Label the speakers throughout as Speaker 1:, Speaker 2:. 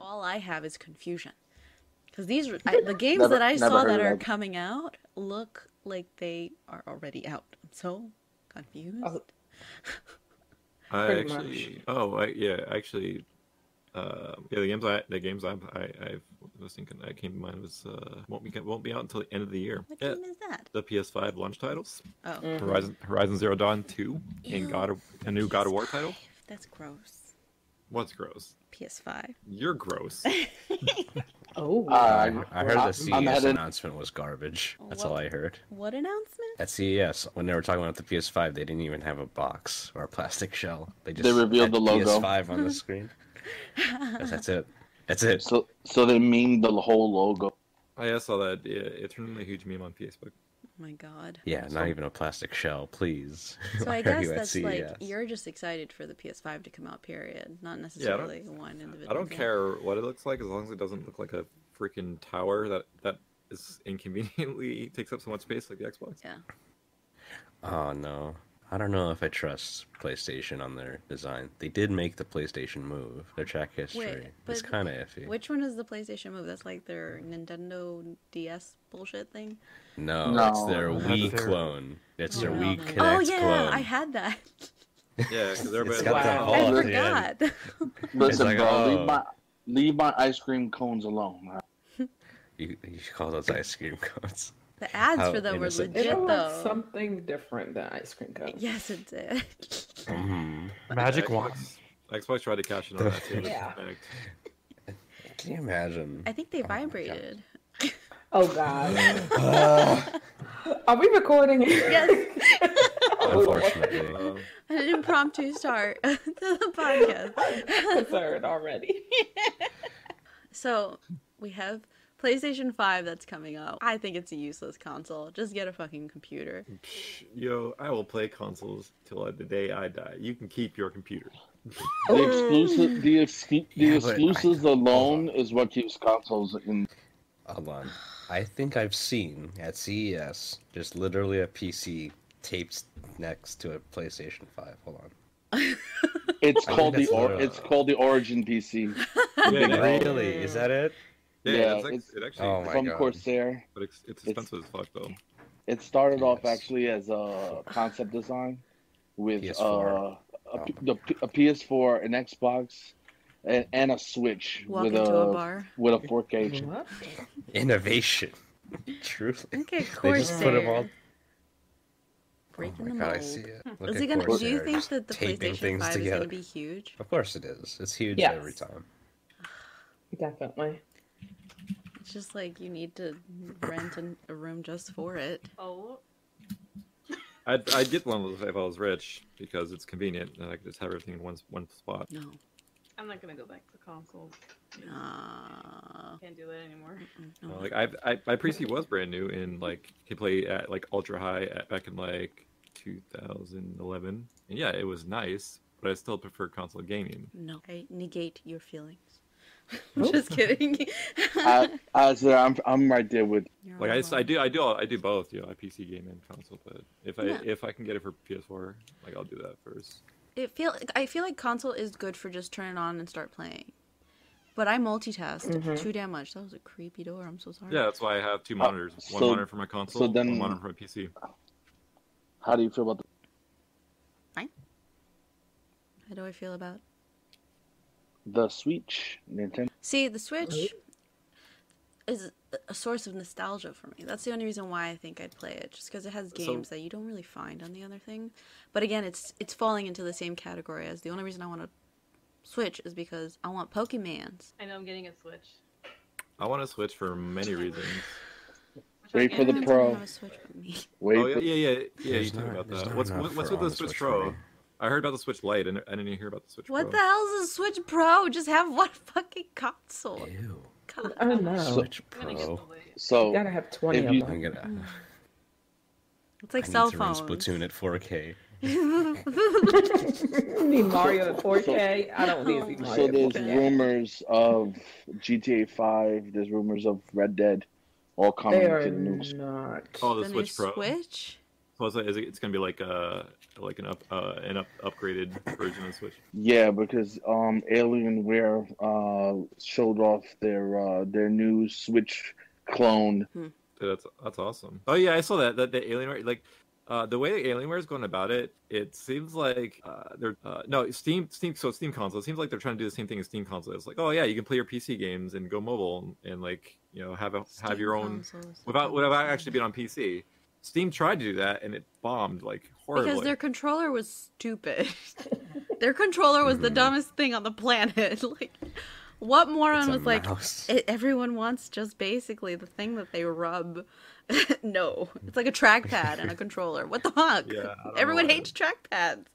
Speaker 1: I have is confusion. Because these are- I, the games that I
Speaker 2: Never-
Speaker 1: saw
Speaker 2: never
Speaker 1: that
Speaker 2: heard
Speaker 1: are
Speaker 2: of.
Speaker 1: coming out look like they are already out. I'm so confused.
Speaker 3: Oh.
Speaker 4: I
Speaker 3: Pretty
Speaker 4: actually, oh, I, yeah, actually, uh, yeah, the games I, the games I, I, I was thinking that came to mind was uh, won't be won't be out until the end of the year.
Speaker 1: What
Speaker 4: Yeah,
Speaker 1: game is that?
Speaker 4: the PS5 launch titles:
Speaker 1: Oh,
Speaker 4: Horizon, Horizon Zero Dawn Two, and
Speaker 1: Ew.
Speaker 4: God, of, a new God of War title.
Speaker 1: that's gross.
Speaker 4: What's gross?
Speaker 1: PS5.
Speaker 4: You're gross.
Speaker 3: Oh,
Speaker 2: Uh,
Speaker 5: I heard the CES
Speaker 2: I'm headed.
Speaker 5: announcement was garbage. That's all
Speaker 1: Well-
Speaker 5: I heard.
Speaker 1: What announcement?
Speaker 5: At CES, when they were talking about the PS5, they didn't even have a box or a plastic shell. They just
Speaker 2: They revealed
Speaker 5: had
Speaker 2: the logo.
Speaker 5: PS5
Speaker 1: Hmm.
Speaker 5: on the screen. That's, that's it. That's it.
Speaker 2: So so they mean the whole logo.
Speaker 4: I yeah, saw that. Yeah, it turned into a huge meme on Facebook.
Speaker 1: Oh my god.
Speaker 5: Yeah, not even a plastic shell, please.
Speaker 1: So
Speaker 5: Why
Speaker 1: I
Speaker 5: are
Speaker 1: guess
Speaker 5: you at E
Speaker 1: that's like
Speaker 5: CES?
Speaker 1: you're just excited for the PS5 to come out. Period. Not necessarily one individual.
Speaker 4: I don't
Speaker 1: game.
Speaker 4: care what it looks like as long as it doesn't look like a freaking tower that that is inconveniently takes up so much space like the Xbox.
Speaker 1: Yeah.
Speaker 5: Oh no. I don't know if I trust PlayStation on their design. They did make the PlayStation Move. Their track history is
Speaker 1: but
Speaker 5: kind of iffy.
Speaker 1: Which one is the PlayStation Move? That's like their Nintendo DS bullshit thing.
Speaker 5: No,
Speaker 2: No.
Speaker 5: it's their
Speaker 4: That's
Speaker 5: Wii
Speaker 4: their-
Speaker 5: clone. It's their
Speaker 1: Oh,
Speaker 5: Wii
Speaker 1: no.
Speaker 5: Connect
Speaker 1: Oh yeah,
Speaker 5: clone.
Speaker 1: I had that.
Speaker 4: Yeah, because
Speaker 5: It's
Speaker 4: everybody's
Speaker 5: got
Speaker 4: like,
Speaker 3: that
Speaker 4: "Oh,
Speaker 5: whole-
Speaker 1: I
Speaker 5: Oh, yeah.
Speaker 1: forgot.
Speaker 2: Listen,
Speaker 5: like,
Speaker 2: bro,
Speaker 5: oh.
Speaker 2: leave my leave my ice cream cones alone. all right?
Speaker 5: You, you call those ice cream cones?
Speaker 1: the ads
Speaker 5: How
Speaker 1: for them were
Speaker 5: innocent.
Speaker 1: legit
Speaker 3: it
Speaker 1: though.
Speaker 3: looks something different than ice cream cones.
Speaker 1: Yes, it did.
Speaker 5: Mm.
Speaker 4: Xbox-
Speaker 6: Magic wand.
Speaker 4: Xbox tried to cash in on that too.
Speaker 3: Yeah.
Speaker 5: Can you imagine?
Speaker 1: I think they
Speaker 5: my God.
Speaker 1: vibrated.
Speaker 3: Oh God, are we recording? Oh,
Speaker 1: Yes,
Speaker 5: Unfortunately,
Speaker 4: Um,
Speaker 1: an impromptu start to the podcast.
Speaker 3: concerned already.
Speaker 1: So we have PlayStation 5 that's coming out. I think it's a useless console. Just get a fucking computer.
Speaker 4: psh, yo, I will play consoles till the day I die. You can keep your computer.
Speaker 2: The exclusive the, exclu- the
Speaker 5: Yeah, but I-
Speaker 2: exclusives alone is what keeps consoles in.
Speaker 5: hold on. I think I've seen at CES just literally a PC taped next to a PlayStation Five. Hold on.
Speaker 2: It's
Speaker 5: I think
Speaker 2: called the
Speaker 5: that's
Speaker 2: or,
Speaker 5: what, uh,
Speaker 2: it's called the Origin PC
Speaker 4: Yeah, yeah,
Speaker 5: Really? Is that it?
Speaker 4: yeah,
Speaker 2: Yeah,
Speaker 4: it's,
Speaker 2: it's-
Speaker 4: it's, it actually,
Speaker 5: Oh my
Speaker 2: from
Speaker 5: God.
Speaker 2: Corsair.
Speaker 4: but it's, it's expensive as fuck though.
Speaker 2: It started off
Speaker 5: Yes.
Speaker 2: actually as a concept design with uh,
Speaker 5: PS4.
Speaker 2: a, P- the P- a PS4, an Xbox, and, and a Switch
Speaker 1: Walk
Speaker 2: with
Speaker 1: into a,
Speaker 2: a,
Speaker 1: bar.
Speaker 2: with a fork cage.
Speaker 3: What?
Speaker 5: Innovation. Truly.
Speaker 1: Okay,
Speaker 5: They just put them
Speaker 1: Corsair.
Speaker 5: all.
Speaker 1: Breaking
Speaker 5: oh
Speaker 1: the
Speaker 5: my
Speaker 1: mold.
Speaker 5: god, I see it. Look
Speaker 1: Is
Speaker 5: at
Speaker 1: it gonna, do you
Speaker 5: Corsair
Speaker 1: think
Speaker 5: just
Speaker 1: that the
Speaker 5: taping
Speaker 1: PlayStation
Speaker 5: things
Speaker 1: 5 is
Speaker 5: together.
Speaker 1: going to be huge?
Speaker 5: Of course it is. It's huge
Speaker 3: Yes.
Speaker 5: every time.
Speaker 3: Definitely.
Speaker 1: It's just like you need to rent an, a room just for it.
Speaker 7: Oh,
Speaker 4: I'd, I'd get one if I was rich because it's convenient and I could just have everything in one one spot.
Speaker 1: No.
Speaker 7: I'm not gonna go back to consoles.
Speaker 1: Uh,
Speaker 7: Can't do that anymore.
Speaker 1: Oh,
Speaker 4: You know, like I, I, my PC was brand new and like he played at like ultra high at, back in like 2011, and yeah, it was nice, but I still prefer console gaming.
Speaker 1: no. I negate your feelings. just kidding.
Speaker 2: I, I said, uh, I'm, I'm right there with
Speaker 1: You're
Speaker 4: Like I, s- I
Speaker 1: welcome.
Speaker 4: do, I do, all- I do both. You know, I PC game and console. But if I
Speaker 1: Yeah.
Speaker 4: if I can get it for PS4, like I'll do that first.
Speaker 1: It feel I feel like console is good for just turn it on and start playing. But I multitasked
Speaker 2: Mm-hmm.
Speaker 1: too damn much. That was a creepy door. I'm so sorry.
Speaker 4: Yeah, that's why I have two monitors. one
Speaker 2: Uh, so-
Speaker 4: monitor for my console,
Speaker 2: then-
Speaker 4: one monitor for my PC.
Speaker 2: How do you feel about the
Speaker 1: How do I feel about?
Speaker 2: the Switch, Nintendo?
Speaker 1: See, the Switch is a source of nostalgia for me. That's the only reason why I think I'd play it, just because it has games that you don't really find on the other thing. But again, it's it's falling into the same category as the only reason I want to switch is because I want Pokemans.
Speaker 7: I know I'm getting a Switch.
Speaker 4: I want to switch for many reasons.
Speaker 7: Which I
Speaker 2: Wait for the
Speaker 7: get.
Speaker 1: Everyone's gonna
Speaker 2: Pro.
Speaker 1: have a Switch but me.
Speaker 2: Wait,
Speaker 4: Oh yeah, yeah, yeah, yeah. You
Speaker 5: There's
Speaker 4: talked
Speaker 5: not-
Speaker 4: about
Speaker 5: there's
Speaker 4: that.
Speaker 5: not
Speaker 4: What's
Speaker 5: enough
Speaker 4: what- what's
Speaker 5: for
Speaker 4: with
Speaker 5: all
Speaker 4: the
Speaker 5: the
Speaker 4: Switch
Speaker 5: Switch
Speaker 4: Pro?
Speaker 5: for me.
Speaker 4: I heard about the Switch Lite, and I didn't even hear about the Switch
Speaker 1: What the
Speaker 4: Pro.
Speaker 1: hell is a Switch Pro? Just have one fucking console.
Speaker 5: Ew.
Speaker 1: God.
Speaker 3: I don't know.
Speaker 5: Switch
Speaker 7: I'm gonna get the
Speaker 5: Pro.
Speaker 7: Lite.
Speaker 2: so
Speaker 3: gotta have twenty
Speaker 2: If
Speaker 3: of
Speaker 2: you-
Speaker 3: them.
Speaker 5: I'm gonna.
Speaker 1: It's like
Speaker 5: I
Speaker 1: cell
Speaker 5: need to run
Speaker 1: phones.
Speaker 5: Splatoon at 4K.
Speaker 3: You need Mario at 4K. I don't need to see
Speaker 2: so
Speaker 3: Mario.
Speaker 2: there's
Speaker 3: at 4K.
Speaker 2: rumors of GTA 5. There's rumors of Red Dead, all coming
Speaker 3: They are
Speaker 2: to the new.
Speaker 3: not.
Speaker 4: Oh,
Speaker 1: The
Speaker 4: the
Speaker 1: new
Speaker 4: Switch Pro.
Speaker 1: Switch?
Speaker 4: Plus, is it- it's gonna be like a like an up uh, an up, upgraded version of Switch.
Speaker 2: Yeah, because um, Alienware uh, showed off their uh, their new Switch clone.
Speaker 4: Dude, that's that's awesome. Oh yeah, I saw that that the Alienware like uh, the way Alienware is going about it. It seems like uh, they're uh, no Steam Steam so Steam console. It seems like they're trying to do the same thing as Steam console. It's like oh yeah, you can play your PC games and go mobile and, and like you know have a have your own without without actually being on PC. Steam tried to do that and it bombed like horribly.
Speaker 1: Because their controller was stupid. their controller was the
Speaker 5: Mhm.
Speaker 1: dumbest thing on the planet. like, what moron
Speaker 5: It's a
Speaker 1: was like,
Speaker 5: mouse.
Speaker 1: "E- everyone wants just basically the thing that they rub? no, it's like a trackpad and a controller. What the fuck?
Speaker 4: Yeah, I don't know
Speaker 1: Everyone
Speaker 4: why.
Speaker 1: hates trackpads.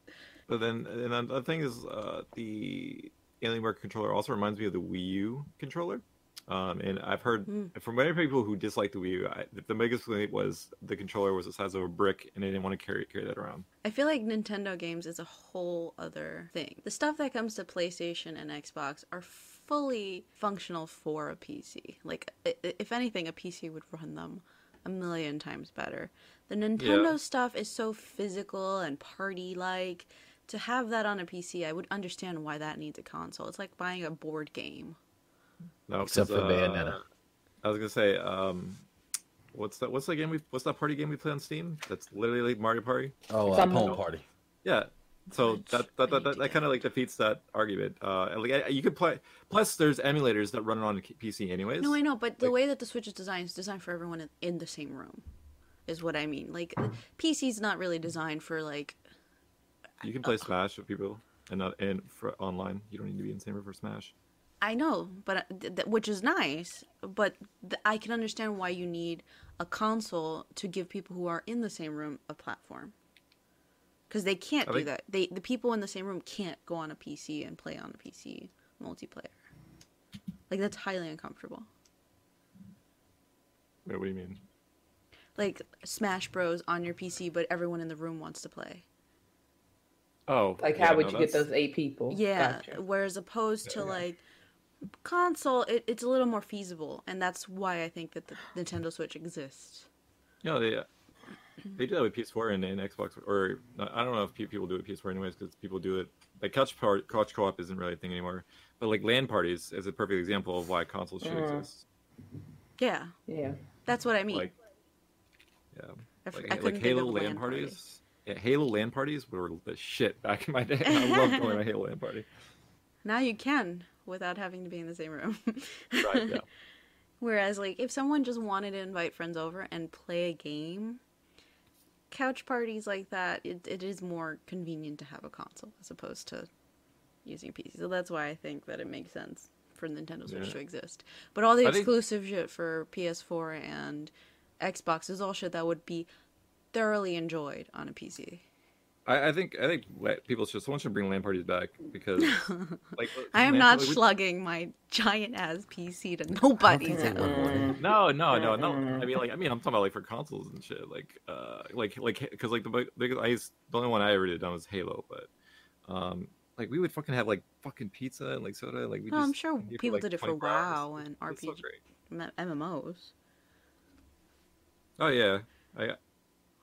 Speaker 4: But then, and then the thing is, uh, the Alienware controller also reminds me of the Wii U controller. Um, and I've heard
Speaker 1: Hmm.
Speaker 4: from many people who dislike the Wii U, I, the biggest complaint was the controller was the size of a brick, and they didn't want to carry carry that around.
Speaker 1: I feel like Nintendo games is a whole other thing. The stuff that comes to PlayStation and Xbox are fully functional for a PC. Like, i- i- if anything, a PC would run them a million times better. The Nintendo stuff is so physical and party like. To have that on a PC, I would understand why that needs a console. It's like buying a board game.
Speaker 4: No,
Speaker 6: Except
Speaker 4: 'cause,
Speaker 6: for Bayonetta.
Speaker 4: uh, I was gonna say, um, what's that? What's that game? We what's that party game we play on Steam? That's literally like Mario Party.
Speaker 6: Oh,
Speaker 3: It's
Speaker 6: uh,
Speaker 3: on the-
Speaker 6: Pwn Party.
Speaker 4: Yeah. So that
Speaker 1: I
Speaker 4: that, that,
Speaker 1: need
Speaker 4: that,
Speaker 1: to
Speaker 4: that
Speaker 1: get
Speaker 4: kind
Speaker 1: it.
Speaker 4: of like defeats that argument. Uh, and, like I- you could play. Plus, there's emulators that run it on a PC anyways.
Speaker 1: No, I know, but the
Speaker 4: like-
Speaker 1: way that the Switch is designed is designed for everyone in, in the same room, is what I mean. Like, PC's not really designed for like
Speaker 4: You can play Smash with people and not and for online. You don't need to be in Saber for Smash.
Speaker 1: I know, but uh, th- th- which is nice, but th- I can understand why you need a console to give people who are in the same room a platform. Cuz they can't
Speaker 4: I
Speaker 1: do
Speaker 4: think-
Speaker 1: that. They the people in the same room can't go on a PC and play on a PC multiplayer. Like that's highly uncomfortable.
Speaker 4: Wait, what do you mean?
Speaker 1: Like Smash Bros on your PC but everyone in the room wants to play.
Speaker 4: Oh,
Speaker 3: Like, how would you get those eight people?
Speaker 1: Yeah,
Speaker 3: Gotcha.
Speaker 1: whereas opposed to like console it, it's a little more feasible and that's why I think that the Nintendo Switch exists.
Speaker 4: No, they uh, they do that with PS4 and, and Xbox, or I don't know if pe- people do it with PS4 anyways because people do it. Like couch part, couch co-op isn't really a thing anymore. But like LAN parties is a perfect example of why consoles should
Speaker 1: Mm.
Speaker 3: Mhm.
Speaker 4: exist.
Speaker 1: Yeah,
Speaker 3: Yeah.
Speaker 1: that's what I mean.
Speaker 4: Like, yeah,
Speaker 1: I f- I
Speaker 4: like,
Speaker 1: couldn't
Speaker 4: like
Speaker 1: think
Speaker 4: Halo
Speaker 1: of a
Speaker 4: LAN,
Speaker 1: LAN party.
Speaker 4: parties. Yeah, Halo LAN parties were the shit back in my day. I love going to a Halo LAN party.
Speaker 1: Now you can without having to be in the same room.
Speaker 4: Right. Yeah.
Speaker 1: Whereas, like, if someone just wanted to invite friends over and play a game, couch parties like that, it, it is more convenient to have a console as opposed to using PC. So that's why I think that it makes sense for Nintendo Switch
Speaker 4: Yeah.
Speaker 1: to exist. But all the
Speaker 4: I think-
Speaker 1: exclusive shit for PS4 and Xbox is all shit that would be thoroughly enjoyed on a PC.
Speaker 4: I, I think I think la- people should someone should bring land parties back because like
Speaker 1: I am
Speaker 4: LAN
Speaker 1: not
Speaker 4: party- we-
Speaker 1: slugging my giant ass PC to nobody's
Speaker 5: think
Speaker 1: house.
Speaker 5: anyone would.
Speaker 4: No, no, no, no. I mean, like, I mean, I'm talking about like for consoles and shit, like, uh, like, like, because like the big- biggest, I used, the only one I ever did done was Halo, but, um, like we would fucking have like fucking pizza and like soda, like we.
Speaker 1: No,
Speaker 4: just,
Speaker 1: Oh, I'm sure
Speaker 4: be here
Speaker 1: people
Speaker 4: like,
Speaker 1: did it for
Speaker 4: 24 hours.
Speaker 1: WoW and
Speaker 4: It's so
Speaker 1: RPG,
Speaker 4: great.
Speaker 1: M- MMOs.
Speaker 4: Oh yeah, I.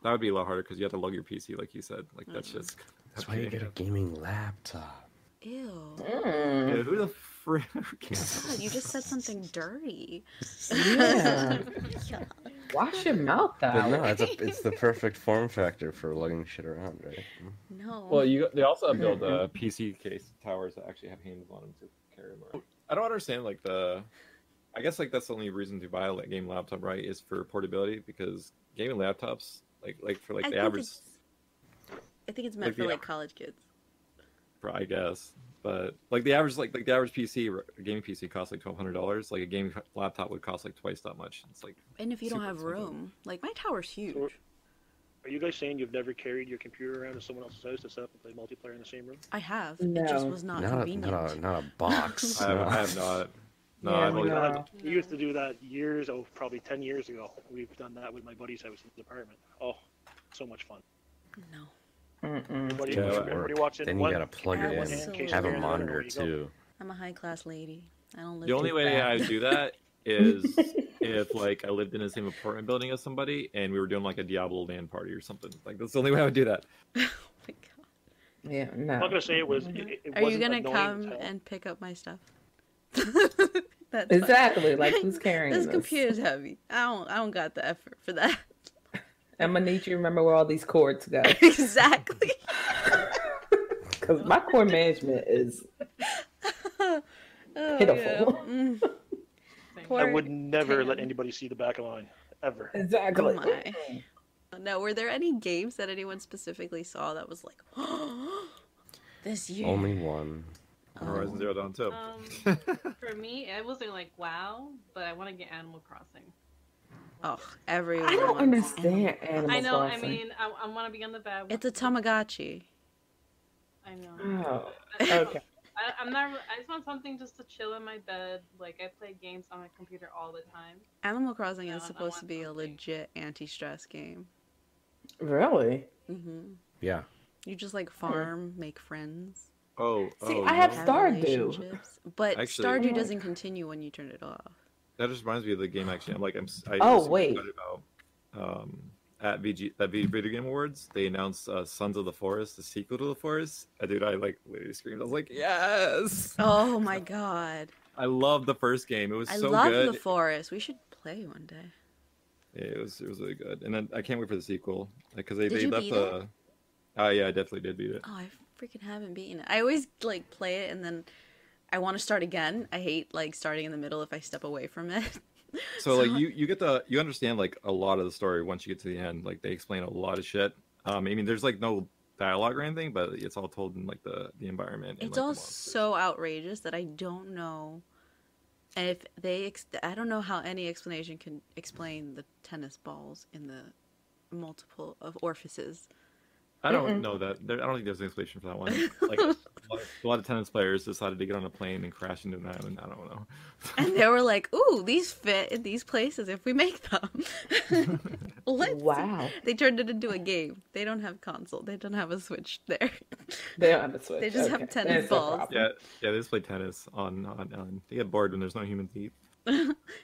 Speaker 4: That would be a lot harder because you have to lug your PC, like you said. Like that's
Speaker 1: Mhm.
Speaker 4: just.
Speaker 5: That's why you get a gaming laptop.
Speaker 1: Ew.
Speaker 4: Yeah,
Speaker 3: Mm.
Speaker 4: who the frick? cares?
Speaker 1: God, you just said something dirty.
Speaker 3: Yeah. Wash your mouth
Speaker 5: But no,
Speaker 3: out.
Speaker 5: it's, a, it's the perfect form factor for lugging shit around, right? Oh.
Speaker 1: No.
Speaker 4: Well, you they also have built uh, PC case towers that actually have handles on them to carry them around. I don't understand like the. I guess like that's the only reason to buy a like, game laptop, right? Is for portability because gaming laptops, like like for like
Speaker 1: I
Speaker 4: the
Speaker 1: think
Speaker 4: average,
Speaker 1: it's- I think it's meant
Speaker 4: Like
Speaker 1: for
Speaker 4: the
Speaker 1: like
Speaker 4: average-
Speaker 1: college kids.
Speaker 4: for- I guess, but like the average like like the average PC r- gaming PC costs like twelve hundred dollars. Like a gaming laptop would cost like twice that much. It's like
Speaker 1: And if you don't
Speaker 4: Super
Speaker 1: have
Speaker 4: simple.
Speaker 1: room, like my tower's huge.
Speaker 8: Sure. Are you guys saying you've never carried your computer around to someone else's house to set up and play multiplayer in the same room?
Speaker 1: I have. It just
Speaker 3: No.
Speaker 1: was not,
Speaker 5: Not a,
Speaker 1: convenient.
Speaker 5: not, a, not a box.
Speaker 4: I have, I have not. No, I've only,
Speaker 3: Yeah,
Speaker 4: I've,
Speaker 3: no.
Speaker 8: We used to do that years, oh, probably 10 years ago. We've done that with my buddy's house in his apartment. Oh, so much fun.
Speaker 1: No.
Speaker 3: Mm-mm.
Speaker 8: Everybody,
Speaker 4: Yeah,
Speaker 5: Much
Speaker 4: but-
Speaker 8: everybody
Speaker 5: work.
Speaker 8: watching
Speaker 5: Then you
Speaker 8: one-
Speaker 5: gotta plug it
Speaker 8: one
Speaker 1: Everyone
Speaker 8: hand,
Speaker 1: so
Speaker 5: in.
Speaker 8: case
Speaker 5: Have a
Speaker 8: you're there,
Speaker 5: monitor
Speaker 8: there you go.
Speaker 5: too.
Speaker 1: I'm a high class lady. I don't live.
Speaker 4: the only
Speaker 1: with
Speaker 4: way
Speaker 1: that.
Speaker 4: I do that is if like I lived in the same apartment building as somebody and we were doing like a Diablo land party or something. Like that's the only way I would do that.
Speaker 1: Oh my God.
Speaker 3: Yeah,
Speaker 8: I'm not
Speaker 3: no.
Speaker 8: gonna say it was. It, it- it
Speaker 1: Mm-hmm. Are you
Speaker 8: wasn't
Speaker 1: gonna
Speaker 8: annoying
Speaker 1: come
Speaker 8: as hell.
Speaker 1: and pick up my stuff? That's
Speaker 3: Exactly. Like who's carrying
Speaker 1: This computer's heavy. I don't. I don't got the effort for that.
Speaker 3: I'm gonna need you to remember where all these cords go,
Speaker 1: exactly.
Speaker 3: because my cord management is
Speaker 1: oh,
Speaker 3: Pitiful.
Speaker 1: yeah. Mm,
Speaker 7: Thank
Speaker 1: Poor-
Speaker 7: you.
Speaker 8: I would never let
Speaker 1: Damn.
Speaker 8: anybody see the back of mine ever.
Speaker 3: exactly.
Speaker 1: oh my. Mm. Now, were there any games that anyone specifically saw that was like, this year?
Speaker 5: Only one.
Speaker 4: Horizon Zero Dawn too.
Speaker 7: Um, for me, it wasn't like wow, but I want to get Animal Crossing.
Speaker 1: Oh, everyone.
Speaker 3: I don't
Speaker 1: wants-
Speaker 3: understand Animal
Speaker 7: I know.
Speaker 3: Crossing.
Speaker 7: I mean, I, I want to be on the bed.
Speaker 1: um, It's a Tamagotchi.
Speaker 7: I know.
Speaker 3: Oh,
Speaker 7: I don't know.
Speaker 3: okay.
Speaker 7: I, I'm not. I just want something just to chill in my bed. Like I play games on my computer all the time.
Speaker 1: Animal Crossing
Speaker 7: Yeah,
Speaker 1: is
Speaker 7: I
Speaker 1: supposed to
Speaker 7: want
Speaker 1: be a
Speaker 7: something.
Speaker 1: legit anti-stress game.
Speaker 3: Really?
Speaker 1: hmm
Speaker 5: Yeah.
Speaker 1: You just like farm, make friends.
Speaker 4: Oh,
Speaker 3: See,
Speaker 4: oh,
Speaker 3: I have
Speaker 4: no.
Speaker 1: have
Speaker 3: Stardew.
Speaker 1: relationships, But
Speaker 4: Actually-
Speaker 1: Stardew
Speaker 3: Oh.
Speaker 1: doesn't continue when you turn it off.
Speaker 4: That just reminds me of the game. Actually, I'm like, I'm. si
Speaker 3: Oh,
Speaker 4: was super
Speaker 3: wait.
Speaker 4: excited About, um, at VG at V Video Game Awards, they announced uh, Sons of the Forest, the sequel to the Forest. Uh, dude, I like literally screamed. I was like, yes!
Speaker 1: Oh my god.
Speaker 4: I loved the first game. It was
Speaker 1: I
Speaker 4: so
Speaker 1: love
Speaker 4: good.
Speaker 1: the forest. We should play one day.
Speaker 4: Yeah, it was it was really good. And then I can't wait for the sequel because they
Speaker 1: Did
Speaker 4: they
Speaker 1: you
Speaker 4: left
Speaker 1: beat
Speaker 4: the. Oh yeah, I definitely did beat it.
Speaker 1: Oh, I freaking haven't beaten it. I always like play it and then I want to start again. I hate like starting in the middle if I step away from it.
Speaker 4: So like you you get the you understand like a lot of the story once you get to the end. Like they explain a lot of shit. Um, I mean, there's like no dialogue or anything, but it's all told in like the the environment. And,
Speaker 1: It's
Speaker 4: like, the
Speaker 1: all
Speaker 4: monsters.
Speaker 1: so outrageous that I don't know if they ex- I don't know how any explanation can explain the tennis balls in the multiple of orifices.
Speaker 4: I don't
Speaker 3: Mm-mm.
Speaker 4: know that. There, I don't think there's an explanation for that one. Like a, lot of, a lot of tennis players decided to get on a plane and crash into an island. I don't know.
Speaker 1: And they were like, "Ooh, these fit in these places if we make them." Let's see.
Speaker 3: Wow.
Speaker 1: They turned it into a game. They don't have console. They don't have a Switch there.
Speaker 3: They don't have a switch.
Speaker 1: They just have
Speaker 3: Okay.
Speaker 1: tennis
Speaker 3: That's the
Speaker 1: balls.
Speaker 3: problem.
Speaker 4: Yeah, yeah. They just play tennis on on. on. They get bored when there's no human feet.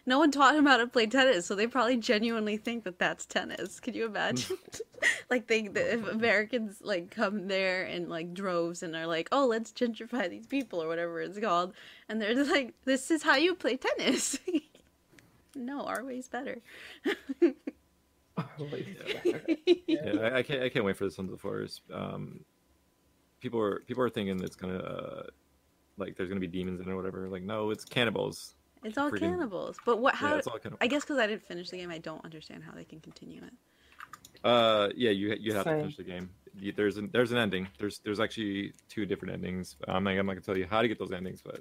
Speaker 1: no one taught him how to play tennis, so they probably genuinely think that that's tennis. Can you imagine? like they, the, if Americans like come there in like droves and are like, "Oh, let's gentrify these people" or whatever it's called, and they're just like, "This is how you play tennis." no, our way's better.
Speaker 4: Yeah, I, I can't. I can't wait for the Sons of the Forest. Um, people are people are thinking it's gonna uh, like there's gonna be demons in it or whatever. Like no, it's cannibals.
Speaker 1: It's all
Speaker 4: Freaking-
Speaker 1: cannibals. But what? How?
Speaker 4: yeah, it's all cannibals.
Speaker 1: I guess because I didn't finish the game, I don't understand how they can continue it.
Speaker 4: Uh, yeah, you you have
Speaker 3: Same.
Speaker 4: to finish the game. You- There's an there's an ending. There's there's actually two different endings. I'm not, I'm not gonna tell you how to get those endings, but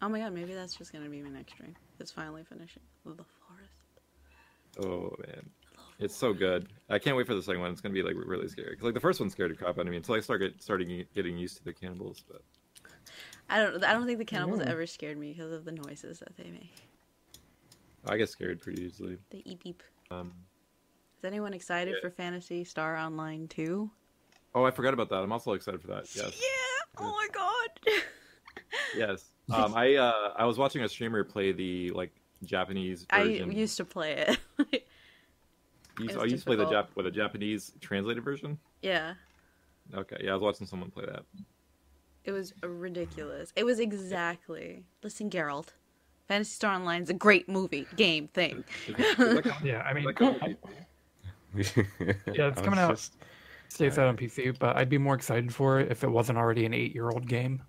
Speaker 1: Oh my god, maybe that's just gonna be my next dream. It's finally finishing the forest.
Speaker 4: Oh man, it's so good. I can't wait for the second one. It's gonna be like really scary. 'Cause, like the first one scared the crap out of me until I started starting getting used to the cannibals. But
Speaker 1: I don't. I don't think the cannibals
Speaker 3: Mm.
Speaker 1: ever scared me because of the noises that they make.
Speaker 4: I get scared pretty easily.
Speaker 1: They eep eep.
Speaker 4: Um,
Speaker 1: Is anyone excited
Speaker 4: Yeah.
Speaker 1: for Fantasy Star Online 2?
Speaker 4: oh, I forgot about that. I'm also excited for that. Yes,
Speaker 1: Yeah. Oh my god.
Speaker 4: yes. Um, I uh, I was watching a streamer play the like Japanese
Speaker 1: I
Speaker 4: version.
Speaker 1: used to play it.
Speaker 4: you,
Speaker 1: it
Speaker 4: oh,
Speaker 1: was
Speaker 4: you used to play the Jap
Speaker 1: difficult.
Speaker 4: with a Japanese translated version.
Speaker 1: yeah.
Speaker 4: Okay, yeah, I was watching someone play that.
Speaker 1: It was ridiculous. It was exactly. Listen, Geralt. Fantasy Star Online's a great movie, game, thing.
Speaker 4: It's like-
Speaker 6: Yeah, I mean,
Speaker 4: like a-
Speaker 6: Yeah, it's
Speaker 5: I
Speaker 6: coming
Speaker 5: was
Speaker 6: out.
Speaker 5: just-
Speaker 6: saves out on PC, but I'd be more excited for it if it wasn't already an eight-year-old game.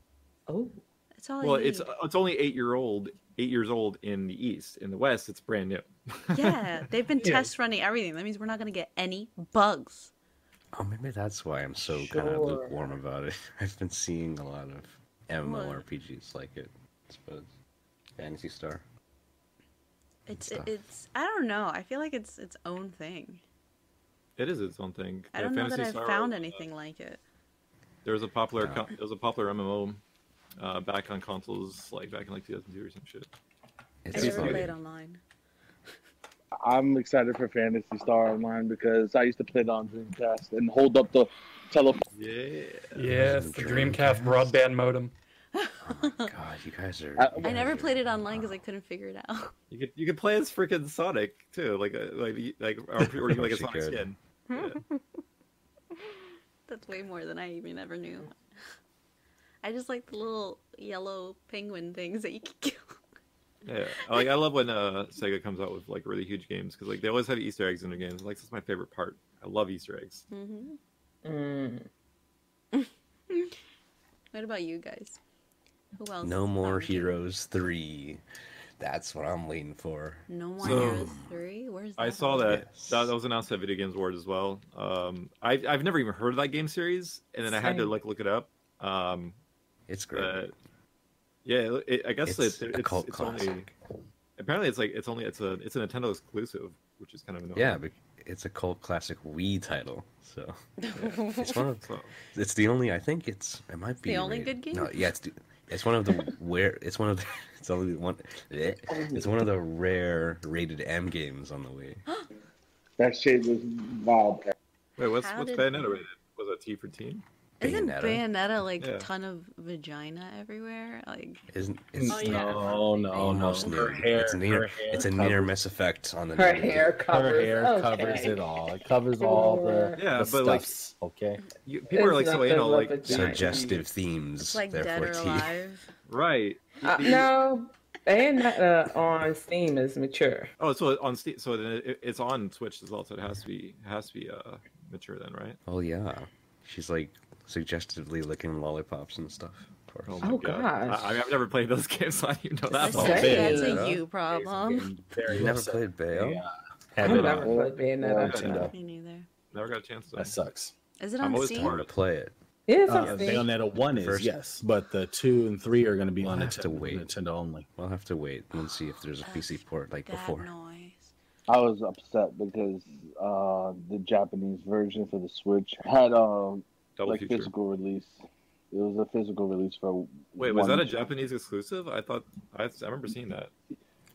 Speaker 3: Oh,
Speaker 1: That's all
Speaker 4: well,
Speaker 1: I need.
Speaker 4: it's uh, it's only eight year old eight years old in the East. In the West, it's brand new.
Speaker 1: Yeah, they've been
Speaker 6: Yeah.
Speaker 1: test running everything. That means we're not going to get any bugs.
Speaker 5: Oh, maybe that's why I'm so kind of
Speaker 3: Sure.
Speaker 5: lukewarm about it. I've been seeing a lot of MMORPGs like it. I suppose. Fantasy Star.
Speaker 1: It's
Speaker 5: Stuff.
Speaker 1: it's I don't know. I feel like it's its own thing.
Speaker 4: It is its own thing.
Speaker 1: I
Speaker 4: Yeah,
Speaker 1: don't know that
Speaker 4: Fantasy
Speaker 1: I've
Speaker 4: Star
Speaker 1: found
Speaker 4: Wars, uh,
Speaker 1: anything like it.
Speaker 4: There was a popular
Speaker 5: Yeah.
Speaker 4: co- there was a popular MMO uh, back on consoles like back in like 2002 or some shit.
Speaker 1: I
Speaker 5: It's
Speaker 4: just
Speaker 1: never
Speaker 4: like-
Speaker 1: played online.
Speaker 2: I'm excited for Fantasy Star Online because I used to play it on Dreamcast and hold up the telephone.
Speaker 4: Yeah.
Speaker 6: Yes,
Speaker 5: the
Speaker 6: the
Speaker 5: Dreamcast.
Speaker 6: Dreamcast broadband modem.
Speaker 5: Oh my god, you guys are.
Speaker 2: I-
Speaker 5: you
Speaker 1: I
Speaker 5: guys
Speaker 1: never
Speaker 5: are-
Speaker 1: played it online because I
Speaker 5: wow.
Speaker 1: couldn't figure it out.
Speaker 4: You could you could play as freaking Sonic too, like uh, like like or, or you can like a
Speaker 5: She
Speaker 4: Sonic
Speaker 5: could.
Speaker 4: skin. Yeah.
Speaker 1: That's way more than I even ever knew. I just like the little yellow penguin things that you can kill.
Speaker 4: yeah. Like I love when uh, Sega comes out with like really huge games because like they always have Easter eggs in their games. Like that's my favorite part. I love Easter eggs.
Speaker 1: hmm
Speaker 3: Mm.
Speaker 4: Mm-hmm.
Speaker 1: What about you guys? Who else?
Speaker 5: No more
Speaker 1: Um,
Speaker 5: Heroes Three. That's what I'm waiting for.
Speaker 1: No more
Speaker 4: So-
Speaker 1: Heroes Three. Where's that?
Speaker 4: I saw
Speaker 1: on?
Speaker 4: that.
Speaker 5: Yes.
Speaker 4: that that was announced at Video Games Awards as well. Um, I I've never even heard of that game series, and then I had to
Speaker 3: Same.
Speaker 4: like look it up. Um,
Speaker 5: It's great.
Speaker 4: but yeah, it, I guess
Speaker 5: it's,
Speaker 4: it's
Speaker 5: a
Speaker 4: it's,
Speaker 5: cult
Speaker 4: it's
Speaker 5: classic.
Speaker 4: only apparently it's like it's only it's a it's a Nintendo exclusive, which is kind of annoying.
Speaker 5: Yeah, but it's a cult classic Wii title. So it's one of
Speaker 4: So,
Speaker 5: it's the only I think it's it might be
Speaker 1: the only
Speaker 5: rated-
Speaker 1: good
Speaker 5: No,
Speaker 1: game?
Speaker 5: yeah, it's the, it's one of the where it's one of the, it's only one bleh. it's one of the rare rated M games on the Wii.
Speaker 2: That shit was wild.
Speaker 4: wait, what's
Speaker 1: How
Speaker 4: what's
Speaker 1: did-
Speaker 4: Bayonetta rated? Was it T for teen?
Speaker 1: Isn't
Speaker 5: Bayonetta?
Speaker 1: Bayonetta like
Speaker 4: Yeah.
Speaker 1: a ton of vagina everywhere? Like
Speaker 5: Isn't it's
Speaker 7: Oh, yeah.
Speaker 9: No, no,
Speaker 5: almost
Speaker 9: no.
Speaker 5: near
Speaker 9: Her hair,
Speaker 5: it's near
Speaker 9: her hair
Speaker 5: it's a
Speaker 9: covers,
Speaker 5: near Mass Effect on the
Speaker 3: Her
Speaker 5: negative.
Speaker 3: hair covers.
Speaker 9: Her hair
Speaker 3: okay.
Speaker 9: covers it all. It covers all the
Speaker 4: Yeah,
Speaker 9: the
Speaker 4: but, like,
Speaker 9: stuffs, okay.
Speaker 4: You, people are
Speaker 3: It's
Speaker 4: like so
Speaker 3: nothing
Speaker 4: anal,
Speaker 3: but
Speaker 4: like
Speaker 3: the giant-
Speaker 5: suggestive themes.
Speaker 1: it's like dead
Speaker 5: therefore
Speaker 1: or
Speaker 5: T.
Speaker 1: alive.
Speaker 4: right.
Speaker 3: Uh, no, Bayonetta on Steam is mature.
Speaker 4: Oh, so on Steam, so then it, it's on Switch as well. So it has to be it has to be uh mature then, right?
Speaker 5: Oh yeah, she's like suggestively licking lollipops and stuff. Of course.
Speaker 4: my
Speaker 3: Oh,
Speaker 4: God.
Speaker 3: gosh.
Speaker 4: I, I mean, I've never played those games, so I don't even know that.
Speaker 1: That's,
Speaker 9: all
Speaker 4: part.
Speaker 3: Same.
Speaker 1: that's,
Speaker 9: big,
Speaker 1: a
Speaker 5: huh?
Speaker 1: you problem.
Speaker 9: Very
Speaker 5: you never
Speaker 9: upset.
Speaker 5: played Bayo?
Speaker 9: Yeah.
Speaker 3: I've
Speaker 9: Had it
Speaker 3: never
Speaker 9: on.
Speaker 3: played Bayonetta.
Speaker 9: Nintendo.
Speaker 1: Me neither.
Speaker 4: Never got a chance to.
Speaker 9: That sucks.
Speaker 1: Is it
Speaker 4: I'm
Speaker 1: on
Speaker 4: always
Speaker 5: I
Speaker 1: Steam?
Speaker 5: want to play it.
Speaker 3: Yes,
Speaker 9: Uh,
Speaker 3: I've seen.
Speaker 9: Bayonetta one is
Speaker 5: First-
Speaker 9: yes, but the two and three are going to be on
Speaker 5: We'll have
Speaker 9: Nintendo,
Speaker 5: to wait.
Speaker 9: Nintendo only.
Speaker 5: We'll have to wait and see if there's a PC port like
Speaker 1: That
Speaker 5: before.
Speaker 1: noise.
Speaker 2: I was upset because uh, the Japanese version for the Switch had um,
Speaker 4: Double
Speaker 2: like
Speaker 4: feature.
Speaker 2: physical release. It was a physical release for.
Speaker 4: Wait, was that a
Speaker 2: one-
Speaker 4: Japanese exclusive? I thought I, I remember seeing that.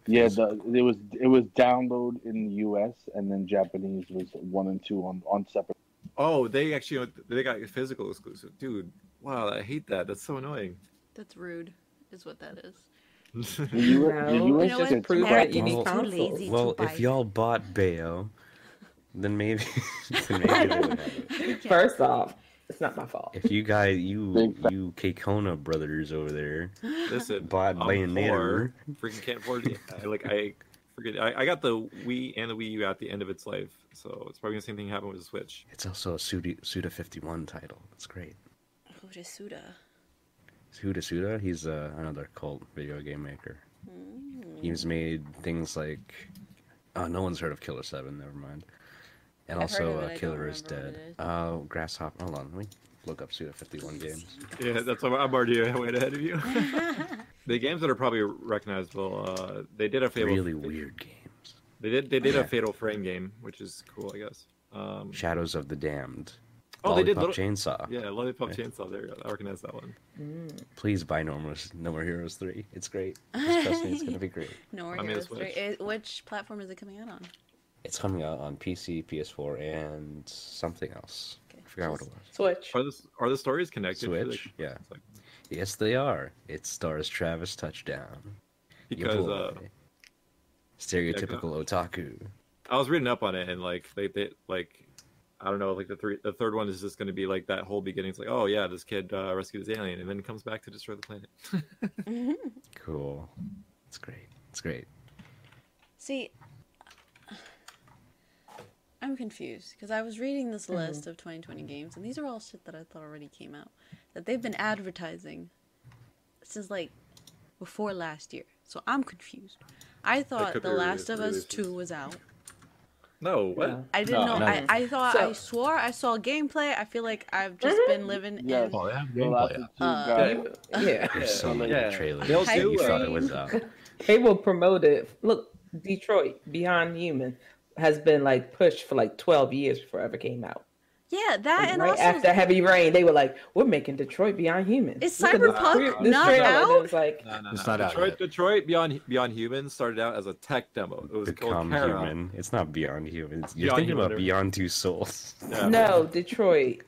Speaker 2: Yeah, the, it was. It was download in the U.S. and then Japanese was one and two on on separate.
Speaker 4: Oh, they actually they got a physical exclusive, dude. Wow, I hate that. That's so annoying.
Speaker 1: That's rude, is what that is.
Speaker 2: The U-
Speaker 3: No,
Speaker 2: the
Speaker 3: you
Speaker 2: US
Speaker 3: know
Speaker 2: is
Speaker 3: what?
Speaker 2: just-
Speaker 3: Prove
Speaker 1: Mary
Speaker 3: that you need
Speaker 5: Well,
Speaker 1: too
Speaker 3: consoles.
Speaker 1: lazy
Speaker 5: Well,
Speaker 1: to
Speaker 5: if
Speaker 1: buy.
Speaker 5: y'all bought Bayo, then maybe, then maybe they would have it.
Speaker 3: First off, it's not my fault.
Speaker 5: if you guys, you
Speaker 2: Big fa-
Speaker 5: you Kekona brothers over there
Speaker 4: Listen,
Speaker 5: bought
Speaker 4: I'm
Speaker 5: Bayonetta,
Speaker 4: poor. Freaking can't afford it. I, like I forget. I, I got the Wii and the Wii U at the end of its life, so it's probably the same thing happened with the Switch.
Speaker 5: it's also a Suda, Suda 51 title. It's great.
Speaker 1: Hodasuda.
Speaker 5: Suda Suda, he's uh, another cult video game maker.
Speaker 1: Mm.
Speaker 5: He's made things like. Oh, no one's heard of Killer 7, never mind. And
Speaker 1: I've heard of it,
Speaker 5: also
Speaker 1: I
Speaker 5: uh,
Speaker 1: don't
Speaker 5: Killer is
Speaker 1: remember what
Speaker 5: Dead.
Speaker 1: it is.
Speaker 5: Oh, Grasshopper. Hold on, let me look up Suda 51 games.
Speaker 4: Yeah, that's why I'm already way ahead of you. the games that are probably recognizable, uh, they did a Fatal.
Speaker 5: Really weird games.
Speaker 4: They did. They did a
Speaker 5: Yeah.
Speaker 4: Fatal Frame game, which is cool, I guess. Um,
Speaker 5: Shadows of the Damned.
Speaker 4: oh, they did.
Speaker 5: Lollipop
Speaker 4: Little,
Speaker 5: Chainsaw.
Speaker 4: yeah, Lollipop
Speaker 5: Yeah.
Speaker 4: Chainsaw. There, you go. I recognize that one.
Speaker 5: Please buy No More, no More Heroes 3. It's great. Just trust me, it's going to be great.
Speaker 1: No,
Speaker 4: I mean,
Speaker 1: Heroes
Speaker 4: it's Switch.
Speaker 1: 3. It- which platform is it coming out on?
Speaker 5: It's coming out on PC, PS4, and something else.
Speaker 1: Okay,
Speaker 5: I forgot what it
Speaker 1: just-
Speaker 5: was.
Speaker 3: Switch.
Speaker 4: Are the are the stories connected? Really?
Speaker 5: Switch? Yeah.
Speaker 4: It's like-
Speaker 5: Yes, they are. It stars Travis Touchdown. Your
Speaker 4: Because uh,
Speaker 5: boy. Stereotypical otaku.
Speaker 4: I was reading up on it, and like they, they like I don't know, like the three the third one is just going to be like that whole beginning. It's like, oh yeah, this kid uh, rescued his alien, and then comes back to destroy the planet.
Speaker 5: Cool. It's great. It's great.
Speaker 1: See, I'm confused because I was reading this
Speaker 3: Mm-hmm.
Speaker 1: list of 2020 games, and these are all shit that I thought already came out that they've been advertising since like before last year. So I'm confused. I thought
Speaker 4: could
Speaker 1: The
Speaker 4: be
Speaker 1: Last
Speaker 4: released-
Speaker 1: of Us
Speaker 4: releases.
Speaker 1: 2 was out.
Speaker 4: no, what?
Speaker 3: Yeah.
Speaker 1: I didn't
Speaker 9: No,
Speaker 1: know. I,
Speaker 9: no.
Speaker 1: I thought
Speaker 3: So- Mm-hmm.
Speaker 1: I swore I saw gameplay. I feel like I've just been living
Speaker 2: Yeah.
Speaker 1: in.
Speaker 9: Oh, they have
Speaker 2: the last two
Speaker 9: gameplay.
Speaker 1: Uh,
Speaker 2: got-
Speaker 4: Yeah.
Speaker 3: Yeah.
Speaker 5: There's so many
Speaker 4: Yeah.
Speaker 5: trailers.
Speaker 4: They'll
Speaker 5: that you
Speaker 4: do,
Speaker 5: thought
Speaker 4: uh,
Speaker 5: it was out.
Speaker 3: They will promote it. Look, Detroit Beyond Human has been like pushed for like 12 years before it ever came out.
Speaker 1: Yeah, that and
Speaker 3: right
Speaker 1: also
Speaker 3: after Heavy Rain, they were like, "We're making Detroit Beyond Human."
Speaker 1: Is
Speaker 3: Look at this
Speaker 1: Cyberpunk
Speaker 3: tra- this
Speaker 1: not
Speaker 3: trailer, and
Speaker 1: out?
Speaker 3: It was like,
Speaker 4: No, no,
Speaker 9: It's
Speaker 4: no.
Speaker 9: not out
Speaker 4: Detroit,
Speaker 9: yet.
Speaker 4: Detroit Beyond Beyond Human started out as a tech demo. It was
Speaker 5: Become
Speaker 4: called Terra.
Speaker 5: human. It's not beyond human. It's- You're
Speaker 4: Beyond
Speaker 5: thinking
Speaker 4: Human,
Speaker 5: about
Speaker 4: or-
Speaker 5: Beyond Two Souls.
Speaker 4: Yeah.
Speaker 3: no, Detroit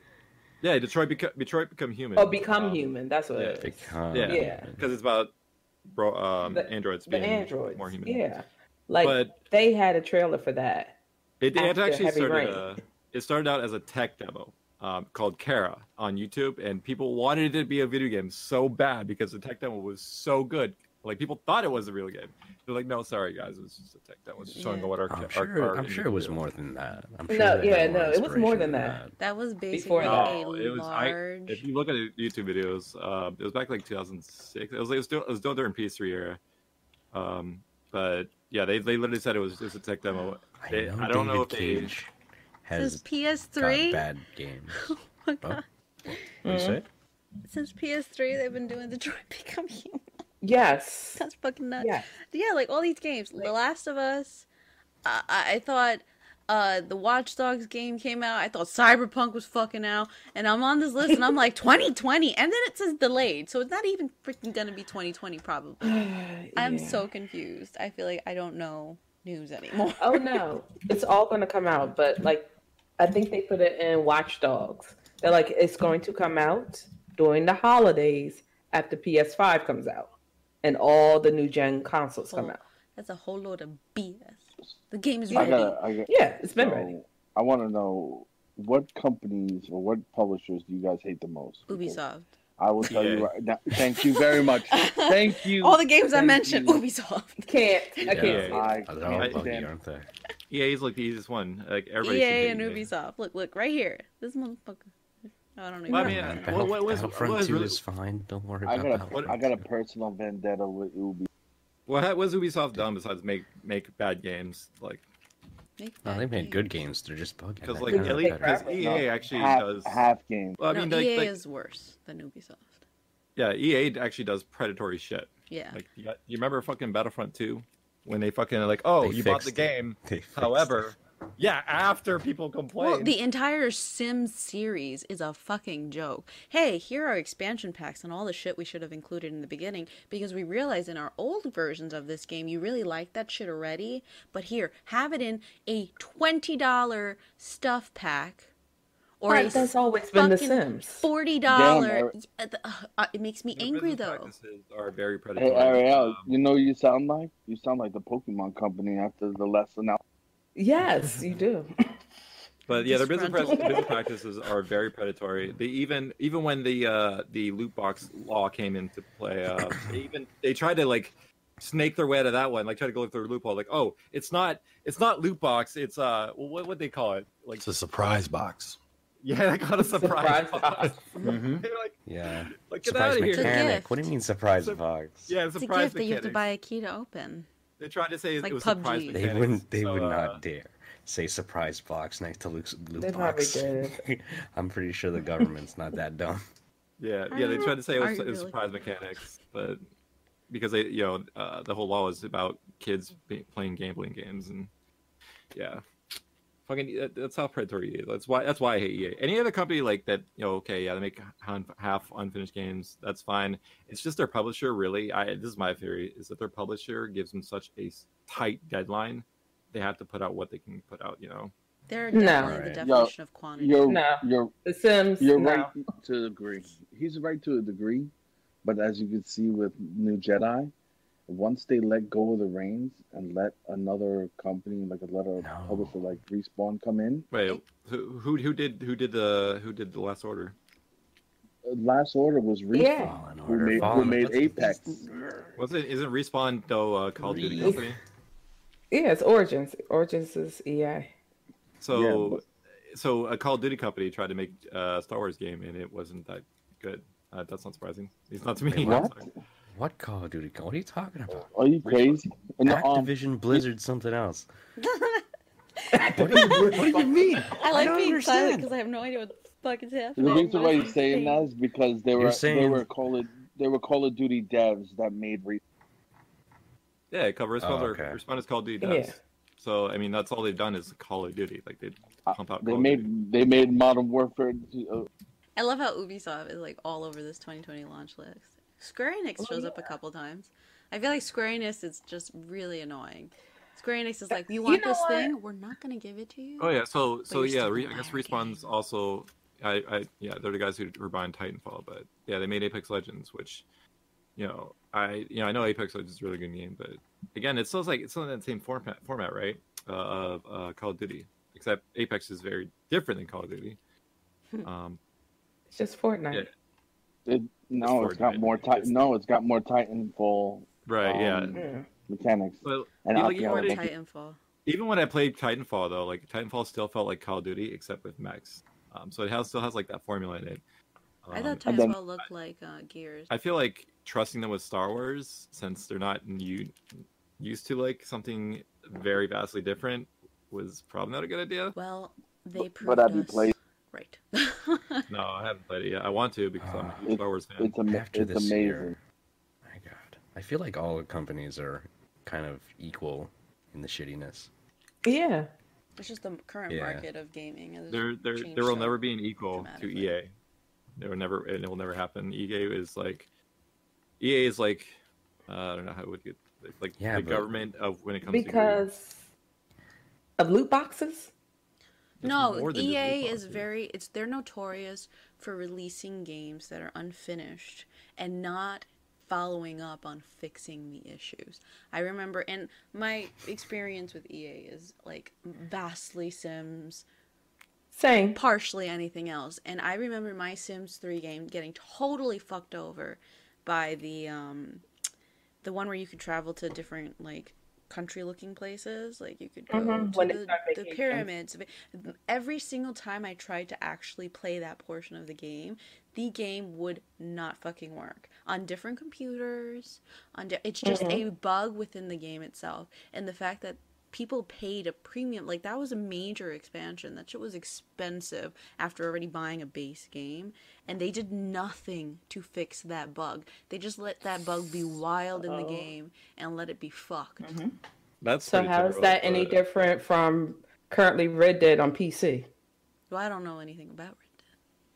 Speaker 4: Yeah, Detroit become Detroit become human.
Speaker 3: Oh, become
Speaker 4: Um,
Speaker 3: human. That's what
Speaker 4: yeah.
Speaker 3: it is.
Speaker 5: Because
Speaker 4: Yeah.
Speaker 3: Yeah.
Speaker 4: because it's about bro, um,
Speaker 3: The-
Speaker 4: androids
Speaker 3: the
Speaker 4: being
Speaker 3: androids.
Speaker 4: more human.
Speaker 3: Yeah. Like
Speaker 4: But-
Speaker 3: they had a trailer for that.
Speaker 4: It, it
Speaker 3: After
Speaker 4: actually
Speaker 3: Heavy
Speaker 4: started.
Speaker 3: Rain.
Speaker 4: Uh, it started out as a tech demo um, called Kara on YouTube, and people wanted it to be a video game so bad because the tech demo was so good. Like people thought it was a real game. They're like, no, sorry guys, it was just a tech demo. It's just showing
Speaker 1: Yeah.
Speaker 4: what our,
Speaker 5: I'm
Speaker 4: our,
Speaker 5: sure.
Speaker 4: our
Speaker 5: I'm sure it was
Speaker 4: industry
Speaker 5: more than that. I'm
Speaker 3: No,
Speaker 5: sure they
Speaker 3: yeah,
Speaker 5: had a lot
Speaker 3: no,
Speaker 5: of
Speaker 3: it was more
Speaker 5: inspiration
Speaker 3: than
Speaker 5: in
Speaker 3: that.
Speaker 1: That was basically
Speaker 3: Before that.
Speaker 1: a
Speaker 4: No, it was- I-
Speaker 1: large.
Speaker 4: If you look at the YouTube videos, uh, it was back like 2006. It was, like, it was, still, it was still during PS3 era. Um, but yeah, they, they literally said it was just a tech demo.
Speaker 5: I,
Speaker 4: They-
Speaker 5: know
Speaker 4: I don't
Speaker 5: David
Speaker 4: know if they-
Speaker 5: Cage
Speaker 1: Since
Speaker 5: has got
Speaker 1: PS3,
Speaker 5: bad games.
Speaker 1: Oh my
Speaker 5: Huh?
Speaker 1: God. Mm-hmm.
Speaker 9: What do you say?
Speaker 1: since PS3, they've been doing Detroit Become Human.
Speaker 3: Yes.
Speaker 1: That's fucking nuts.
Speaker 3: Yeah.
Speaker 1: Yeah, like all these games. The Last of Us. I, I I thought uh, the Watch Dogs game came out. I thought Cyberpunk was fucking out, and I'm on this list, and I'm like 2020, and then it says delayed, so it's not even freaking gonna be 2020 probably. I'm
Speaker 3: Yeah.
Speaker 1: so confused. I feel like I don't know news anymore.
Speaker 3: Oh no, it's all going to come out. But like, I think they put it in Watch Dogs. They're like, it's going to come out during the holidays after PS5 comes out, and all the new gen consoles come
Speaker 1: Oh.
Speaker 3: out.
Speaker 1: That's a whole load of BS. The game is
Speaker 2: I
Speaker 1: ready.
Speaker 2: got. I got.
Speaker 3: Yeah, it's been
Speaker 2: so,
Speaker 3: ready.
Speaker 2: I want to know what companies or what publishers do you guys hate the most? Because
Speaker 1: Ubisoft.
Speaker 2: I will tell
Speaker 4: Yeah.
Speaker 2: you right now. Thank you very much. Thank you.
Speaker 1: All the games I
Speaker 2: Thank
Speaker 1: mentioned,
Speaker 2: you.
Speaker 1: Ubisoft.
Speaker 3: Can't I
Speaker 4: Yeah.
Speaker 3: can't see it.
Speaker 2: I
Speaker 5: Oh, They're all
Speaker 4: I-
Speaker 5: buggy,
Speaker 2: can't
Speaker 5: aren't they?
Speaker 4: EA is like the easiest one. Like everybody.
Speaker 1: EA E and Ubisoft. Look, look, right here. This motherfucker. Oh, I don't know.
Speaker 4: Well, I mean,
Speaker 5: Yeah,
Speaker 4: what-
Speaker 5: Battle-
Speaker 4: what was-
Speaker 5: Battlefront
Speaker 4: what was
Speaker 5: 2
Speaker 4: really-
Speaker 5: is fine. Don't worry
Speaker 2: I
Speaker 5: about
Speaker 2: got
Speaker 5: that.
Speaker 2: a, I got a personal vendetta with Ubi.
Speaker 4: What ha- what's Ubisoft done besides make make bad games? Like
Speaker 1: Make
Speaker 5: No, they
Speaker 1: that
Speaker 5: made
Speaker 1: game.
Speaker 5: good games. They're just buggy.
Speaker 4: because
Speaker 5: That
Speaker 4: like
Speaker 5: kind of
Speaker 4: at
Speaker 5: better.
Speaker 4: least, 'cause EA
Speaker 2: No,
Speaker 4: actually
Speaker 2: half,
Speaker 4: does.
Speaker 2: half game.
Speaker 4: Well, I mean,
Speaker 1: no,
Speaker 4: like,
Speaker 1: EA
Speaker 4: like-
Speaker 1: is worse than Ubisoft.
Speaker 4: yeah, EA actually does predatory shit.
Speaker 1: Yeah.
Speaker 4: Like you, got- you remember fucking Battlefront Two when they fucking like, oh,
Speaker 5: They
Speaker 4: you bought the
Speaker 5: fixed it.
Speaker 4: game.
Speaker 5: They fixed
Speaker 4: However, yeah, after people complain.
Speaker 1: well, the entire Sim series is a fucking joke. Hey, here are expansion packs and all the shit we should have included in the beginning because we realized in our old versions of this game you really liked that shit already. But here, have it in a $20 stuff pack or
Speaker 3: Right,
Speaker 1: a
Speaker 3: that's always been The
Speaker 1: fucking
Speaker 3: Sims.
Speaker 1: $40.
Speaker 2: Damn,
Speaker 1: Uh, the- uh, uh, it makes me
Speaker 4: Their
Speaker 1: angry
Speaker 4: business
Speaker 1: though.
Speaker 4: Practices are very predatory.
Speaker 2: Hey, Ariel,
Speaker 4: Um,
Speaker 2: you know what you sound like? You sound like the Pokemon company after the lesson out.
Speaker 3: Yes, you do.
Speaker 4: but yeah, their business,
Speaker 1: Disgruntled.
Speaker 4: practices, business practices are very predatory. They even even when the uh, the loot box law came into play, uh, they even they tried to like snake their way out of that one. Like try to go through a loophole. Like oh, it's not it's not loot box. It's uh, well, what what they call it? Like
Speaker 9: It's a surprise box.
Speaker 4: yeah, they got a surprise.
Speaker 3: Surprise
Speaker 4: box.
Speaker 9: Mm-hmm.
Speaker 4: They're like
Speaker 5: Yeah.
Speaker 4: like get out
Speaker 5: Surprise
Speaker 4: of here.
Speaker 1: mechanic.
Speaker 5: mechanic. What do you mean surprise
Speaker 4: Sur-
Speaker 5: box?
Speaker 4: Yeah,
Speaker 1: It's a
Speaker 4: surprise
Speaker 1: gift that you have to
Speaker 4: mechanics.
Speaker 1: buy a key to open.
Speaker 4: They tried to say it
Speaker 1: Like
Speaker 4: was surprise
Speaker 1: PUBG.
Speaker 5: They
Speaker 4: mechanics,
Speaker 5: wouldn't. They
Speaker 4: so,
Speaker 5: would
Speaker 4: uh,
Speaker 5: not dare say surprise box next to Luke's loot
Speaker 3: They probably
Speaker 5: box.
Speaker 3: did.
Speaker 5: I'm pretty sure the government's not that dumb.
Speaker 4: Yeah, yeah, they tried to say it
Speaker 1: Are
Speaker 4: was,
Speaker 1: you
Speaker 4: it was
Speaker 1: really?
Speaker 4: surprise mechanics, but because they, you know, uh, the whole law is about kids be, playing gambling games, and yeah, fucking that, that's how predatory it is. That's why that's why I hate EA. Any other company like that, you know, okay, yeah, they make half, half unfinished games, that's fine. It's just their publisher, really. I this is my theory is that their publisher gives them such a s- tight deadline, they have to put out what they can put out, you know.
Speaker 1: They're
Speaker 3: No.
Speaker 1: definitely the
Speaker 5: Right.
Speaker 1: definition of quantity.
Speaker 2: You're
Speaker 3: No.
Speaker 2: you're
Speaker 3: The Sims.
Speaker 2: you're
Speaker 3: no.
Speaker 2: right to a degree. He's right to a degree, but as you can see with New Jedi, once they let go of the reins and let another company, like a let a
Speaker 5: No.
Speaker 2: publisher like Respawn come in,
Speaker 4: Wait, who who who did who did the who did the last order?
Speaker 2: uh, Last Order was Respawn.
Speaker 3: Yeah.
Speaker 5: Fallen
Speaker 2: Who
Speaker 5: order.
Speaker 2: made, who
Speaker 5: Fallen-
Speaker 2: made
Speaker 5: that's-
Speaker 2: Apex?
Speaker 4: Was it isn't respawn though uh, Call of Duty
Speaker 5: Re-
Speaker 4: company?
Speaker 3: Yeah, it's Origins. Origins is E EA.
Speaker 4: So, so a Call of Duty company tried to make a Star Wars game and it wasn't that good. Uh, that's not surprising. It's not to me.
Speaker 5: Wait,
Speaker 4: I'm
Speaker 2: what?
Speaker 4: sorry.
Speaker 5: What Call of Duty? What are you talking about?
Speaker 2: Are you crazy? And, um,
Speaker 5: Activision, Blizzard, something else. what, do you, what do you mean?
Speaker 1: I like
Speaker 5: don't
Speaker 1: being silent
Speaker 5: understand.
Speaker 1: because I have no idea what the fuck is happening.
Speaker 2: The reason why you're saying that is because they
Speaker 5: You're
Speaker 2: were they
Speaker 5: saying-
Speaker 2: were Call of they were Call of Duty devs that made re-
Speaker 4: Yeah, cover respawn
Speaker 5: Oh,
Speaker 4: or
Speaker 5: okay.
Speaker 4: respawn is Call of Duty.
Speaker 3: Yeah.
Speaker 4: devs. So I mean, that's all they've done is Call of Duty. Like they
Speaker 5: Uh,
Speaker 4: pump out.
Speaker 2: they
Speaker 4: Call of Duty.
Speaker 2: made they made Modern Warfare. uh,
Speaker 1: I love how Ubisoft is like all over this 2020 launch list. Square Enix shows up a couple times. I feel like Square Enix is just really annoying. Square Enix is like, you want
Speaker 3: know
Speaker 1: this
Speaker 3: what?
Speaker 1: thing? We're not gonna give it to you.
Speaker 4: Oh yeah, so so
Speaker 1: you're
Speaker 4: yeah,
Speaker 1: still
Speaker 4: re-
Speaker 1: gonna
Speaker 4: I
Speaker 1: buy
Speaker 4: guess
Speaker 1: our
Speaker 4: respawn's
Speaker 1: game.
Speaker 4: also I, I yeah, they're the guys who were buying Titanfall, but yeah, they made Apex Legends, which you know I you know I know Apex Legends is a really good game, but again, it still like it's still in that same format format right uh, of uh, Call of Duty, except Apex is very different than Call of Duty.
Speaker 1: Hmm.
Speaker 4: Um,
Speaker 3: It's just Fortnite.
Speaker 4: Yeah.
Speaker 2: It, no,
Speaker 4: It's
Speaker 2: it's got
Speaker 4: Fortnite.
Speaker 2: more
Speaker 4: It's-
Speaker 2: Titan. No, it's got more Titanfall
Speaker 4: right, yeah.
Speaker 2: um,
Speaker 3: Yeah.
Speaker 2: mechanics.
Speaker 4: But Yeah,
Speaker 2: And I'll
Speaker 4: like,
Speaker 2: be
Speaker 4: you
Speaker 2: honest,
Speaker 4: wanted-
Speaker 2: like,
Speaker 1: Titanfall.
Speaker 4: even when I played Titanfall though, like Titanfall still felt like Call of Duty except with mechs. Um, so it has, still has like that formula in it.
Speaker 1: I
Speaker 4: Um,
Speaker 1: thought
Speaker 2: and then-
Speaker 1: Titanfall looked like uh, Gears.
Speaker 4: I feel like trusting them with Star Wars, since they're not new, used to like something very vastly different, was probably not a good idea.
Speaker 1: Well, they
Speaker 2: But-
Speaker 1: proved
Speaker 2: but have you
Speaker 1: us
Speaker 2: played-
Speaker 1: right.
Speaker 4: No, I haven't played it yet. I want to because I'm a huge
Speaker 2: It-
Speaker 4: Star Wars fan.
Speaker 2: it's, ama-
Speaker 5: After
Speaker 2: it's
Speaker 5: this
Speaker 2: amazing.
Speaker 5: year, my God, I feel like all the companies are kind of equal in the shittiness.
Speaker 3: Yeah.
Speaker 1: it's just the current
Speaker 5: Yeah.
Speaker 1: market of gaming. It has
Speaker 4: there, there,
Speaker 1: changed
Speaker 4: there will
Speaker 1: so-
Speaker 4: never be an equal to
Speaker 1: dramatically.
Speaker 4: EA. There will never, and it will never happen. EA is like, EA is like, uh, I don't know how it would get like
Speaker 5: Yeah,
Speaker 4: the
Speaker 5: but-
Speaker 4: government of when it comes to gaming.
Speaker 3: Because of loot boxes?
Speaker 4: It's
Speaker 1: No,
Speaker 4: more than just
Speaker 1: EA
Speaker 4: loot
Speaker 1: is
Speaker 4: boxes.
Speaker 1: very it's they're notorious for releasing games that are unfinished and not following up on fixing the issues. I remember and my experience with EA is like vastly Sims,
Speaker 3: Same.
Speaker 1: partially anything else. And I remember my Sims 3 game getting totally fucked over by the um the one where you could travel to different like country looking places like you could go
Speaker 3: Mhm,
Speaker 1: to
Speaker 3: when it's
Speaker 1: the,
Speaker 3: on
Speaker 1: the
Speaker 3: vacation.
Speaker 1: pyramids every single time i tried to actually play that portion of the game the game would not fucking work on different computers on di- it's just a bug within the game itself and the fact that people paid a premium like that was a major expansion that shit was expensive after already buying a base game and they did nothing to fix that bug they just let that bug be wild in the game and let it be fucked
Speaker 4: That's
Speaker 3: So
Speaker 4: pretty
Speaker 3: how is
Speaker 4: terrible,
Speaker 3: that any
Speaker 4: but-
Speaker 3: different from currently Red Dead on PC?
Speaker 1: well i don't know anything about red dead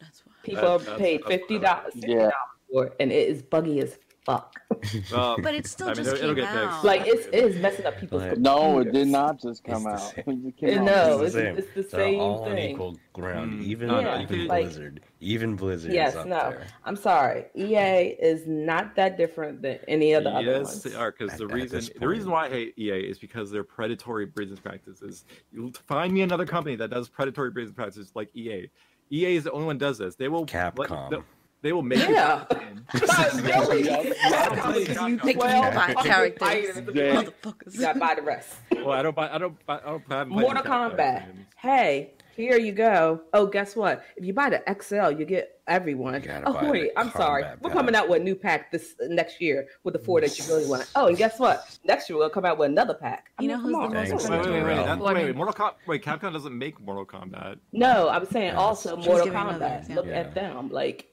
Speaker 1: that's why
Speaker 3: People
Speaker 4: That-
Speaker 3: have
Speaker 4: that's-
Speaker 3: paid
Speaker 4: that's
Speaker 3: fifty dollars
Speaker 2: Yeah.
Speaker 3: for it, and it is buggy as fuck.
Speaker 4: Well,
Speaker 1: but it still
Speaker 4: I mean,
Speaker 1: just
Speaker 4: it'll- it'll
Speaker 1: came
Speaker 4: get fixed.
Speaker 1: out
Speaker 3: Like it's it is messing up people's.
Speaker 5: Like-
Speaker 2: No, it did
Speaker 3: computers.
Speaker 2: not just
Speaker 5: It's
Speaker 2: come
Speaker 5: the
Speaker 2: out.
Speaker 5: same.
Speaker 2: It came out Hmm.
Speaker 3: No,
Speaker 2: just-
Speaker 3: it's- it's the
Speaker 5: They're
Speaker 3: same
Speaker 5: all on
Speaker 3: thing.
Speaker 5: equal ground.
Speaker 4: Mm,
Speaker 5: even
Speaker 4: no,
Speaker 3: no,
Speaker 5: even
Speaker 4: you-
Speaker 3: like-
Speaker 5: Blizzard, even Blizzard
Speaker 3: Yes,
Speaker 5: is up
Speaker 3: no.
Speaker 5: there.
Speaker 3: I'm sorry. EA is not that different than any of the other
Speaker 4: yes,
Speaker 3: ones.
Speaker 4: they are because the
Speaker 5: At- at
Speaker 4: reason
Speaker 5: this
Speaker 4: the reason
Speaker 5: point.
Speaker 4: why I hate EA is because their predatory business practices. You find me another company that does predatory business practices like E EA. EA is the only one does this. They will let-
Speaker 5: Capcom.
Speaker 4: they- they will make you
Speaker 3: Yeah.
Speaker 4: play the game.
Speaker 3: But really,
Speaker 2: Yeah, yeah,
Speaker 3: that
Speaker 4: yeah.
Speaker 3: comes to you
Speaker 4: They keep
Speaker 3: twelve
Speaker 1: buying
Speaker 3: fucking
Speaker 1: characters.
Speaker 3: fighters at the
Speaker 2: Yeah.
Speaker 3: beginning.
Speaker 1: motherfuckers
Speaker 3: You gotta buy the rest.
Speaker 4: Well, I don't buy. I don't. Buy, I don't buy.
Speaker 3: Mortal Kombat. Hey, here you go. Oh, guess what? If you buy the XL, you get everyone.
Speaker 5: You gotta
Speaker 3: oh,
Speaker 5: buy
Speaker 3: wait,
Speaker 5: the
Speaker 3: I'm sorry.
Speaker 5: combat
Speaker 3: We're
Speaker 5: pack.
Speaker 3: coming out with a new pack this next year with the four that you really want. Oh, and guess what? Next year we'll come out with another pack. I
Speaker 1: You
Speaker 3: mean,
Speaker 1: know
Speaker 3: come
Speaker 1: who's
Speaker 3: on.
Speaker 1: the
Speaker 5: Thanks,
Speaker 1: most
Speaker 4: Wait, wait, wait, wait,
Speaker 5: Well,
Speaker 4: that's-
Speaker 6: I
Speaker 4: wait, wait,
Speaker 6: mean-
Speaker 4: Mortal Com- Wait, Capcom doesn't make Mortal Kombat.
Speaker 3: No, I was saying
Speaker 5: Yeah,
Speaker 3: also
Speaker 5: that's
Speaker 1: true.
Speaker 3: Mortal
Speaker 1: She's giving another
Speaker 3: Kombat. Look
Speaker 5: example.
Speaker 3: at them. Like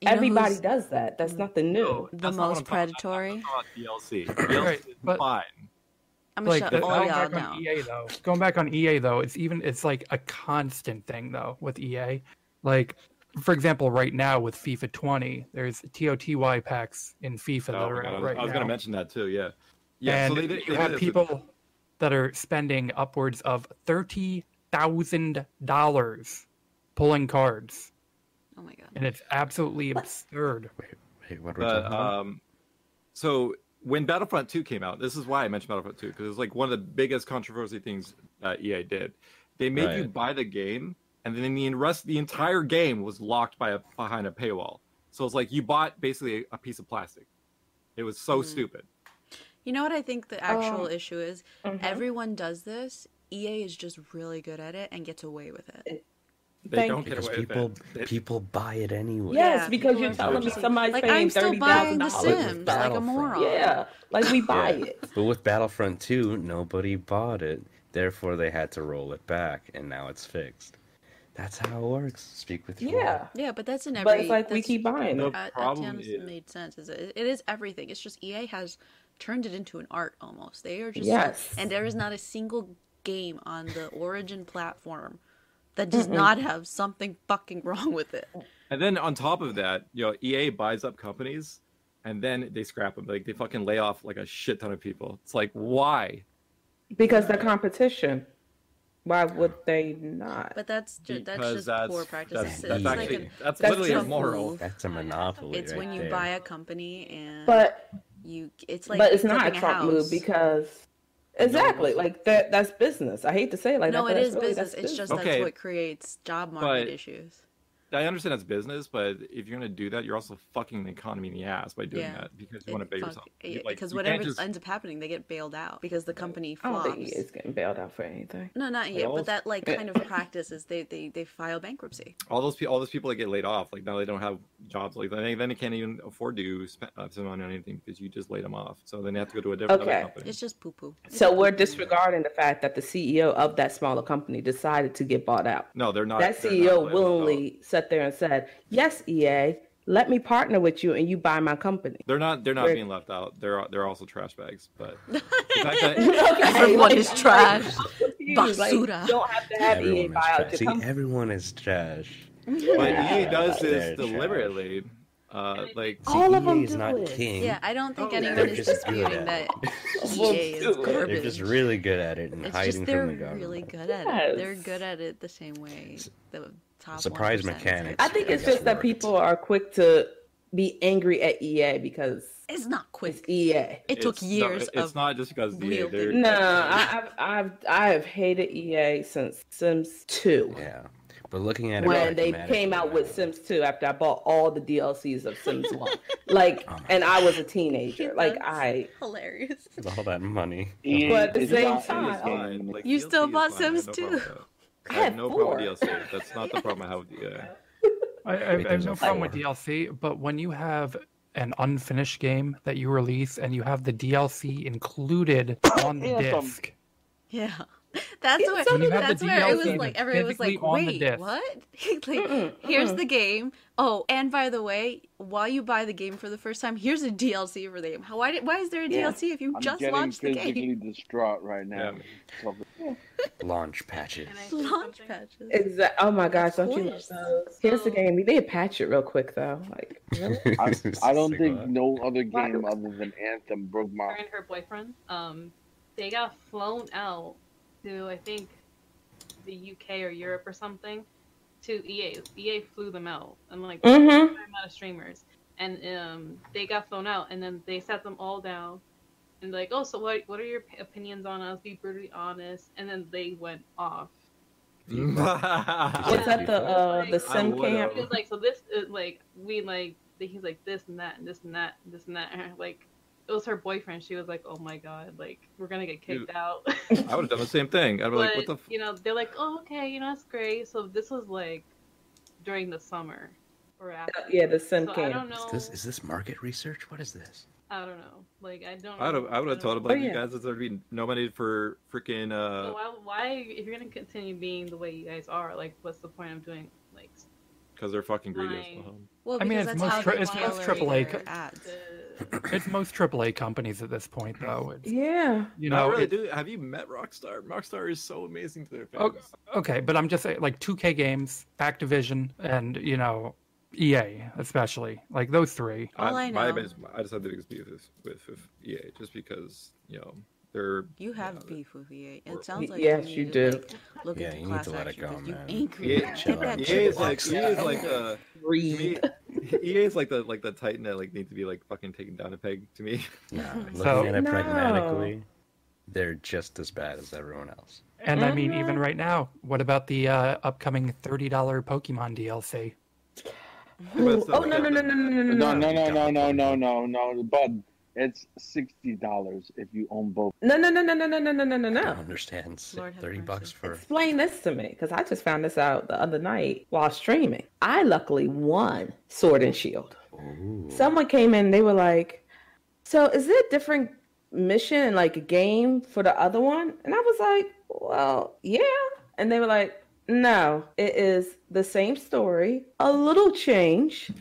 Speaker 1: You know who's-
Speaker 3: everybody does that. That's nothing new.
Speaker 4: No,
Speaker 1: The
Speaker 4: that's not what
Speaker 1: most
Speaker 4: I'm talking about.
Speaker 1: predatory?
Speaker 4: I'm talking about DLC. DLC
Speaker 6: Right,
Speaker 4: is
Speaker 6: but-
Speaker 4: fine.
Speaker 1: i'm gonna
Speaker 6: Like
Speaker 1: shut
Speaker 6: the-
Speaker 1: all
Speaker 6: going
Speaker 1: y'all
Speaker 6: back
Speaker 1: down
Speaker 6: on EA though, going back on EA though, it's even it's like a constant thing though with EA. Like for example, right now with FIFA 20, there's TOTY packs in FIFA
Speaker 4: Oh
Speaker 6: that
Speaker 4: my
Speaker 6: are
Speaker 4: God, I
Speaker 6: out
Speaker 4: was,
Speaker 6: right
Speaker 4: I was
Speaker 6: now.
Speaker 4: going to mention that too. Yeah. Yeah.
Speaker 6: and
Speaker 4: so they, did-
Speaker 6: you
Speaker 4: they
Speaker 6: have
Speaker 4: did it.
Speaker 6: people that are spending upwards of thirty thousand dollars pulling cards,
Speaker 1: oh my god
Speaker 6: and it's absolutely absurd.
Speaker 5: Wait, what were we talking
Speaker 4: But
Speaker 5: about?
Speaker 4: um, so when Battlefront 2 came out, this is why I mentioned Battlefront 2 because it was like one of the biggest controversy things uh, EA did. They made you
Speaker 5: Right.
Speaker 4: buy the game, and then the rest, the entire game was locked by a behind a paywall. So it's like you bought basically a, a piece of plastic. It was so stupid.
Speaker 1: You know what I think the actual issue is?
Speaker 3: mhm.
Speaker 1: Everyone does this. EA is just really good at it and gets away with it.
Speaker 4: They
Speaker 3: Thank-
Speaker 4: don't get
Speaker 5: because
Speaker 4: away
Speaker 5: people
Speaker 4: with it.
Speaker 5: people buy it anyway.
Speaker 3: Yes,
Speaker 1: Yeah,
Speaker 3: because
Speaker 1: people
Speaker 3: you're
Speaker 1: are
Speaker 3: telling me
Speaker 1: purchasing-
Speaker 3: somebody's
Speaker 1: Like
Speaker 3: paying
Speaker 1: I'm still
Speaker 3: thirty
Speaker 1: buying The
Speaker 3: thousand
Speaker 5: But with
Speaker 3: dollars.
Speaker 1: Sims, like a
Speaker 5: Battlefront-
Speaker 1: moron.
Speaker 3: Yeah, like we buy
Speaker 5: Yeah.
Speaker 3: it.
Speaker 5: But with Battlefront 2, nobody bought it. Therefore, they had to roll it back, and now it's fixed. That's how it works. Speak with your
Speaker 3: Yeah,
Speaker 1: Yeah, but that's in every.
Speaker 3: but it's like we
Speaker 1: that's-
Speaker 3: keep buying
Speaker 4: Nope.
Speaker 3: it.
Speaker 4: The
Speaker 1: uh,
Speaker 4: problem
Speaker 1: Tatiana's
Speaker 4: is-
Speaker 1: made sense. Is it, it is everything. It's just EA has turned it into an art almost. They are just
Speaker 3: Yes.
Speaker 1: and there is not a single game on the Origin platform that does not have something fucking wrong with it.
Speaker 4: And then on top of that, you know, EA buys up companies and then they scrap them. Like they fucking lay off like a shit ton of people. It's like why?
Speaker 3: Because the competition. Why would they not?
Speaker 1: But that's ju- that's
Speaker 4: because
Speaker 1: just poor practice.
Speaker 4: That's,
Speaker 1: it's
Speaker 4: that's,
Speaker 1: it's
Speaker 4: actually
Speaker 1: like a,
Speaker 4: that's,
Speaker 3: that's
Speaker 4: literally
Speaker 1: tough
Speaker 4: immoral.
Speaker 1: move.
Speaker 5: That's a monopoly.
Speaker 1: it's
Speaker 5: right
Speaker 1: when you
Speaker 5: there.
Speaker 1: buy a company and
Speaker 3: But
Speaker 1: you it's like
Speaker 3: but it's not a
Speaker 1: flipping
Speaker 3: Trump move
Speaker 1: house.
Speaker 3: because exactly
Speaker 4: wasn't.
Speaker 3: like that that's business. I hate to say it like
Speaker 1: no, it
Speaker 3: that. but
Speaker 1: is
Speaker 3: that's really-
Speaker 1: business.
Speaker 3: that's
Speaker 1: It's just
Speaker 4: Okay.
Speaker 1: that's what creates job market
Speaker 4: But-
Speaker 1: issues.
Speaker 4: I understand it's business, but if you're gonna do that, you're also fucking the economy in the ass by doing
Speaker 1: Yeah.
Speaker 4: that because you want to pay
Speaker 1: fuck-
Speaker 4: yourself.
Speaker 1: yeah,
Speaker 4: You- like,
Speaker 1: because
Speaker 4: you can't
Speaker 1: whatever
Speaker 4: just-
Speaker 1: ends up happening, they get bailed out because the company
Speaker 3: I don't
Speaker 1: flops.
Speaker 3: think he is getting bailed out for anything.
Speaker 1: No, not yet.
Speaker 4: Well,
Speaker 1: But that like
Speaker 3: yeah.
Speaker 1: kind of practice is they they they file bankruptcy.
Speaker 4: all those people, all those people that get laid off, like now they don't have jobs. Like then they, then they can't even afford to spend, uh, spend money on anything because you just laid them off. So then they have to go to a different other
Speaker 3: Okay.
Speaker 4: company.
Speaker 1: It's just poo poo.
Speaker 3: So we're disregarding the fact that the CEO of that smaller company decided to get bought out.
Speaker 4: No, they're not.
Speaker 3: That
Speaker 4: they're not
Speaker 3: CEO
Speaker 4: laid off.
Speaker 3: willingly sat there and said, "Yes, EA, let me partner with you and you buy my company."
Speaker 4: They're not. They're not
Speaker 3: They're-
Speaker 4: being left out. They're they're also trash bags. But the fact that
Speaker 1: Everyone is trash.
Speaker 3: confused, like,
Speaker 1: Basura.
Speaker 3: you don't have to have EA
Speaker 5: Everyone
Speaker 3: buy
Speaker 5: is
Speaker 3: out
Speaker 5: trash.
Speaker 3: your
Speaker 5: See,
Speaker 3: company.
Speaker 5: everyone is trash.
Speaker 4: but
Speaker 5: Yeah.
Speaker 4: EA does
Speaker 5: They're
Speaker 4: this
Speaker 5: trash.
Speaker 4: deliberately. Uh, like
Speaker 5: See,
Speaker 3: All of them
Speaker 5: EA E is
Speaker 3: do
Speaker 5: not
Speaker 3: it.
Speaker 5: king.
Speaker 1: Yeah, I don't think
Speaker 3: Oh,
Speaker 1: anyone
Speaker 5: they're
Speaker 1: is
Speaker 5: just good
Speaker 1: disputing
Speaker 5: at
Speaker 1: that
Speaker 3: Well,
Speaker 1: EA is
Speaker 3: dude, they're
Speaker 1: garbage.
Speaker 5: They're just really good at it and
Speaker 1: It's
Speaker 5: hiding
Speaker 1: just they're
Speaker 5: from the government.
Speaker 1: really good at it. They're
Speaker 3: Yes.
Speaker 1: good at it the same way the top 1%
Speaker 5: Surprise
Speaker 1: is.
Speaker 5: mechanics.
Speaker 3: I think
Speaker 5: I
Speaker 3: it's
Speaker 5: guess
Speaker 3: just that
Speaker 5: worked.
Speaker 3: people are quick to be angry at EA because
Speaker 1: It's not
Speaker 3: it's
Speaker 1: quick.
Speaker 3: EA.
Speaker 1: It took
Speaker 4: it's not-
Speaker 1: years
Speaker 4: it's
Speaker 1: of
Speaker 4: not just because EA.
Speaker 1: wielding-
Speaker 4: They're,
Speaker 3: No, I, I've I've I have hated EA since Sims Two.
Speaker 5: Yeah, but looking at it
Speaker 3: When they
Speaker 5: pragmatically,
Speaker 3: came out with
Speaker 5: uh,
Speaker 3: Sims 2 after I bought all the DLCs of Sims 1. Like,
Speaker 5: Oh my
Speaker 3: and I was a teenager. Like,
Speaker 1: That's
Speaker 3: I.
Speaker 1: hilarious.
Speaker 5: with all that money.
Speaker 3: But at the
Speaker 2: It's
Speaker 3: same
Speaker 2: not in this
Speaker 3: time-
Speaker 4: fine.
Speaker 2: game.
Speaker 4: Like,
Speaker 1: You
Speaker 4: DLC
Speaker 1: still
Speaker 4: is
Speaker 1: bought
Speaker 4: fine. I have
Speaker 1: Sims
Speaker 4: no problem
Speaker 1: too.
Speaker 4: with that.
Speaker 3: I
Speaker 4: I have
Speaker 3: had
Speaker 4: no problem
Speaker 3: four.
Speaker 4: with DLC. That's not the problem I have with EA.
Speaker 6: I, I, I have
Speaker 5: Everything's
Speaker 6: no
Speaker 5: on
Speaker 6: problem with
Speaker 5: four.
Speaker 6: DLC, but when you have an unfinished game that you release and you have the DLC included on the
Speaker 8: Anthem.
Speaker 6: disc,
Speaker 1: Yeah. That's
Speaker 3: Yeah,
Speaker 1: where
Speaker 3: so
Speaker 6: did
Speaker 1: that's
Speaker 6: the
Speaker 1: where it was
Speaker 6: DLC
Speaker 1: like everyone was like,
Speaker 6: physically on the
Speaker 1: wait,
Speaker 6: disc.
Speaker 1: what? like, here's the game. Oh, and by the way, while you buy the game for the first time, here's a DLC for the game. How, why, did, why is there a
Speaker 3: Yeah.
Speaker 1: DLC if you
Speaker 2: I'm
Speaker 1: just
Speaker 2: getting
Speaker 1: launched the
Speaker 2: physically
Speaker 1: game?
Speaker 2: distraught right now.
Speaker 4: Yeah.
Speaker 2: So-
Speaker 5: Launch patches.
Speaker 7: And I- physically-
Speaker 1: Launch patches.
Speaker 3: Exa- oh my gosh,
Speaker 1: Of
Speaker 3: don't you love
Speaker 1: course.
Speaker 3: those? Here's the
Speaker 7: So-
Speaker 3: game. They patch it real quick, though. Like, really?
Speaker 2: I, I don't
Speaker 5: Like,
Speaker 2: think
Speaker 5: what?
Speaker 2: no other game other than Anthem broke
Speaker 7: her
Speaker 2: my.
Speaker 7: and her boyfriend. Um, they got flown out to I think the UK or Europe or something to E EA. EA flew them out and like
Speaker 3: Mhm.
Speaker 7: a amount of streamers, and um, they got flown out, and then they sat them all down. And like, oh, so what? What are your p- opinions on us? Be brutally honest. And then they went off.
Speaker 3: Was
Speaker 5: Yeah.
Speaker 3: that the uh, the
Speaker 4: I
Speaker 3: Sim
Speaker 4: would've.
Speaker 3: camp?
Speaker 7: He was like, so this is like we like. He's like this and that and this and that and this and that. And her, like, it was her boyfriend. She was like, oh my god, like we're gonna get kicked
Speaker 4: Dude.
Speaker 7: out.
Speaker 4: I would have done the same thing. I'd be like,
Speaker 7: but
Speaker 4: what the? F-?
Speaker 7: you know, they're like, oh, okay, you know, that's great. So this was like during the summer or after.
Speaker 3: uh, Yeah, the Sim
Speaker 7: So I
Speaker 3: camp.
Speaker 7: don't know.
Speaker 5: Is this, is this market research? What is this?
Speaker 7: I don't know. Like I don't.
Speaker 4: I would have, I would have told him
Speaker 3: Oh,
Speaker 4: like,
Speaker 3: yeah.
Speaker 4: you guys deserve to be nominated for freaking
Speaker 7: So
Speaker 4: uh,
Speaker 7: why, why, if you're gonna continue being the way you guys are, like, what's the point of doing like?
Speaker 4: because they're fucking greedy. as
Speaker 7: Fine.
Speaker 4: well.
Speaker 1: Well,
Speaker 6: I mean,
Speaker 1: because
Speaker 6: it's
Speaker 1: that's
Speaker 6: most
Speaker 1: how
Speaker 6: tri-
Speaker 1: they
Speaker 6: it's most
Speaker 1: tailor
Speaker 6: AAA
Speaker 1: their
Speaker 6: co-
Speaker 1: ads.
Speaker 7: the-
Speaker 6: it's most AAA companies at this point, though. It's,
Speaker 3: Yeah.
Speaker 6: You
Speaker 4: I
Speaker 6: know,
Speaker 4: really
Speaker 6: it-
Speaker 4: do. Have you met Rockstar? Rockstar is so amazing to their fans.
Speaker 6: Oh, okay, but I'm just saying, like 2K games, Activision, and you know, EA especially, like those three.
Speaker 1: All I
Speaker 4: my
Speaker 1: know-
Speaker 4: biggest- I just have the biggest beef with, with, with EA just because you know they're
Speaker 1: You have
Speaker 4: Yeah,
Speaker 1: beef with EA.
Speaker 4: we're-
Speaker 1: It sounds like
Speaker 3: Yes, you
Speaker 1: need
Speaker 3: do.
Speaker 1: to, like, look
Speaker 5: Yeah,
Speaker 1: at the
Speaker 5: you need
Speaker 1: class
Speaker 5: to let it
Speaker 1: action
Speaker 5: go,
Speaker 1: 'cause you
Speaker 5: man.
Speaker 1: angry.
Speaker 4: EA,
Speaker 5: Chill
Speaker 1: Get that
Speaker 5: out.
Speaker 4: EA
Speaker 1: shit
Speaker 4: E is
Speaker 5: out.
Speaker 4: like
Speaker 1: boxed
Speaker 4: EA
Speaker 1: out.
Speaker 4: is like uh to me, EA is like the like the titan that like needs to be like fucking taken down a peg to me.
Speaker 5: Nah, looking
Speaker 6: So-
Speaker 5: at it
Speaker 3: No.
Speaker 5: pragmatically, they're just as bad as everyone else.
Speaker 6: And I mean,
Speaker 1: Mm-hmm.
Speaker 6: even right now, what about the uh, upcoming $30 Pokemon DLC?
Speaker 4: But it's
Speaker 3: Oh,
Speaker 4: not
Speaker 3: no,
Speaker 4: like
Speaker 3: no,
Speaker 4: that.
Speaker 3: no, no, no, no,
Speaker 2: No,
Speaker 3: no.
Speaker 2: no, no, no, no, no, no, no. But it's sixty dollars if you own both.
Speaker 3: No, no, no, no, no, no, no, no, no, no,
Speaker 5: I don't
Speaker 3: no.
Speaker 5: understand. si-
Speaker 1: Lord have
Speaker 5: Thirty
Speaker 1: mercy.
Speaker 5: bucks for
Speaker 3: Explain this to me, because I just found this out the other night while streaming. I luckily won Sword and Shield.
Speaker 5: Ooh.
Speaker 3: Someone came in, they were like, So is there a different mission and like a game for the other one? And I was like, Well, yeah. And they were like, No, it is the same story, a little change,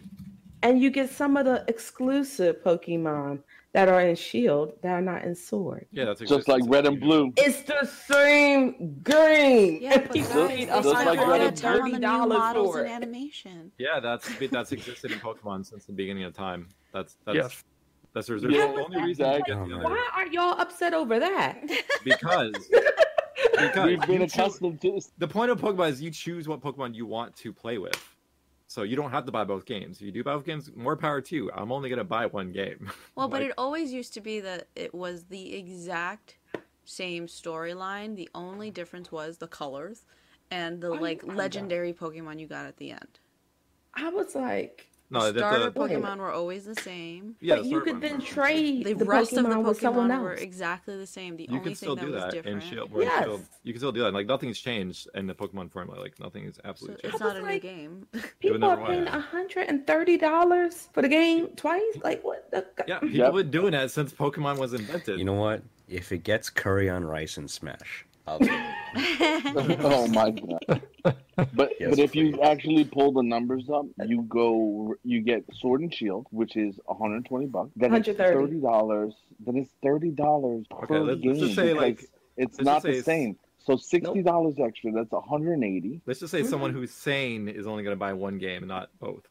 Speaker 3: and you get some of the exclusive Pokemon that are in Shield that are not in Sword.
Speaker 4: Yeah, that's
Speaker 2: Just like
Speaker 4: existence.
Speaker 2: red and blue.
Speaker 3: It's the same game.
Speaker 1: Yeah, but guys,
Speaker 2: Look-
Speaker 1: they
Speaker 2: look
Speaker 1: spent
Speaker 2: like
Speaker 1: a lot
Speaker 2: you're
Speaker 1: of time on the new
Speaker 3: $30
Speaker 1: models
Speaker 3: for
Speaker 1: and
Speaker 3: it.
Speaker 1: animation.
Speaker 4: Yeah, that's that's existed in Pokemon since the beginning of time. That's that's
Speaker 6: Yes.
Speaker 4: that's there's
Speaker 2: Yeah,
Speaker 1: Oh
Speaker 4: the only reason to
Speaker 2: exactly.
Speaker 4: get the other
Speaker 5: Oh, man.
Speaker 3: Why are y'all upset over that?
Speaker 4: because Because
Speaker 2: We've been
Speaker 4: you choo-
Speaker 2: accustomed to this.
Speaker 4: the point of Pokemon is you choose what Pokemon you want to play with. So you don't have to buy both games. If you do buy both games, more power to you. I'm only gonna buy one game.
Speaker 1: Well, but
Speaker 4: Like-
Speaker 1: it always used to be that it was the exact same storyline. The only difference was the colors and the
Speaker 3: I
Speaker 1: like
Speaker 3: remember.
Speaker 1: legendary Pokemon you got at the end.
Speaker 3: I was like,
Speaker 4: No, the,
Speaker 1: Starter
Speaker 4: the,
Speaker 3: Wait.
Speaker 1: Pokemon were always the same.
Speaker 4: yeah,
Speaker 3: but
Speaker 4: the
Speaker 3: you
Speaker 4: third
Speaker 3: could
Speaker 4: one.
Speaker 3: then trade
Speaker 1: The,
Speaker 3: the,
Speaker 1: rest of the
Speaker 3: Pokemon with someone
Speaker 1: Pokemon
Speaker 3: else.
Speaker 1: were exactly the same. The
Speaker 4: you
Speaker 1: only
Speaker 4: can still do
Speaker 1: thing that was
Speaker 4: that in
Speaker 1: different.
Speaker 4: Shield. Where
Speaker 3: Yes.
Speaker 4: you, still, you can still do that. Like nothing's changed in the Pokemon formula. Like nothing is
Speaker 1: So
Speaker 4: absolutely
Speaker 1: it's
Speaker 4: changed.
Speaker 1: not a
Speaker 3: was
Speaker 1: new
Speaker 3: like-
Speaker 1: game.
Speaker 4: would
Speaker 3: People
Speaker 4: never
Speaker 3: are
Speaker 4: want
Speaker 3: paying
Speaker 4: that.
Speaker 3: hundred and thirty dollars for the game twice. Like what? The...
Speaker 4: Mm. Yeah, people
Speaker 2: Yep.
Speaker 4: have been doing that since Pokemon was invented.
Speaker 5: You know what? If it gets curry on rice and smash, I'll do it.
Speaker 2: oh my god! But
Speaker 5: Yes,
Speaker 2: but if you
Speaker 5: please.
Speaker 2: actually pull the numbers up, you go you get Sword and Shield, which is 120 bucks. Then it's
Speaker 3: 130.
Speaker 2: thirty dollars. Then it's thirty dollars per
Speaker 4: Okay, let's-
Speaker 2: game
Speaker 4: let's just say,
Speaker 2: because
Speaker 4: like-
Speaker 2: it's
Speaker 4: let's
Speaker 2: not
Speaker 4: just say
Speaker 2: the
Speaker 4: it's-
Speaker 2: same. So sixty dollars extra. That's 180.
Speaker 4: Let's just say someone who's sane is only gonna buy one game, and not both.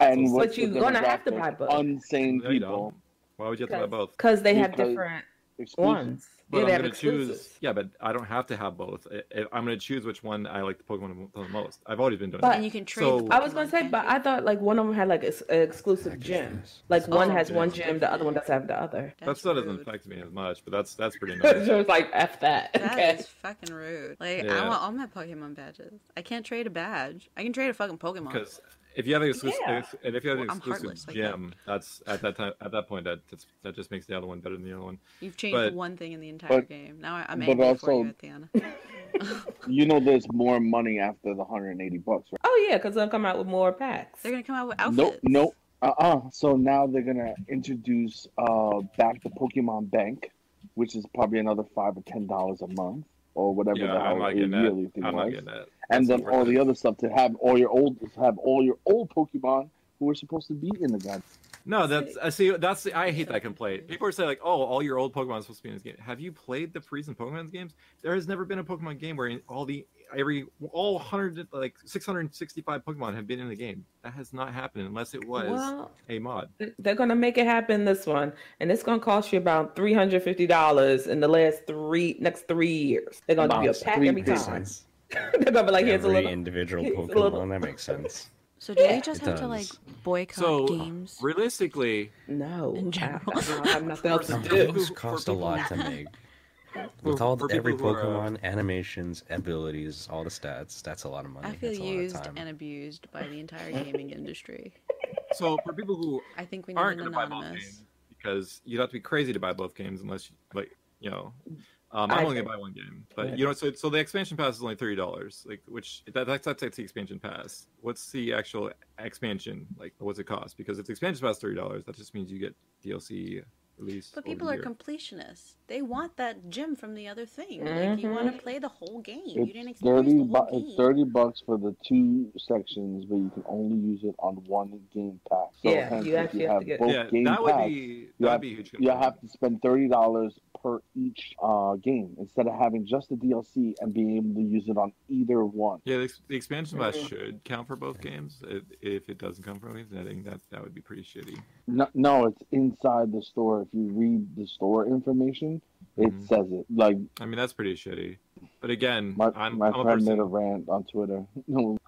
Speaker 2: And
Speaker 4: But
Speaker 2: what's the
Speaker 3: you're gonna have to
Speaker 2: demographic?
Speaker 3: buy both.
Speaker 2: Unsane
Speaker 4: No, you
Speaker 2: people.
Speaker 4: don't. Why would you have to buy both?
Speaker 3: Because they have
Speaker 2: Because-
Speaker 3: different
Speaker 2: Exclusive.
Speaker 3: ones.
Speaker 4: But
Speaker 3: Yeah, they
Speaker 4: I'm
Speaker 3: have
Speaker 4: gonna
Speaker 3: exclusives.
Speaker 4: choose. Yeah, but I don't have to have both. I, I- I'm gonna choose which one I like the Pokemon the most. I've always been doing
Speaker 3: But-
Speaker 4: that.
Speaker 1: and you can trade.
Speaker 4: So-
Speaker 1: the
Speaker 3: I was gonna
Speaker 1: Pokemon,
Speaker 3: say,
Speaker 1: can't
Speaker 3: but
Speaker 1: you?
Speaker 3: I thought like one of them had like an exclusive
Speaker 5: Package
Speaker 3: gym.
Speaker 5: deals.
Speaker 3: Like one
Speaker 1: Oh,
Speaker 3: has one
Speaker 4: yeah.
Speaker 3: gym, the other one doesn't have the other.
Speaker 4: That
Speaker 1: That's
Speaker 4: still doesn't
Speaker 1: rude.
Speaker 4: affect me as much, but that's that's pretty
Speaker 3: so
Speaker 4: nice.
Speaker 3: it's like f that.
Speaker 1: That is
Speaker 3: okay.
Speaker 1: fucking rude. Like I
Speaker 4: Yeah.
Speaker 1: want all my Pokemon badges. I can't trade a badge. I can trade a fucking Pokemon.
Speaker 4: Because if you have an exclusive,
Speaker 3: Yeah.
Speaker 4: and if you have an
Speaker 1: Well, I'm
Speaker 4: exclusive
Speaker 1: heartless like that.
Speaker 4: gym, that's at that time at that point that that's, that just makes the other one better than the other one.
Speaker 1: You've changed
Speaker 4: But-
Speaker 1: one thing in the entire
Speaker 2: but-
Speaker 1: game. Now I, I'm
Speaker 2: but
Speaker 1: angry for
Speaker 2: also-
Speaker 1: you, Athena.
Speaker 2: You know, there's more money after the 180 bucks, right?
Speaker 3: Oh yeah, because they'll come out with more packs.
Speaker 1: They're gonna come
Speaker 3: Oh,
Speaker 1: out with outfits.
Speaker 2: Nope, nope. Uh uh So now they're gonna introduce uh back the Pokemon Bank, which is probably another five or ten dollars a month or whatever
Speaker 4: Yeah,
Speaker 2: the
Speaker 4: I'm
Speaker 2: hell
Speaker 4: not
Speaker 2: a
Speaker 4: getting
Speaker 2: yearly
Speaker 4: that.
Speaker 2: thing
Speaker 4: I'm not
Speaker 2: was.
Speaker 4: getting that.
Speaker 2: and
Speaker 4: That's
Speaker 2: then
Speaker 4: not worth
Speaker 2: all the
Speaker 4: it.
Speaker 2: other stuff to have all your old have all your old Pokemon who are supposed to be in the game.
Speaker 4: No, that's I see. That's the, I hate that complaint. People are saying like, "Oh, all your old Pokemon is supposed to be in this game." Have you played the recent Pokemon games? There has never been a Pokemon game where in all the every all hundred like six hundred and sixty five Pokemon have been in the game. That has not happened unless it was
Speaker 3: Well,
Speaker 4: a mod.
Speaker 3: they're gonna make it happen this one, and it's gonna cost you about three hundred fifty dollars in the last three next three years. They're gonna give you a
Speaker 2: Box,
Speaker 3: pack
Speaker 2: three
Speaker 3: every
Speaker 5: Makes
Speaker 3: time.
Speaker 5: sense.
Speaker 3: they're gonna be like, here's a
Speaker 5: Every
Speaker 3: little.
Speaker 5: individual
Speaker 3: here's a
Speaker 5: Pokemon.
Speaker 3: little-
Speaker 5: That makes sense.
Speaker 1: So do
Speaker 3: Yeah.
Speaker 1: we just
Speaker 5: It
Speaker 1: have to like
Speaker 5: does.
Speaker 1: boycott
Speaker 4: So, um,
Speaker 1: games?
Speaker 4: Realistically,
Speaker 3: No,
Speaker 1: In general.
Speaker 3: I, I, I have nothing else to
Speaker 5: Some
Speaker 4: For
Speaker 3: do.
Speaker 4: people
Speaker 5: games
Speaker 4: who-
Speaker 5: cost
Speaker 4: for
Speaker 5: a
Speaker 4: people-
Speaker 5: lot to make.
Speaker 4: For-
Speaker 5: With all
Speaker 4: for
Speaker 5: every
Speaker 4: people who are, uh,
Speaker 5: Pokemon animations, abilities, all the stats, that's a lot of money.
Speaker 1: I feel
Speaker 5: that's a
Speaker 1: used
Speaker 5: lot of time.
Speaker 1: and abused by the entire gaming industry.
Speaker 4: so for people who
Speaker 1: I think we need
Speaker 4: aren't
Speaker 1: an
Speaker 4: going to buy both
Speaker 1: anonymous.
Speaker 4: games because you'd have to be crazy to buy both games unless you like you know. Um,
Speaker 3: I
Speaker 4: I'm only
Speaker 3: think-
Speaker 4: gonna buy one game, but
Speaker 3: Yeah.
Speaker 4: you know, so so the expansion pass is only thirty dollars, like which that, that's that's the expansion pass. What's the actual expansion like? What's it cost? Because if the expansion pass is thirty dollars, that just means you get DLC release.
Speaker 1: But
Speaker 4: over the
Speaker 1: people are
Speaker 4: year.
Speaker 1: completionists. They want that gym from the other thing. Like you want to play the whole game. you didn't
Speaker 2: It's
Speaker 1: experience
Speaker 2: thirty
Speaker 1: the whole
Speaker 2: bu- it's
Speaker 1: game.
Speaker 2: thirty bucks for the two sections, but you can only use it on one game pack. So
Speaker 3: Yeah,
Speaker 2: hence,
Speaker 3: you
Speaker 2: if
Speaker 3: actually
Speaker 2: you
Speaker 3: have
Speaker 2: have
Speaker 3: to get-
Speaker 2: both
Speaker 4: yeah,
Speaker 2: game
Speaker 4: that would
Speaker 2: packs,
Speaker 4: be
Speaker 2: you
Speaker 4: that
Speaker 2: have-
Speaker 4: would be a huge.
Speaker 2: you
Speaker 4: complaint.
Speaker 2: have to spend thirty dollars per each uh, game instead of having just the DLC and being able to use it on either one.
Speaker 4: Yeah, the, ex- the expansion
Speaker 2: Mm-hmm.
Speaker 4: pass
Speaker 3: Mhm.
Speaker 4: should count for both games. If, if it doesn't come from games, I think that that would be pretty shitty.
Speaker 2: No, no, it's inside the store. If you read the store information, it
Speaker 4: Mhm.
Speaker 2: says it. Like
Speaker 4: I mean, that's pretty shitty. But again,
Speaker 2: my
Speaker 4: I'm,
Speaker 2: my
Speaker 4: I'm a
Speaker 2: friend
Speaker 4: person.
Speaker 2: made a rant on Twitter. No,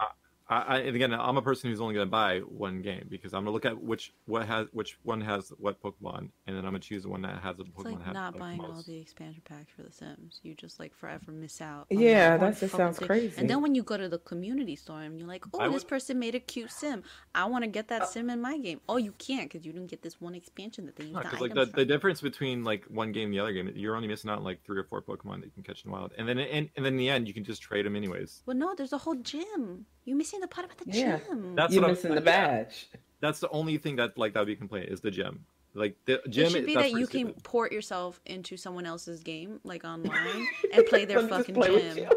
Speaker 4: I, I and again, I'm a person who's only going to buy one game because I'm going to look at which what has which one has what Pokemon, and then I'm going to choose the one that has the
Speaker 1: It's
Speaker 4: Pokemon.
Speaker 1: like
Speaker 4: that
Speaker 1: not
Speaker 4: has
Speaker 1: buying all
Speaker 4: most.
Speaker 1: the expansion packs for The Sims. You just like forever miss out. on
Speaker 3: Yeah,
Speaker 1: one
Speaker 3: that just
Speaker 1: fucking
Speaker 3: sounds
Speaker 1: thing.
Speaker 3: crazy.
Speaker 1: And then when you go to the community store and you're like, oh,
Speaker 4: I
Speaker 1: this
Speaker 4: would-
Speaker 1: person made a cute sim. I want to get that sim in my game. Oh, you can't because you didn't get this one expansion that they used
Speaker 4: No,
Speaker 1: the
Speaker 4: 'cause,
Speaker 1: items
Speaker 4: like the,
Speaker 1: from.
Speaker 4: the difference between like one game and the other game, you're only missing out on like three or four Pokemon that you can catch in wild, and then and, and then in the end you can just trade them anyways.
Speaker 1: Well, no, there's a whole gym. You're missing the part about the
Speaker 3: Yeah.
Speaker 1: gym.
Speaker 4: That's
Speaker 3: You're
Speaker 4: what I'm-
Speaker 3: missing the
Speaker 4: yeah.
Speaker 3: badge.
Speaker 4: That's the only thing that like that would be complaint is the gym. Like the gym
Speaker 1: it should be
Speaker 4: that's
Speaker 1: that you
Speaker 4: pretty
Speaker 1: can
Speaker 4: stupid.
Speaker 1: port yourself into someone else's game, like online, and play their
Speaker 3: Let me just
Speaker 1: fucking
Speaker 3: play with
Speaker 1: gym.
Speaker 3: you.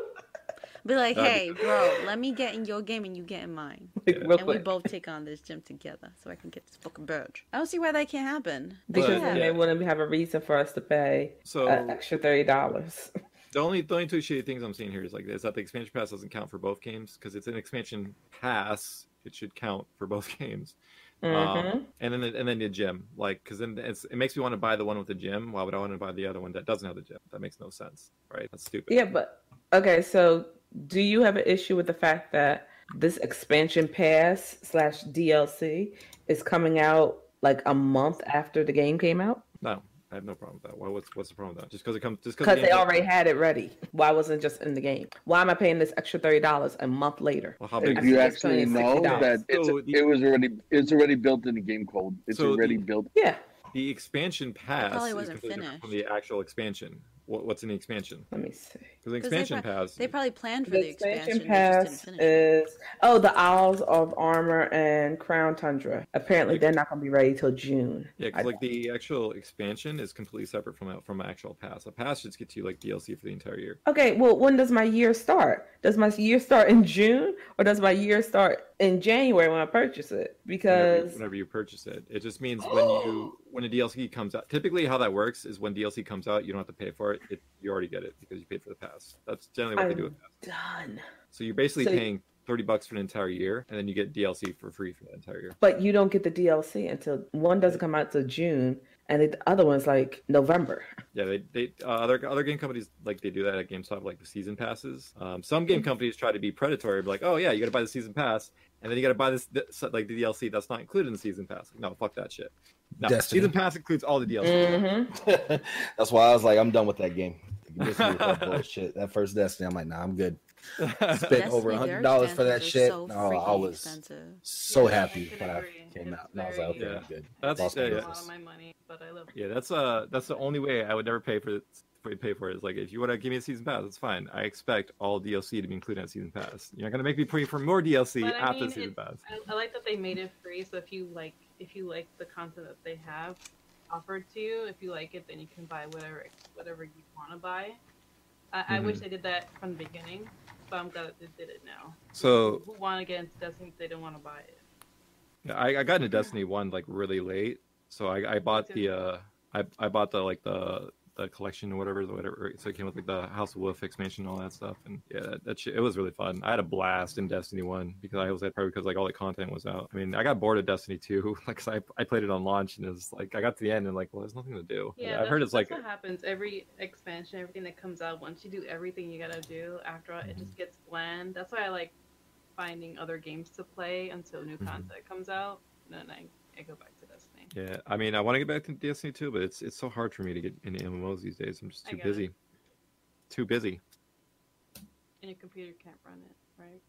Speaker 1: Be like, hey,
Speaker 4: That'd
Speaker 1: bro, let me get in your game and you get in mine.
Speaker 3: Like,
Speaker 4: Yeah.
Speaker 3: real
Speaker 1: and we
Speaker 3: quick.
Speaker 1: both take on this gym together so I can get this fucking badge. I don't see why that can't happen.
Speaker 3: Because
Speaker 4: But-
Speaker 3: then
Speaker 4: Yeah.
Speaker 3: they wouldn't have a reason for us to pay
Speaker 4: So
Speaker 3: an extra thirty dollars.
Speaker 4: The only the only two shitty things I'm seeing here is like is that the expansion pass doesn't count for both games because it's an expansion pass. It should count for both games. Um,
Speaker 3: Mhm.
Speaker 4: and then the, and then the gym, like, because then it's, it makes me want to buy the one with the gym. Why would I want to buy the other one that doesn't have the gym? That makes no sense, right? That's stupid.
Speaker 3: Yeah, but okay. So, do you have an issue with the fact that this expansion pass slash DLC is coming out like a month after the game came out?
Speaker 4: No, I have no problem with that. Why? What's what's the problem with that? Just because it comes, just
Speaker 3: Because they
Speaker 4: game's-
Speaker 3: already had it ready. Why wasn't it just in the game? Why am I paying this extra thirty dollars a month later?
Speaker 4: Well, how
Speaker 3: I
Speaker 4: big?
Speaker 2: If
Speaker 3: think
Speaker 2: you
Speaker 3: it's
Speaker 2: actually
Speaker 3: only
Speaker 2: know
Speaker 3: $60.
Speaker 2: that it's,
Speaker 4: So the-
Speaker 2: it was already it's already built in the game code. It's
Speaker 4: So the-
Speaker 2: already built.
Speaker 3: Yeah.
Speaker 4: The expansion pass
Speaker 1: probably
Speaker 4: is
Speaker 1: wasn't
Speaker 4: completely different from the actual expansion. What, what's in the expansion?
Speaker 3: Let me see.
Speaker 4: Because the
Speaker 1: 'Cause they
Speaker 4: expansion
Speaker 1: pro-
Speaker 4: pass.
Speaker 1: They probably planned for
Speaker 3: The
Speaker 1: the expansion. they
Speaker 3: expansion pass
Speaker 1: just didn't finish. it.
Speaker 3: is oh the Isles of Armor and Crown Tundra. Apparently, they're not going to be ready till June.
Speaker 4: Yeah,
Speaker 3: I-
Speaker 4: because like the actual expansion is completely separate from a- from an actual pass. A pass just gets you like DLC for the entire year.
Speaker 3: Okay, well, when does my year start? Does my year start in June or does my year start in January when I purchase it?
Speaker 4: Whenever,
Speaker 3: Because
Speaker 4: whenever you purchase it, it just means when you when a DLC comes out. Typically, how that works is when DLC comes out, you don't have to pay for it. it you already get it because you paid for the pass. That's generally what they do
Speaker 3: I'm
Speaker 4: with pass.
Speaker 3: done.
Speaker 4: So you're basically
Speaker 3: So-
Speaker 4: paying thirty bucks for an entire year, and then you get DLC for free for the entire year.
Speaker 3: But you don't get the DLC until one doesn't come out till June and the other one's like November.
Speaker 4: Yeah, they, they uh, other other game companies like they do that at GameStop, like the season passes. Um, some
Speaker 7: Mm-hmm.
Speaker 4: game companies try to be predatory, be like, oh yeah, you got to buy the season pass, and then you got to buy this, this like the DLC that's not included in the season pass. Like, no, fuck that shit. No,
Speaker 9: Destiny.
Speaker 4: season pass includes all the DLC.
Speaker 3: Mm-hmm.
Speaker 9: That's why I was like, I'm done with that game. This is that bullshit. That first Destiny, I'm like, nah, I'm good. Spent over
Speaker 1: Destiny,
Speaker 9: a
Speaker 1: their
Speaker 9: hundred dollars for that
Speaker 1: expansions are So
Speaker 9: shit. oh, I
Speaker 1: freaking
Speaker 9: was
Speaker 1: expensive.
Speaker 9: so
Speaker 7: Yeah, I
Speaker 9: happy
Speaker 7: can
Speaker 9: when I
Speaker 7: agree.
Speaker 9: came
Speaker 7: It's
Speaker 9: out, and I was like, okay,
Speaker 7: very-
Speaker 4: Yeah.
Speaker 9: I'm good.
Speaker 4: That's-
Speaker 9: Lost my
Speaker 4: yeah,
Speaker 7: a
Speaker 4: yeah.
Speaker 7: lot
Speaker 9: business.
Speaker 7: of my money, but I love it.
Speaker 4: yeah, that's uh that's the only way I would never pay for it. for- Pay for it is like if you want to give me a season pass, it's fine. I expect all DLC to be included in season pass. You're not gonna make me pay for more DLC
Speaker 7: But I
Speaker 4: after
Speaker 7: mean,
Speaker 4: the season
Speaker 7: it-
Speaker 4: pass.
Speaker 7: I, I like that they made it free. So if you like, if you like the content that they have offered to you, if you like it, then you can buy whatever whatever you want to buy. I, I wish
Speaker 4: Mm-hmm.
Speaker 7: they did that from the beginning, but I'm glad that they did it now.
Speaker 4: So
Speaker 7: Who want to get into Destiny if they don't want to buy it?
Speaker 4: Yeah, I, I got into Destiny One like really late, so I, I bought the uh I, I bought the like the the collection or whatever the whatever. So it came with like the House of Wolf expansion and all that stuff, and yeah, that, that shit, it was really fun. I had a blast in Destiny One because I was at probably because like all the content was out. I mean, I got bored of Destiny Two, like 'cause I I played it on launch and it was like I got to the end and like well, there's nothing to do.
Speaker 7: Yeah,
Speaker 4: I've
Speaker 7: that's-
Speaker 4: heard it's like
Speaker 7: that's what happens every expansion, everything that comes out. Once you do everything you gotta do, after all,
Speaker 4: Mm-hmm.
Speaker 7: it just gets bland. That's why I like finding other games to play until new
Speaker 4: Mhm.
Speaker 7: content comes out, and then I, I go back to Destiny.
Speaker 4: yeah, I mean, I want to get back to Destiny Two, but it's it's so hard for me to get into MMOs these days. I'm just
Speaker 7: I
Speaker 4: too
Speaker 7: get it.
Speaker 4: busy, too busy.
Speaker 7: And your computer can't run it, right?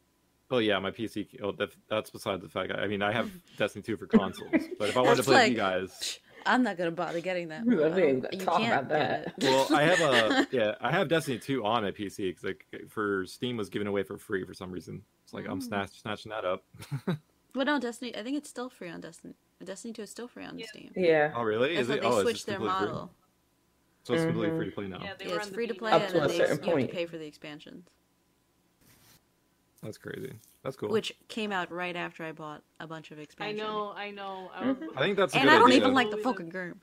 Speaker 4: Oh yeah, my PC. Oh, that, that's beside the fact. I mean, I have Destiny Two for consoles, but if I wanted to
Speaker 1: That's
Speaker 4: play with you
Speaker 1: like-
Speaker 4: guys,
Speaker 1: I'm not gonna bother getting that.
Speaker 3: We
Speaker 1: one. I
Speaker 3: ain't
Speaker 1: don't-
Speaker 3: gonna
Speaker 1: you
Speaker 3: talk
Speaker 1: can't
Speaker 3: about
Speaker 1: get
Speaker 3: that.
Speaker 1: it.
Speaker 4: well, I have a yeah, I have Destiny Two on my PC because like for Steam was given away for free for some reason. It's like I'm
Speaker 1: Mm.
Speaker 4: snatch, snatching that up.
Speaker 1: But no, Destiny. I think it's still free on Destiny. Destiny Two is still free on
Speaker 7: Yeah.
Speaker 1: Steam.
Speaker 3: Yeah.
Speaker 4: Oh really?
Speaker 1: That's
Speaker 4: Is
Speaker 1: why
Speaker 4: it?
Speaker 1: they
Speaker 4: oh, it's
Speaker 1: switched
Speaker 4: just
Speaker 1: their
Speaker 4: completely free.
Speaker 1: model.
Speaker 4: So it's completely
Speaker 3: Mhm.
Speaker 4: free to play now.
Speaker 7: Yeah, they
Speaker 1: Yeah,
Speaker 7: were
Speaker 1: it's
Speaker 7: on the
Speaker 1: free to
Speaker 7: beta.
Speaker 1: play,
Speaker 3: Up
Speaker 1: and
Speaker 3: to a
Speaker 1: then they, you
Speaker 3: certain
Speaker 1: have to
Speaker 3: point.
Speaker 1: pay for the expansions,
Speaker 4: That's crazy. That's cool.
Speaker 1: which came out right after I bought a bunch of
Speaker 7: I
Speaker 1: expansions.
Speaker 7: know, I know. I,
Speaker 3: Hmm.
Speaker 7: was,
Speaker 4: I think that's a
Speaker 1: and
Speaker 4: good
Speaker 1: I don't
Speaker 4: idea.
Speaker 1: even like the
Speaker 7: Always
Speaker 1: fucking game.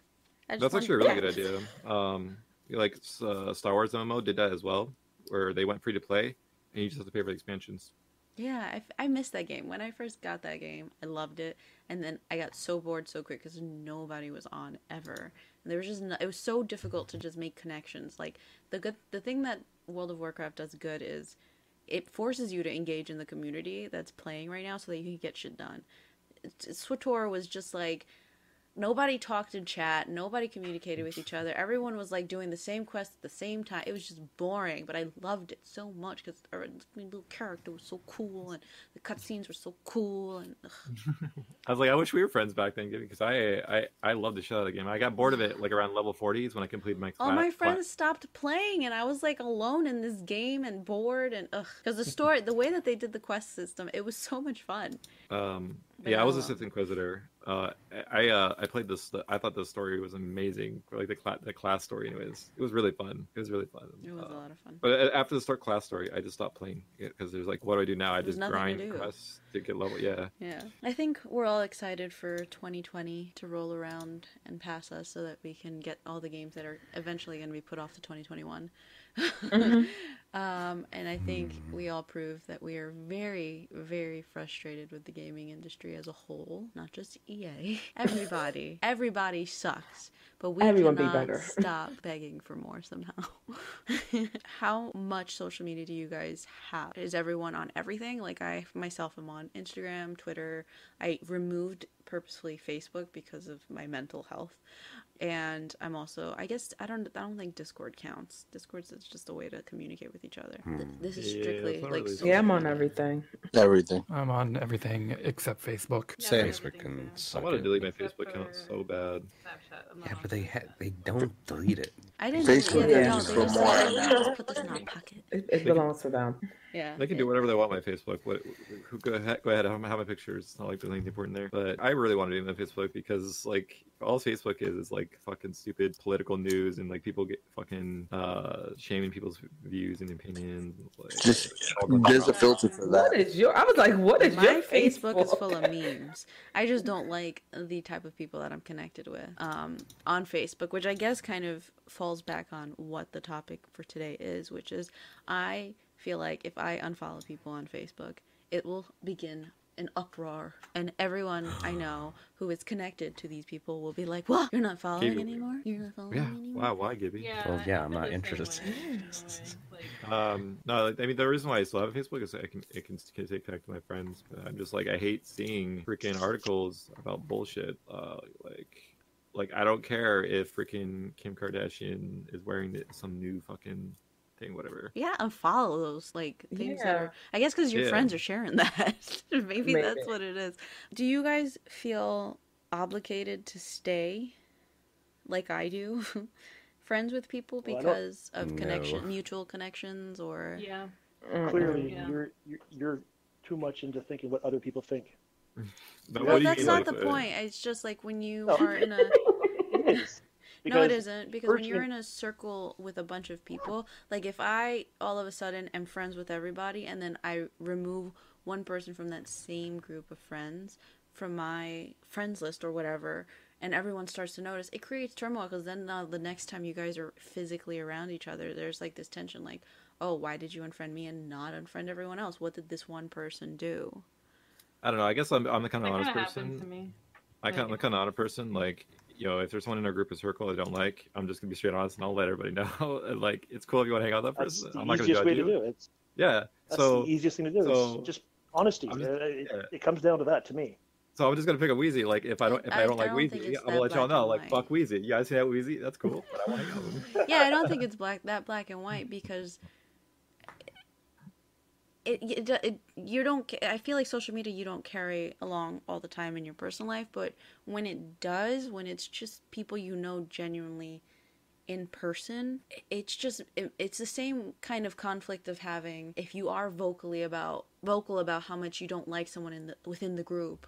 Speaker 1: I just
Speaker 4: That's
Speaker 1: want-
Speaker 4: actually a really
Speaker 1: yeah.
Speaker 4: good idea. Um, like uh, Star Wars MMO did that as well, where they went free to play, and you just have to pay for the expansions.
Speaker 1: Yeah, I, f- I missed that game. When I first got that game, I loved it, and then I got so bored so quick because nobody was on ever. And there was just no, it was so difficult to just make connections. Like the good the thing that World of Warcraft does good is it forces you to engage in the community that's playing right now so that you can get shit done. It's- it's- SWTOR was just like nobody talked in chat, nobody communicated with each other. Everyone was like doing the same quest at the same time. It was just boring, but I loved it so much because our little character was so cool and the cutscenes were so cool and ugh.
Speaker 4: I was like, I wish we were friends back then, because I, I I loved the shit out of the game. I got bored of it like around level 40s when I completed my class.
Speaker 1: all my friends stopped playing and I was like alone in this game and bored and ugh. Because the story, the way that they did the quest system, it was so much fun.
Speaker 4: Um,
Speaker 1: But
Speaker 4: yeah, I was a
Speaker 1: now-
Speaker 4: Sith Inquisitor. Uh, I uh, I played this. I thought the story was amazing, or, like the class the class story. Anyways, it was really fun. It was really fun.
Speaker 1: It was a
Speaker 4: Uh,
Speaker 1: lot of fun.
Speaker 4: but a- after the start class story, I just stopped playing because there's like, what do I do now? I
Speaker 1: There's
Speaker 4: just
Speaker 1: nothing to
Speaker 4: grind
Speaker 1: do.
Speaker 4: quests to get level. Yeah,
Speaker 1: Yeah. I think we're all excited for 2020 to roll around and pass us
Speaker 3: Mm-hmm.
Speaker 1: so that we can get all the games that are eventually going to be put off to 2021. Um, and I think we all prove that we are very, very frustrated with the gaming industry as a whole, not just EA. Everybody, everybody sucks, but we
Speaker 3: Everyone be
Speaker 1: cannot
Speaker 3: better.
Speaker 1: stop begging for more somehow. How much social media do you guys have? Is everyone on everything? Like I myself am on Instagram, Twitter. I removed purposefully Facebook because of my mental health and I'm also I guess I don't I don't think Discord counts. Discord's it's just a way to communicate with each other.
Speaker 2: Hmm.
Speaker 1: Th- This is
Speaker 4: Yeah, it's
Speaker 1: strictly
Speaker 4: not
Speaker 1: like
Speaker 4: really
Speaker 1: so-
Speaker 4: social
Speaker 3: Yeah, I'm on everything.
Speaker 9: Everything.
Speaker 6: I'm on everything except Facebook.
Speaker 7: Yeah,
Speaker 9: Same.
Speaker 7: everything's
Speaker 5: Facebook can
Speaker 7: down.
Speaker 4: I
Speaker 5: suck
Speaker 4: want to
Speaker 5: it.
Speaker 4: delete my
Speaker 7: Except
Speaker 4: Facebook account
Speaker 7: for-
Speaker 4: so bad.
Speaker 7: Snapchat. I'm not
Speaker 5: Yeah,
Speaker 7: on
Speaker 5: but they ha-
Speaker 7: Snapchat.
Speaker 5: they don't delete it.
Speaker 1: I didn't
Speaker 2: Facebook
Speaker 1: yeah, they
Speaker 3: is
Speaker 1: don't.
Speaker 3: just
Speaker 1: They
Speaker 2: for
Speaker 1: just,
Speaker 2: more.
Speaker 1: they just put this in our pocket.
Speaker 3: It, it belongs to them.
Speaker 1: Yeah.
Speaker 4: They can do whatever they want with my Facebook. What, who, go ahead, go ahead. I have my pictures. It's not like there's anything important there. But I really want to do my Facebook because like all Facebook is is like fucking stupid political news and like people get fucking uh shaming people's views and opinions. Like,
Speaker 2: Just-
Speaker 4: all the-
Speaker 2: There's a filter for
Speaker 3: What
Speaker 2: that.
Speaker 3: is your? I was like, what is
Speaker 1: My
Speaker 3: your
Speaker 1: Facebook is full of memes. I just don't like the type of people that I'm connected with um, on Facebook, which I guess kind of falls back on what the topic for today is, which is I feel like if I unfollow people on Facebook, it will begin an uproar, and everyone I know who is connected to these people will be like, "What? You're not following
Speaker 4: Gibby.
Speaker 1: anymore? You're not following
Speaker 4: yeah.
Speaker 1: me anymore?"
Speaker 4: Wow. Why, Gibby?
Speaker 7: Yeah,
Speaker 5: Well, yeah,
Speaker 7: I-
Speaker 5: I'm
Speaker 7: I
Speaker 5: not
Speaker 7: feel the same
Speaker 5: interested.
Speaker 7: way, you know, like- like,
Speaker 4: Um, no, like, I mean the reason why I still have Facebook is I can it can, can take back to my friends, but I'm just like I hate seeing freaking articles about bullshit. Uh, like, like I don't care if freaking Kim Kardashian is wearing it- some new fucking thing, whatever.
Speaker 1: Yeah, unfollow those like things that
Speaker 3: Yeah.
Speaker 1: are. I guess because your
Speaker 4: Yeah.
Speaker 1: friends are sharing that. Maybe
Speaker 3: Maybe.
Speaker 1: that's what it is. Do you guys feel obligated to stay, like I do, friends with people
Speaker 8: Well, I don't-
Speaker 1: because of
Speaker 5: No.
Speaker 1: connection, mutual connections, or
Speaker 7: yeah,
Speaker 8: Clearly,
Speaker 7: Yeah.
Speaker 8: you're, you're you're too much into thinking what other people think. Well,
Speaker 4: But what
Speaker 1: Well,
Speaker 4: do you
Speaker 1: that's
Speaker 4: mean, like,
Speaker 1: not the
Speaker 4: uh,
Speaker 1: point. It's just like when you
Speaker 8: No.
Speaker 1: are in a
Speaker 8: It is.
Speaker 1: no, it
Speaker 8: Because-
Speaker 1: isn't because when you're
Speaker 8: virtually-
Speaker 1: in a circle with a bunch of people, like if I all of a sudden am friends with everybody and then I remove one person from that same group of friends from my friends list or whatever, and everyone starts to notice, it creates turmoil because then uh, the next time you guys are physically around each other, there's like this tension, like, oh, why did you unfriend me and not unfriend everyone else? What did this one person do?
Speaker 4: I don't know. I guess I'm, I'm the kind
Speaker 7: that
Speaker 4: of honest
Speaker 7: kind of happened to
Speaker 4: person.
Speaker 7: me.
Speaker 4: I kind of
Speaker 7: like-
Speaker 4: kind of honest person. Like, you know, if there's someone in our group of circle I don't like, I'm just gonna be straight honest and I'll let everybody know. And, like, it's cool if you want to hang out with that
Speaker 8: That's
Speaker 4: person.
Speaker 8: the
Speaker 4: I'm not gonna
Speaker 8: easiest
Speaker 4: judge
Speaker 8: way
Speaker 4: you.
Speaker 8: to do it. It's,
Speaker 4: Yeah.
Speaker 8: that's
Speaker 4: so
Speaker 8: the easiest thing to do.
Speaker 4: so-
Speaker 8: it's just honesty.
Speaker 4: I'm
Speaker 8: Uh, it,
Speaker 4: yeah.
Speaker 8: it comes down to that to me.
Speaker 4: So I'm just gonna pick a Wheezy. Like if I don't if I,
Speaker 1: I-
Speaker 4: don't
Speaker 1: I
Speaker 4: like
Speaker 1: don't
Speaker 4: Wheezy,
Speaker 1: think it's
Speaker 4: yeah, I'm
Speaker 1: that
Speaker 4: gonna let y'all
Speaker 1: black
Speaker 4: know.
Speaker 1: and
Speaker 4: Like
Speaker 1: white.
Speaker 4: fuck Wheezy. Yeah, I see that Wheezy. That's cool, but I want to hang out with him.
Speaker 1: yeah, I don't think it's black that black and white because it, it, it you don't. ca- I feel like social media you don't carry along all the time in your personal life, but when it does, when it's just people you know genuinely in person i- it's just it, it's the same kind of conflict of having if you are vocally about vocal about how much you don't like someone in the within the group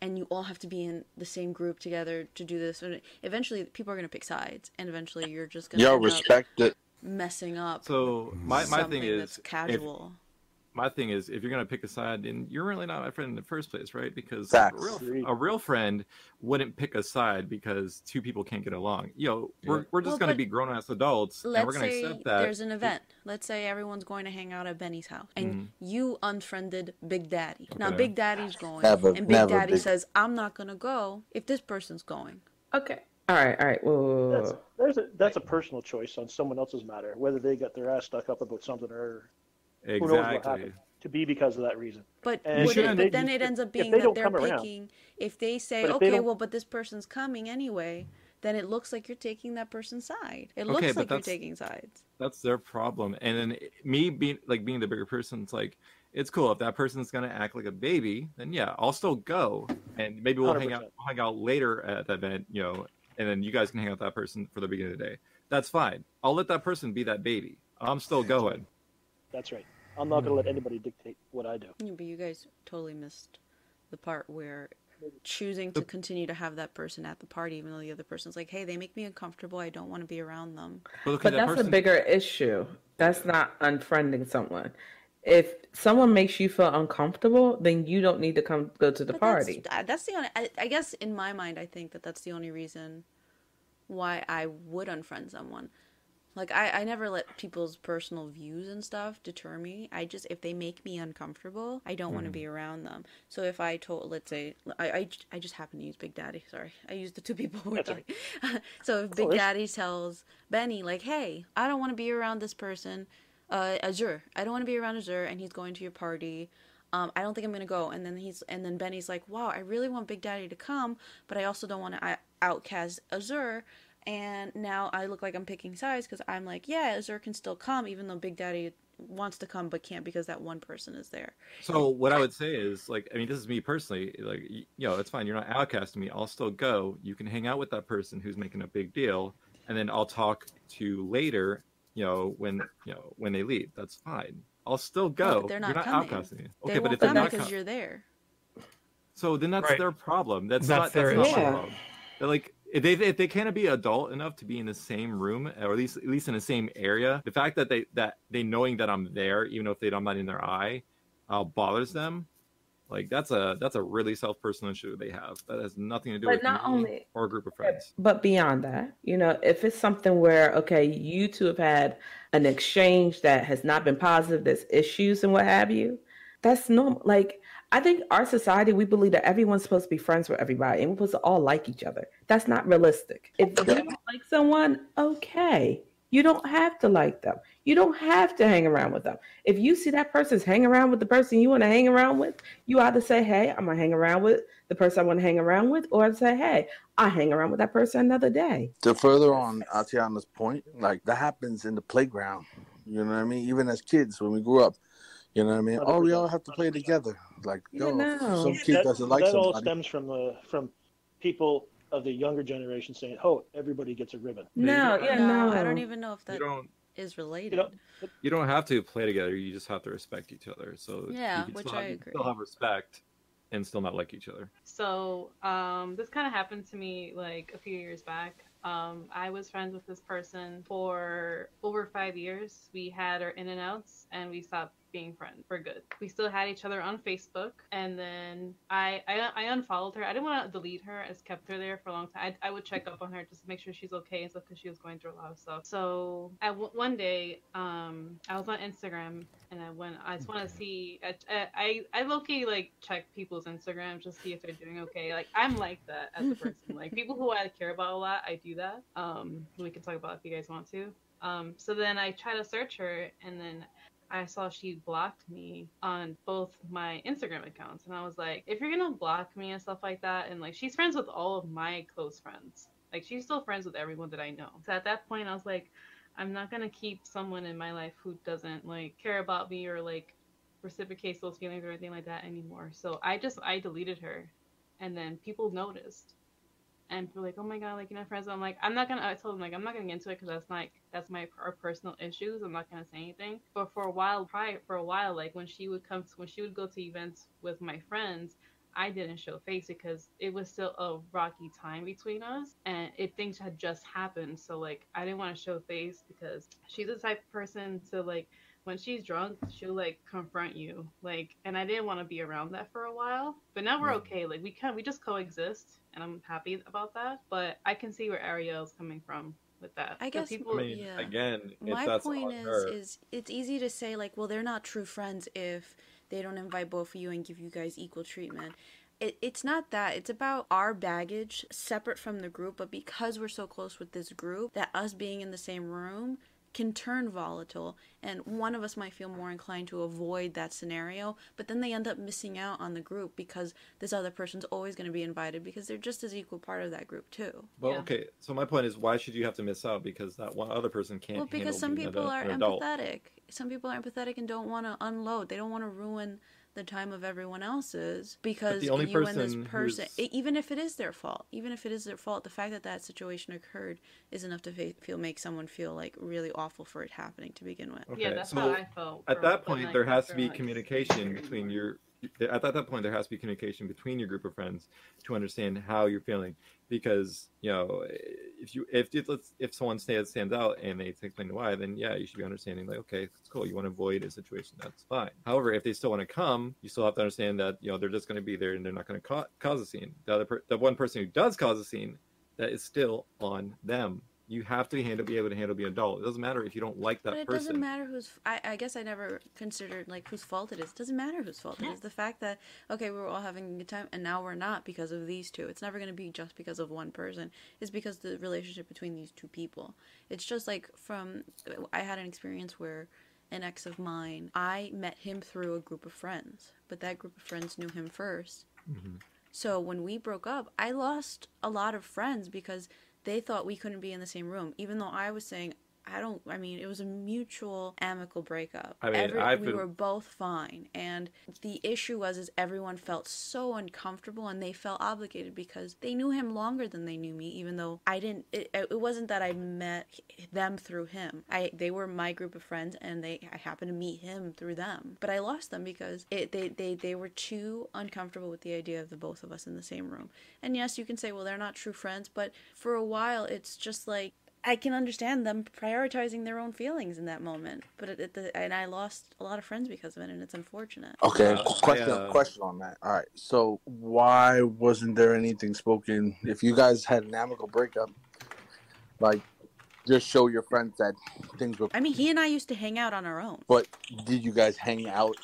Speaker 1: and you all have to be in the same group together to do this and eventually people are going to pick sides and eventually you're just going to
Speaker 2: Y'all respect it.
Speaker 1: messing up
Speaker 4: So my, my
Speaker 1: something
Speaker 4: thing is
Speaker 1: that's
Speaker 4: if-
Speaker 1: casual
Speaker 4: my thing is if you're gonna pick a side, then you're really not my friend in the first place, right? Because a
Speaker 2: Facts.
Speaker 4: real, a real friend wouldn't pick a side because two people can't get along. Yo, we're we're just
Speaker 1: Well,
Speaker 4: gonna
Speaker 1: but
Speaker 4: be grown ass adults, and we're
Speaker 1: let's
Speaker 4: gonna
Speaker 1: say
Speaker 4: accept that.
Speaker 1: there's an event let's say everyone's going to hang out at benny's house and you unfriended big daddy now
Speaker 4: Mm-hmm. Okay.
Speaker 1: big daddy's going
Speaker 2: Never-
Speaker 1: and big
Speaker 2: never
Speaker 1: daddy
Speaker 2: big-
Speaker 1: says i'm not going to go if this person's going
Speaker 3: Okay. All right. All right. Whoa, whoa, whoa,
Speaker 8: That's,
Speaker 3: whoa.
Speaker 8: there's a, that's a personal choice on someone else's matter, whether they got their ass stuck up about something or knows what
Speaker 4: Exactly.
Speaker 8: happened? to be because of that reason.
Speaker 1: But,
Speaker 8: And
Speaker 1: would
Speaker 4: you
Speaker 1: it,
Speaker 4: shouldn't-
Speaker 1: but then
Speaker 8: if-
Speaker 1: it ends up
Speaker 8: if they
Speaker 1: being that
Speaker 8: don't
Speaker 1: they're
Speaker 8: come around.
Speaker 1: picking. If they say,
Speaker 8: But if they
Speaker 1: okay,
Speaker 8: don't-
Speaker 1: well, but this person's coming anyway, then it looks like you're taking that person's side. It
Speaker 4: Okay,
Speaker 1: looks
Speaker 4: but
Speaker 1: like you're
Speaker 4: that's-
Speaker 1: taking sides.
Speaker 4: That's their problem. And then it- me being like being the bigger person, it's like it's cool if that person's gonna act like a baby. Then yeah, I'll still go, and maybe we'll hang out
Speaker 8: 100%.
Speaker 4: we'll hang out later at the event, you know, and then you guys can hang out with that person for the beginning of the day. That's fine. I'll let that person be that baby. I'm still going.
Speaker 8: That's right. I'm not going to
Speaker 4: Hmm.
Speaker 8: let anybody dictate what I do.
Speaker 1: Yeah, but you guys totally missed the part where choosing to continue to have that person at the party, even though the other person's like, hey, they make me uncomfortable. I don't want to be around them.
Speaker 4: But, look at
Speaker 3: But
Speaker 4: that
Speaker 3: that's a
Speaker 4: person,
Speaker 3: bigger issue. That's not unfriending someone. If someone makes you feel uncomfortable, then you don't need to come go to the
Speaker 1: But that's-
Speaker 3: party.
Speaker 1: I- That's, the only. I, I guess in my mind, I think that that's the only reason why I would unfriend someone. Like I, I never let people's personal views and stuff deter me. I just if they make me uncomfortable, I don't want
Speaker 4: Mm.
Speaker 1: to be around them. So if I told, let's say, I, I, j- I just happen to use Big Daddy. Sorry, I used the two people who were
Speaker 8: That's all
Speaker 1: talking. so if Big Daddy tells Benny, like, hey, I don't want to be around this person, uh, Azure. I don't want to be around Azure, and he's going to your party. Um, I don't think I'm gonna go. And then he's and then Benny's like, wow, I really want Big Daddy to come, but I also don't want to outcast Azure. And now I look like I'm picking sides because I'm like, yeah, Azure can still come, even though Big Daddy wants to come but can't because that one person is there.
Speaker 4: So what I would say is, like, I mean, this is me personally. Like, y- you know, it's fine. You're not outcasting me. I'll still go. You can hang out with that person who's making a big deal, and then I'll talk to you later. You know, when you know when they leave, that's fine. I'll still
Speaker 1: No,
Speaker 4: go.
Speaker 1: but they're not
Speaker 4: you're not
Speaker 1: coming.
Speaker 4: outcasting me.
Speaker 1: They
Speaker 4: Okay, but
Speaker 1: won't
Speaker 4: if they're
Speaker 1: come
Speaker 4: not
Speaker 1: because
Speaker 4: com-
Speaker 1: you're there.
Speaker 4: so then that's
Speaker 6: Right.
Speaker 4: their problem. That's,
Speaker 6: That's
Speaker 4: not
Speaker 6: their
Speaker 4: that's not my
Speaker 3: issue.
Speaker 4: problem. They're like if they if they can't be adult enough to be in the same room or at least at least in the same area, the fact that they that they knowing that I'm there, even if they I'm not in their eye, uh, bothers them. Like that's a that's a really self personal issue they have that has nothing to do
Speaker 3: But
Speaker 4: with
Speaker 3: not
Speaker 4: me
Speaker 3: only-
Speaker 4: or a group of friends.
Speaker 3: But beyond that, you know, if it's something where, okay, you two have had an exchange that has not been positive, there's issues and what have you, that's normal. Like, I think our society, we believe that everyone's supposed to be friends with everybody and we're supposed to all like each other. That's not realistic. If you don't like someone, okay. You don't have to like them. You don't have to hang around with them. If you see that person's hang around with the person you want to hang around with, you either say, hey, I'm going to hang around with the person I want to hang around with, or say, hey, I hang around with that person another day.
Speaker 2: To further on Atiana's point, like that happens in the playground. You know what I mean? Even as kids when we grew up. You know what I mean? Oh, we all have to play together. Like,
Speaker 3: You
Speaker 2: yo,
Speaker 3: know.
Speaker 2: some
Speaker 3: Yeah,
Speaker 2: kid
Speaker 8: that,
Speaker 2: doesn't like
Speaker 8: that all
Speaker 2: somebody.
Speaker 8: stems from the from people of the younger generation saying, "Oh, everybody gets a ribbon."
Speaker 3: No,
Speaker 4: you-
Speaker 3: yeah,
Speaker 1: no,
Speaker 3: no.
Speaker 1: I don't even know if that
Speaker 4: you don't
Speaker 1: is related.
Speaker 4: you don't have to play together. You just have to respect each other. So you
Speaker 1: Yeah,
Speaker 4: can
Speaker 1: which
Speaker 4: still have-
Speaker 1: I
Speaker 4: you can Still
Speaker 1: agree.
Speaker 4: have respect and still not like each other.
Speaker 7: So um, this kind of happened to me like a few years back. Um, I was friends with this person for over five years. We had our in and outs, and we stopped being friends for good. We still had each other on Facebook, and then I I, I unfollowed her. I didn't want to delete her. I just kept her there for a long time. I, I would check up on her just to make sure she's okay and stuff because she was going through a lot of stuff. So I w- one day um, I was on Instagram and I went. I just want to see. I I, I low key like check people's Instagram just see if they're doing okay. Like I'm like that as a person. like people who I care about a lot, I do that. Um, we can talk about it if you guys want to. Um, so then I try to search her, and then I saw she blocked me on both my Instagram accounts, and I was like, if you're gonna block me and stuff like that, and like she's friends with all of my close friends. Like she's still friends with everyone that I know. So at that point, I was like. I'm not gonna keep someone in my life who doesn't like care about me or like reciprocates those feelings or anything like that anymore. So I just I deleted her, and then people noticed, and were like, "Oh my god, like you're not friends." I'm like, I'm not gonna. I told them like I'm not gonna get into it because that's like that's my our personal issues. I'm not gonna say anything. But for a while, prior for a while, like when she would come when she would go to events with my friends, I didn't show face because it was still a rocky time between us and it things had just happened. So like I didn't want to show face because she's the type of person to like when she's drunk, she'll like confront you. Like and I didn't want to be around that for a while. But now
Speaker 4: Mm.
Speaker 7: we're okay. Like we can we just coexist and I'm happy about that. But I can see where Ariel's coming from with that.
Speaker 1: I
Speaker 7: 'Cause
Speaker 1: guess-
Speaker 4: I
Speaker 1: Well,
Speaker 4: mean,
Speaker 1: yeah.
Speaker 4: again, if
Speaker 1: my
Speaker 4: that's
Speaker 1: point
Speaker 4: on
Speaker 1: is
Speaker 4: her-
Speaker 1: is it's easy to say like well they're not true friends if they don't invite both of you and give you guys equal treatment it, it's not that it's about our baggage separate from the group but because we're so close with this group that us being in the same room can turn volatile and one of us might feel more inclined to avoid that scenario but then they end up missing out on the group because this other person's always going to be invited because they're just as equal part of that group too
Speaker 4: Well,
Speaker 7: Yeah.
Speaker 4: okay. So my point is, why should you have to miss out because that one other person can't?
Speaker 1: Well,
Speaker 4: handle
Speaker 1: because some
Speaker 4: being an
Speaker 1: people
Speaker 4: ad-
Speaker 1: are
Speaker 4: an adult.
Speaker 1: empathetic. Some people are empathetic and don't want to unload. They don't want to ruin the time of everyone else's because
Speaker 4: only
Speaker 1: you and this
Speaker 4: person
Speaker 1: person,
Speaker 4: who's-
Speaker 1: e- even if it is their fault, even if it is their fault, the fact that that situation occurred is enough to fa- feel make someone feel like really awful for it happening to begin with.
Speaker 4: Okay,
Speaker 7: Yeah, that's
Speaker 4: so
Speaker 7: how I felt.
Speaker 4: at
Speaker 7: for-
Speaker 4: that
Speaker 7: when,
Speaker 4: point
Speaker 7: like,
Speaker 4: there has to
Speaker 7: after,
Speaker 4: be
Speaker 7: like,
Speaker 4: communication between your at that, that point there has to be communication between your group of friends to understand how you're feeling because you know if you if if, let's, if someone stands stands out and they explain why then yeah you should be understanding like okay it's cool you want to avoid a situation that's fine however if they still want to come you still have to understand that you know they're just going to be there and they're not going to ca- cause a scene the other per- the one person who does cause a scene that is still on them you have to handle, be able to handle being a doll. It doesn't matter if you don't like that
Speaker 1: But it
Speaker 4: person.
Speaker 1: doesn't matter whose. I, I guess I never considered like whose fault it is. It doesn't matter whose fault it is. The fact that okay, we were all having a good time, and now we're not because of these two. It's never going to be just because of one person. It's because the relationship between these two people. It's just like from. I had an experience where an ex of mine. I met him through a group of friends, but that group of friends knew him first.
Speaker 4: Mm-hmm.
Speaker 1: So when we broke up, I lost a lot of friends because they thought we couldn't be in the same room, even though I was saying, I don't, I mean, it was a mutual amicable breakup.
Speaker 4: I mean,
Speaker 1: Every-
Speaker 4: I've
Speaker 1: we
Speaker 4: been-
Speaker 1: were both fine. And the issue was, is everyone felt so uncomfortable and they felt obligated because they knew him longer than they knew me, even though I didn't, it, it wasn't that I met them through him. I, they were my group of friends and they, I happened to meet him through them, but I lost them because it, they, they, they were too uncomfortable with the idea of the both of us in the same room. And yes, you can say, well, they're not true friends, but for a while, it's just like I can understand them prioritizing their own feelings in that moment. But it, it, the, and I lost a lot of friends because of it, and it's unfortunate.
Speaker 2: Okay,
Speaker 4: Uh,
Speaker 2: qu- question
Speaker 4: I, uh,
Speaker 2: question on that. All right. So why wasn't there anything spoken? If you guys had an amicable breakup, like just show your friends that things were.
Speaker 1: I mean, he and I used to hang out on our own.
Speaker 2: But did you guys hang out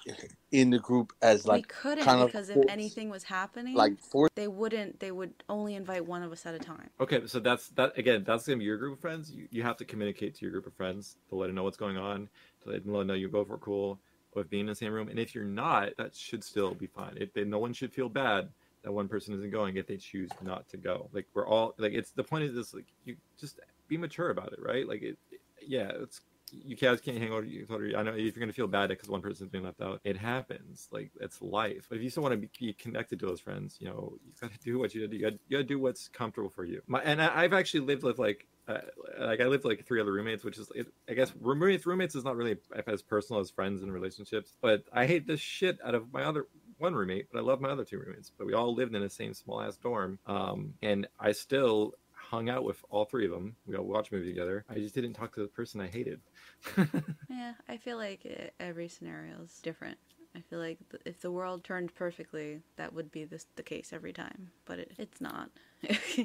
Speaker 2: in the group as
Speaker 1: we
Speaker 2: like
Speaker 1: couldn't
Speaker 2: kind of
Speaker 1: because if
Speaker 2: forced-
Speaker 1: anything was happening,
Speaker 2: like four?
Speaker 1: they wouldn't. They would only invite one of us at a time.
Speaker 4: Okay, so that's that again. That's gonna be your group of friends. You, you have to communicate to your group of friends to let them know what's going on, to let them know you both are cool with being in the same room. And if you're not, that should still be fine. If they, no one should feel bad that one person isn't going if they choose not to go. Like we're all like it's the point is this like you just be mature about it, right? Like it, it- yeah, it's you guys can't hang out. you- I know if you're gonna feel bad because one person's being left out, it happens. Like it's life. But if you still want to be, be connected to those friends, you know, you gotta do what you gotta do. You gotta, you gotta do what's comfortable for you. My and I, I've actually lived with like. Uh, like I lived with, like three other roommates, which is it, I guess roommates roommates is not really as personal as friends and relationships. But I hate the shit out of my other one roommate, but I love my other two roommates. But we all lived in the same small ass dorm, um, and I still hung out with all three of them. We all watched a movie together. I just didn't talk to the person I hated.
Speaker 1: Yeah, I feel like eh, every scenario is different. I feel like th- if the world turned perfectly, that would be this, the case every time. But it, it's not. it's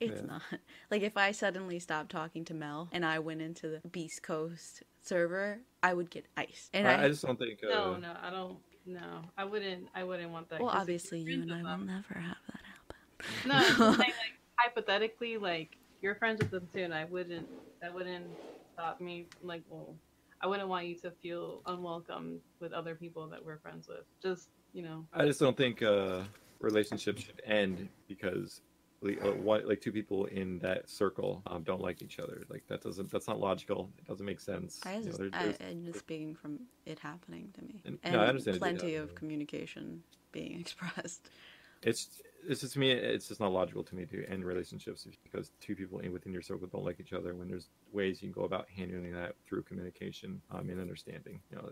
Speaker 4: Yeah.
Speaker 1: not. Like if I suddenly stopped talking to Mel and I went into the Beast Coast server, I would get iced. And
Speaker 4: I,
Speaker 1: I,
Speaker 4: I just don't think. Uh,
Speaker 7: No, no, I don't. No, I wouldn't. I wouldn't want that.
Speaker 1: well,
Speaker 7: 'cause if you're
Speaker 1: obviously you
Speaker 7: friends
Speaker 1: and I
Speaker 7: with
Speaker 1: will
Speaker 7: them-
Speaker 1: never have that happen.
Speaker 7: No, I'm just saying, like hypothetically, like you're friends with them too, and I wouldn't. That wouldn't stop me. from, Like, well, I wouldn't want you to feel unwelcome with other people that we're friends with. Just you know,
Speaker 4: I just don't think uh, relationships should end because like, uh, one, like two people in that circle um, don't like each other. Like that doesn't. That's not logical. It doesn't make sense.
Speaker 1: I
Speaker 4: You know,
Speaker 1: was just,
Speaker 4: there-
Speaker 1: I,
Speaker 4: there's-
Speaker 1: I'm just speaking from it happening to me,
Speaker 4: And-
Speaker 1: and,
Speaker 4: no, I understand it did
Speaker 1: plenty
Speaker 4: happen.
Speaker 1: of communication being expressed.
Speaker 4: it's it's just to me it's just not logical to me to end relationships because two people in within your circle don't like each other when there's ways you can go about handling that through communication um, and understanding you know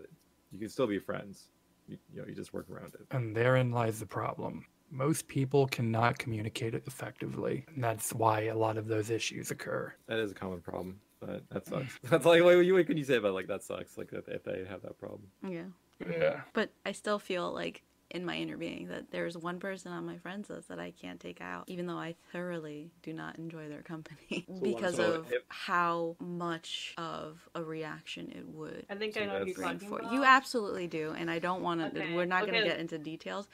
Speaker 4: you can still be friends you, you know you just work around it
Speaker 6: And therein lies the problem. Most people cannot communicate it effectively. And that's why a lot of those issues occur. Mm.
Speaker 4: that is a common problem but that sucks that's like what, you- what can you say about like that sucks like if, if they have that problem
Speaker 1: Yeah.
Speaker 6: Yeah.
Speaker 1: But I still feel like in my inner being that there's one person on my friends list that I can't take out, even though I thoroughly do not enjoy their company because
Speaker 4: so
Speaker 1: of
Speaker 4: if-
Speaker 1: how much of a reaction it would
Speaker 7: I think
Speaker 4: So
Speaker 7: I know who you're
Speaker 4: that's-
Speaker 1: bring
Speaker 7: talking
Speaker 1: for
Speaker 7: about.
Speaker 1: you. Absolutely do, and I don't want to.
Speaker 7: Okay,
Speaker 1: We're not going
Speaker 7: okay.
Speaker 1: to get into details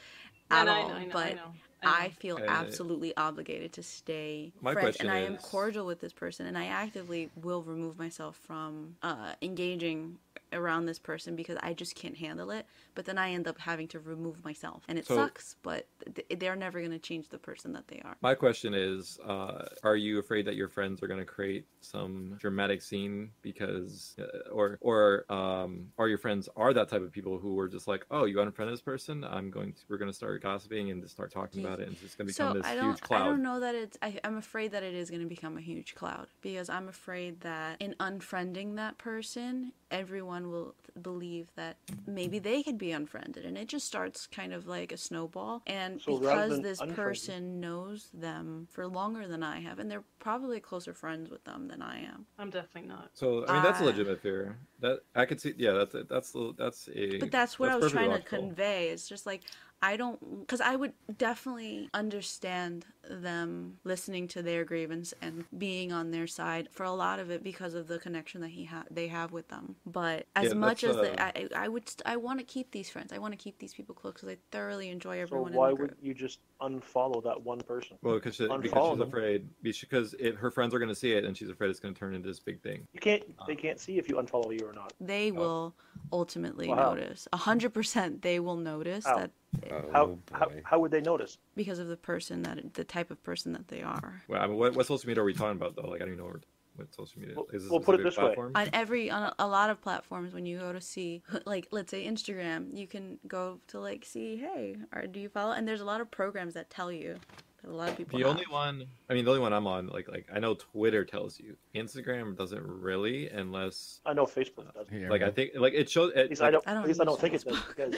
Speaker 7: No,
Speaker 1: at
Speaker 7: no, I
Speaker 1: all,
Speaker 7: know, I know, I
Speaker 1: but.
Speaker 7: know,
Speaker 1: I
Speaker 7: know.
Speaker 1: feel
Speaker 4: Uh,
Speaker 1: absolutely obligated to stay
Speaker 4: my
Speaker 1: friends,
Speaker 4: question
Speaker 1: and I am
Speaker 4: is-
Speaker 1: cordial with this person, and I actively will remove myself from uh, engaging around this person because I just can't handle it. But then I end up having to remove myself, and it
Speaker 4: So-
Speaker 1: sucks. But th- they're never going to change the person that they are.
Speaker 4: my question is uh, are you afraid that your friends are going to create some dramatic scene because uh, or or um are your friends are that type of people who are just like oh you unfriend this person i'm going to we're going to start gossiping and just start talking about it and it's just going to become
Speaker 1: So
Speaker 4: this
Speaker 1: I
Speaker 4: huge
Speaker 1: don't, I
Speaker 4: cloud
Speaker 1: don't know that it's. I, I'm afraid that it is going to become a huge cloud because I'm afraid that in unfriending that person, everyone will th- believe that maybe they could be unfriended, and it just starts kind of like a snowball. And
Speaker 8: So rather
Speaker 1: because
Speaker 8: than
Speaker 1: this
Speaker 8: unfriending-
Speaker 1: person knows them for longer than I have, and they're probably closer friends with them than I am.
Speaker 7: I'm definitely not.
Speaker 4: so i mean that's a
Speaker 1: Ah.
Speaker 4: legitimate fear that i could see yeah that's a, that's a, that's a
Speaker 1: But that's what I was
Speaker 4: perfectly
Speaker 1: trying to
Speaker 4: logical.
Speaker 1: convey. It's just like I don't, because I would definitely understand them listening to their grievance and being on their side for a lot of it because of the connection that he ha- they have with them. But as
Speaker 4: Yeah,
Speaker 1: much as
Speaker 4: that's,
Speaker 1: the,
Speaker 4: uh,
Speaker 1: I, I would, st- I want to keep these friends. I want to keep these people close because I thoroughly enjoy
Speaker 8: So
Speaker 1: everyone
Speaker 8: why
Speaker 1: in the group.
Speaker 8: would you just unfollow that one person?
Speaker 4: Well, because she, because
Speaker 8: Unfollow
Speaker 4: she's
Speaker 8: them.
Speaker 4: afraid because it, her friends are going to see it, and she's afraid it's going to turn into this big thing.
Speaker 8: You can't.
Speaker 4: Um,
Speaker 8: They can't see if you unfollow you or not.
Speaker 1: They will ultimately
Speaker 8: Wow.
Speaker 1: notice. A hundred percent, they will notice
Speaker 8: How?
Speaker 1: that
Speaker 5: Oh,
Speaker 8: How,
Speaker 5: boy.
Speaker 8: how how would they notice?
Speaker 1: because of the person that the type of person that they are.
Speaker 4: Well, I mean, what, what social media are we talking about though? Like, I don't even know what, what social media
Speaker 8: Well-
Speaker 4: is. This a
Speaker 8: well, put it
Speaker 4: specific
Speaker 8: this way.
Speaker 4: platform?
Speaker 1: on every on a, a lot of platforms when you go to see like let's say instagram you can go to like see hey or do you follow and there's a lot of programs that tell you that a lot of people
Speaker 4: The only
Speaker 1: have.
Speaker 4: one, I mean, the only one I'm on, like, like I know Twitter tells you. Instagram doesn't really, unless,
Speaker 8: I know Facebook does.
Speaker 5: Here,
Speaker 4: like, I think, like, it shows.
Speaker 8: At
Speaker 4: It,
Speaker 8: least
Speaker 4: like,
Speaker 8: I don't.
Speaker 1: I don't
Speaker 8: at least I don't
Speaker 1: use
Speaker 8: think it does.
Speaker 1: Facebook.
Speaker 8: Because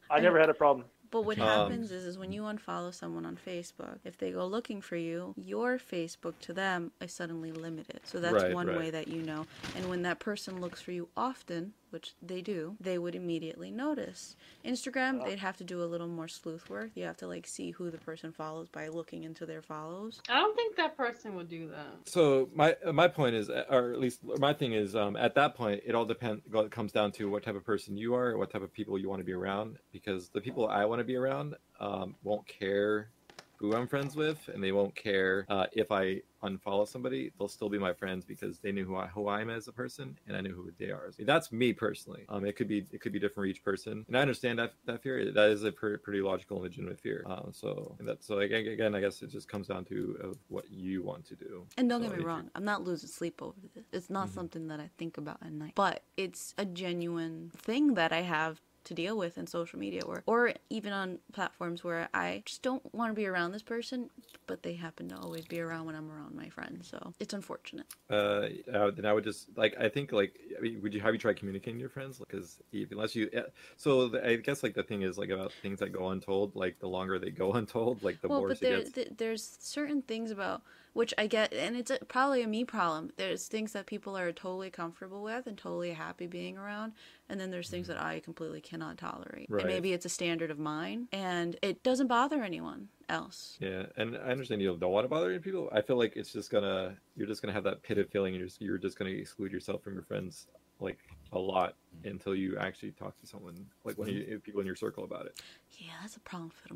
Speaker 8: I never had a problem.
Speaker 1: but what
Speaker 5: Um,
Speaker 1: happens is is when you unfollow someone on facebook if they go looking for you your facebook to them is suddenly limited so that's
Speaker 4: Right,
Speaker 1: one
Speaker 4: right.
Speaker 1: way that you know and when that person looks for you often which they do they would immediately notice instagram they'd have to do a little more sleuth work you have to like see who the person follows by looking into their follows
Speaker 7: I don't think that person would do that.
Speaker 4: so my my point is, or at least my thing is, um, at that point, it all depends. It comes down to what type of person you are, and what type of people you want to be around. Because the people I want to be around um, won't care who I'm friends with, and they won't care uh, if I unfollow somebody. They'll still be my friends because they knew who I who I'm as a person, and I knew who they are. That's me personally. Um, it could be it could be different for each person, and I understand that that fear. That is a pre- pretty logical and legitimate fear. Um, so and that so again, again, I guess it just comes down to of what you want to do.
Speaker 1: And don't
Speaker 4: So
Speaker 1: get
Speaker 4: if
Speaker 1: me
Speaker 4: you-
Speaker 1: wrong, I'm not losing sleep over this. It's not
Speaker 4: Mhm.
Speaker 1: something that I think about at night, but it's a genuine thing that I have to deal with in social media or or even on platforms where I just don't want to be around this person, but they happen to always be around when I'm around my friends. So it's unfortunate.
Speaker 4: uh uh, then i would just like i think like I mean, would you have you tried communicating to your friends because unless you eh, so the, i guess like the thing is like about things that go untold like the longer they go untold like the
Speaker 1: well,
Speaker 4: more
Speaker 1: but
Speaker 4: she
Speaker 1: there,
Speaker 4: gets
Speaker 1: th- there's certain things about which I get, and it's a, probably a me problem. There's things that people are totally comfortable with and totally happy being around, and then there's things that I completely cannot tolerate.
Speaker 4: Mm-hmm. Right.
Speaker 1: And maybe it's a standard of mine, and it doesn't bother anyone else.
Speaker 4: yeah and i understand you don't want to bother any people i feel like it's just gonna you're just gonna have that pitted feeling and you're just, you're just gonna exclude yourself from your friends like a lot until you actually talk to someone like when you people in your circle about it
Speaker 1: Yeah, that's a problem for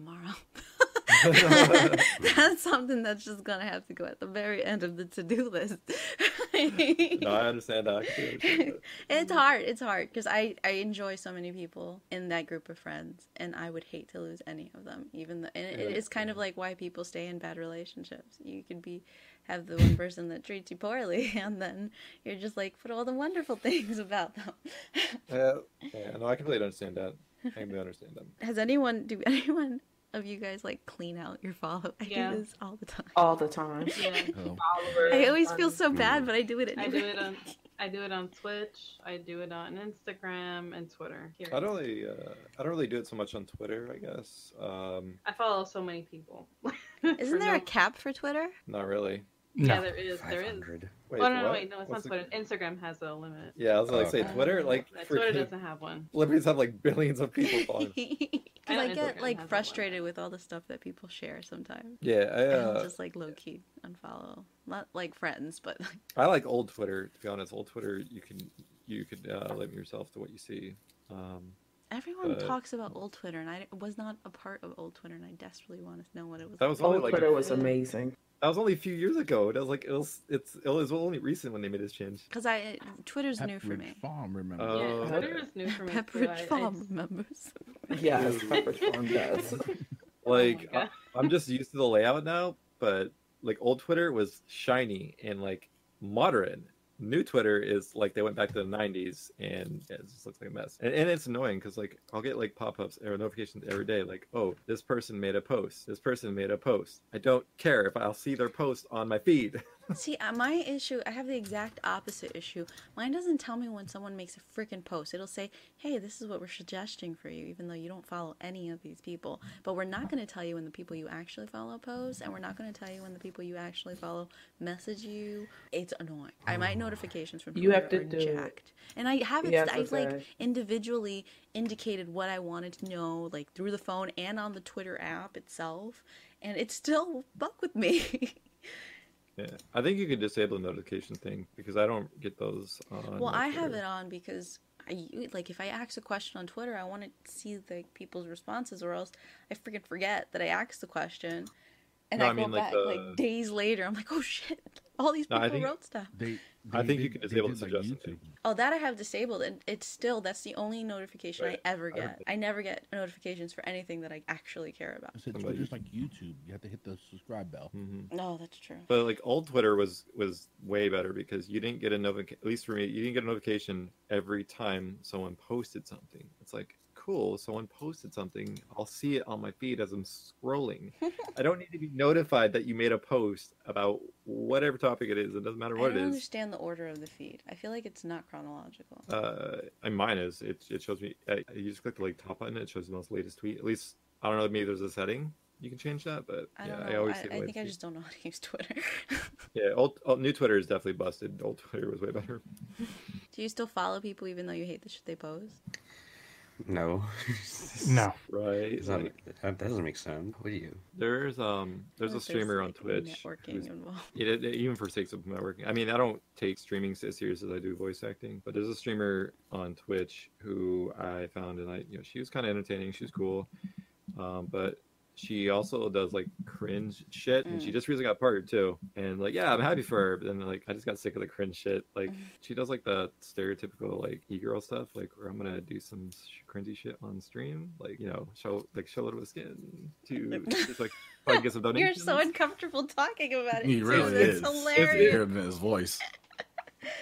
Speaker 1: tomorrow. that's something that's just gonna have to go at the very end of the to-do list.
Speaker 4: no i understand that I completely understand that.
Speaker 1: it's hard it's hard because I, I enjoy so many people in that group of friends and i would hate to lose any of them even though and it
Speaker 4: Yeah,
Speaker 1: is kind of like why people stay in bad relationships you could be have the one person that treats you poorly and then you're just like but all the wonderful things about them
Speaker 4: yeah, yeah no i completely understand that i completely understand that
Speaker 1: has anyone do anyone of you guys like clean out your follow i
Speaker 7: Yeah.
Speaker 1: do this all the time
Speaker 3: all the time.
Speaker 7: Yeah,
Speaker 5: Oh.
Speaker 7: followers.
Speaker 1: i always feel
Speaker 7: on-
Speaker 1: so bad but i do it
Speaker 7: I
Speaker 1: anyway
Speaker 7: do it on. I do it on Twitch. I do it on Instagram and Twitter. Here.
Speaker 4: I don't really, uh, I don't really do it so much on Twitter. I guess um,
Speaker 7: I follow so many people. For
Speaker 1: isn't there
Speaker 7: no-
Speaker 1: a cap for twitter
Speaker 4: not really.
Speaker 6: No.
Speaker 7: Yeah, there is. There is.
Speaker 5: 500.
Speaker 4: Wait,
Speaker 7: oh no, no,
Speaker 4: what?
Speaker 7: wait, no, it's
Speaker 4: What's
Speaker 7: not Twitter.
Speaker 4: the-
Speaker 7: Instagram has a limit. Uh,
Speaker 4: Yeah, I was like,
Speaker 5: Oh,
Speaker 4: say
Speaker 5: okay.
Speaker 4: Twitter, like
Speaker 7: Yeah, Twitter
Speaker 4: freaking
Speaker 7: doesn't have one.
Speaker 4: Liberty's have like billions of people following.
Speaker 1: because
Speaker 7: I
Speaker 1: I
Speaker 7: don't
Speaker 1: get
Speaker 7: Instagram has a
Speaker 1: like
Speaker 7: lot.
Speaker 1: frustrated with all the stuff that people share sometimes.
Speaker 4: yeah, I,
Speaker 1: and
Speaker 4: uh,
Speaker 1: just like low key unfollow, not like friends, but like,
Speaker 4: I like old Twitter. To be honest, old Twitter, you can you could uh, limit yourself to what you see. Um,
Speaker 1: everyone
Speaker 4: Uh,
Speaker 1: talks about old Twitter, and I was not a part of old Twitter, and I desperately want to know what it was.
Speaker 4: That was
Speaker 1: like.
Speaker 4: all-
Speaker 3: Oh,
Speaker 4: Like-
Speaker 3: Twitter was amazing.
Speaker 4: that was only a few years ago. It was like it was it's it was only recent when they made this change.
Speaker 1: Cause I Twitter's new for me.
Speaker 5: Pepperidge Farm, remember?
Speaker 4: Uh,
Speaker 7: yeah,
Speaker 4: Oh,
Speaker 7: Twitter
Speaker 4: okay.
Speaker 7: is new for me. too. I-
Speaker 1: Pepperidge
Speaker 7: I-
Speaker 1: Farm members.
Speaker 3: Yes, Pepperidge Farm does.
Speaker 1: Oh
Speaker 4: Like
Speaker 7: God.
Speaker 4: I, am just used to the layout now, but like old Twitter was shiny and like moderate. New Twitter is like they went back to the '90s and yeah, it just looks like a mess. And, and it's annoying because like I'll get like pop-ups or notifications every day, like oh this person made a post, this person made a post. I don't care if I'll see their post on my feed.
Speaker 1: See, uh, my issue, I have the exact opposite issue. Mine doesn't tell me when someone makes a freaking post. It'll say, hey, this is what we're suggesting for you, even though you don't follow any of these people. But we're not going to tell you when the people you actually follow post, and we're not going to tell you when the people you actually follow message you. It's annoying. I might notifications from
Speaker 3: Mm. You have
Speaker 1: Twitter
Speaker 3: to
Speaker 1: are
Speaker 3: do it.
Speaker 1: jacked. And I have it,
Speaker 3: You have to
Speaker 1: I've like
Speaker 3: say.
Speaker 1: individually indicated what I wanted to know, like through the phone and on the Twitter app itself. And it still fuck with me.
Speaker 4: Yeah, I think you could disable the notification thing because I don't get those. On
Speaker 1: Well,
Speaker 4: my
Speaker 1: I have
Speaker 4: Twitter.
Speaker 1: it on because I like if I ask a question on Twitter, I want to see like people's responses, or else I freaking forget that I asked the question, and
Speaker 4: No,
Speaker 1: I,
Speaker 4: I mean,
Speaker 1: go
Speaker 4: like,
Speaker 1: back
Speaker 4: the-
Speaker 1: like days later. I'm like, oh shit, all these
Speaker 4: No, I
Speaker 1: people
Speaker 4: think-
Speaker 1: wrote stuff.
Speaker 10: They,
Speaker 4: I
Speaker 10: they
Speaker 4: think you
Speaker 10: did-
Speaker 4: can
Speaker 10: they
Speaker 4: disable
Speaker 10: did,
Speaker 4: the
Speaker 10: like,
Speaker 4: suggestion.
Speaker 10: YouTube.
Speaker 1: Oh, that I have disabled, and it's still that's the only notification
Speaker 4: Right.
Speaker 1: I ever get.
Speaker 4: heard
Speaker 1: I never get notifications for anything that I actually care about.
Speaker 10: I said
Speaker 4: Somebody-
Speaker 10: Twitter's like YouTube. You have to hit the subscribe bell.
Speaker 4: Mhm.
Speaker 1: No, that's true.
Speaker 4: But like old Twitter was was way better because you didn't get a notification. At least for me, you didn't get a notification every time someone posted something. It's like cool, someone posted something. I'll see it on my feed as I'm scrolling. I don't need to be notified that you made a post about whatever topic it is. It doesn't matter
Speaker 1: I
Speaker 4: what
Speaker 1: don't
Speaker 4: it is.
Speaker 1: understand the order of the feed. I feel like it's not chronological.
Speaker 4: Uh, and mine is it. It shows me. I, you just click the like top button. It shows the most latest tweet. At least I don't know. Maybe there's a setting you can change that. But
Speaker 1: I
Speaker 4: yeah,
Speaker 1: don't
Speaker 4: I
Speaker 1: know. I,
Speaker 4: always.
Speaker 1: I,
Speaker 4: see the
Speaker 1: think I
Speaker 4: latest
Speaker 1: just don't know how to use Twitter.
Speaker 4: tweet. Yeah, old, old new Twitter is definitely busted. Old Twitter was way better.
Speaker 1: Do you still follow people even though you hate the shit they post?
Speaker 5: No.
Speaker 6: No.
Speaker 4: Right.
Speaker 5: It's not,
Speaker 4: like-
Speaker 5: that doesn't make sense. What do you?
Speaker 4: There's um there's
Speaker 1: Or
Speaker 4: a
Speaker 1: if
Speaker 4: streamer on
Speaker 1: like,
Speaker 4: Twitch.
Speaker 1: Networking
Speaker 4: who's-
Speaker 1: involved.
Speaker 4: It, it, it even forsakes of networking. I mean, I don't take streaming as serious as I do voice acting, but there's a streamer on Twitch who I found and I you know she was kind of entertaining. She was cool, um, but she also does like cringe shit, and she
Speaker 1: Mm.
Speaker 4: just recently got partnered too. And like, yeah, I'm happy for her, but then like I just got sick of the cringe shit. Like she does like the stereotypical like e-girl stuff, like where I'm gonna do some sh- cringy shit on stream, like you know show like show a little bit of skin to just like. probably Get some
Speaker 1: You're
Speaker 4: donations.
Speaker 1: so uncomfortable talking about it.
Speaker 10: He
Speaker 1: too.
Speaker 10: really
Speaker 1: That's
Speaker 10: is. It's
Speaker 1: hilarious.
Speaker 10: hearing in his voice.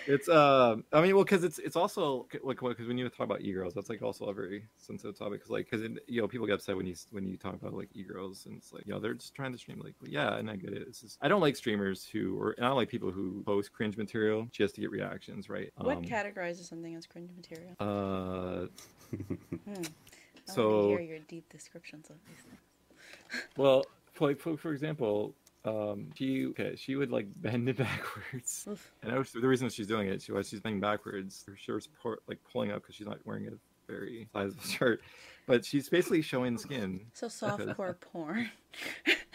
Speaker 4: It's um, I mean, well, because it's it's also like because when you talk about e-girls, that's like also a very sensitive topic. Because like, because you know, people get upset when you when you talk about like e-girls, and it's like, you know, they're just trying to stream. Like, yeah, and I get it. It's just, I don't like streamers who, or and I don't like people who post cringe material just to get reactions, right?
Speaker 1: What
Speaker 4: Um,
Speaker 1: categorizes something as cringe material?
Speaker 4: Uh,
Speaker 1: Hmm. I
Speaker 4: so-
Speaker 1: want to hear your deep descriptions of these things.
Speaker 4: well, like for, for example. Um, she okay, she would like bend it backwards,
Speaker 1: Oof.
Speaker 4: and I was, the reason she's doing it, she why she's bending backwards. Her shirt's pour, like pulling up because she's not wearing a very sizable shirt, but she's basically showing skin.
Speaker 1: So softcore porn.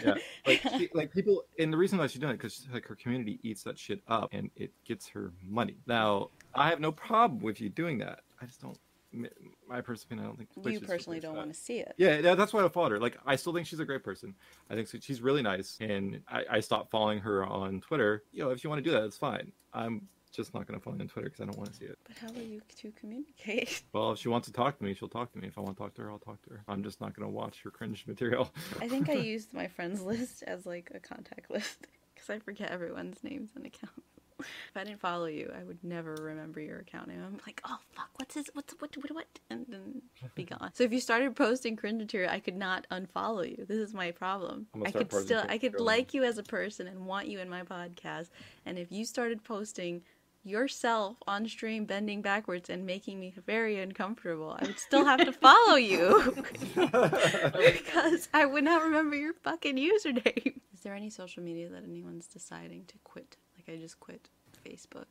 Speaker 4: yeah like, she, like people and the reason why she's doing it because like her community eats that shit up and it gets her money now i have no problem with you doing that i just don't m- my personal opinion i don't think Twitch is
Speaker 1: You personally
Speaker 4: supposed
Speaker 1: don't
Speaker 4: to
Speaker 1: want to see it.
Speaker 4: yeah, that- that's why I followed her. Like, I still think she's a great person. I think so- she's really nice, and I, I stopped following her on Twitter. You know, if you want to do that, it's fine. I'm just not going to follow you on Twitter because I don't want to see it.
Speaker 1: But how will you two communicate?
Speaker 4: Well, if she wants to talk to me, she'll talk to me. If I want to talk to her, I'll talk to her. I'm just not going to watch her cringe material.
Speaker 1: I think I used my friends list as like a contact list because I forget everyone's names and accounts. If I didn't follow you, I would never remember your account name. I'm like, oh fuck, what's his, what's what, what, what, and then be gone. So if you started posting cringe material, I could not unfollow you. This is my problem.
Speaker 4: I'm gonna
Speaker 1: I
Speaker 4: start
Speaker 1: could still,
Speaker 4: posting
Speaker 1: I could
Speaker 4: cringe
Speaker 1: like you as a person and want you in my podcast, and if you started posting yourself on stream bending backwards and making me very uncomfortable, I would still have to follow you. because I would not remember your fucking username. Is there any social media that anyone's deciding to quit? Like I just quit Facebook.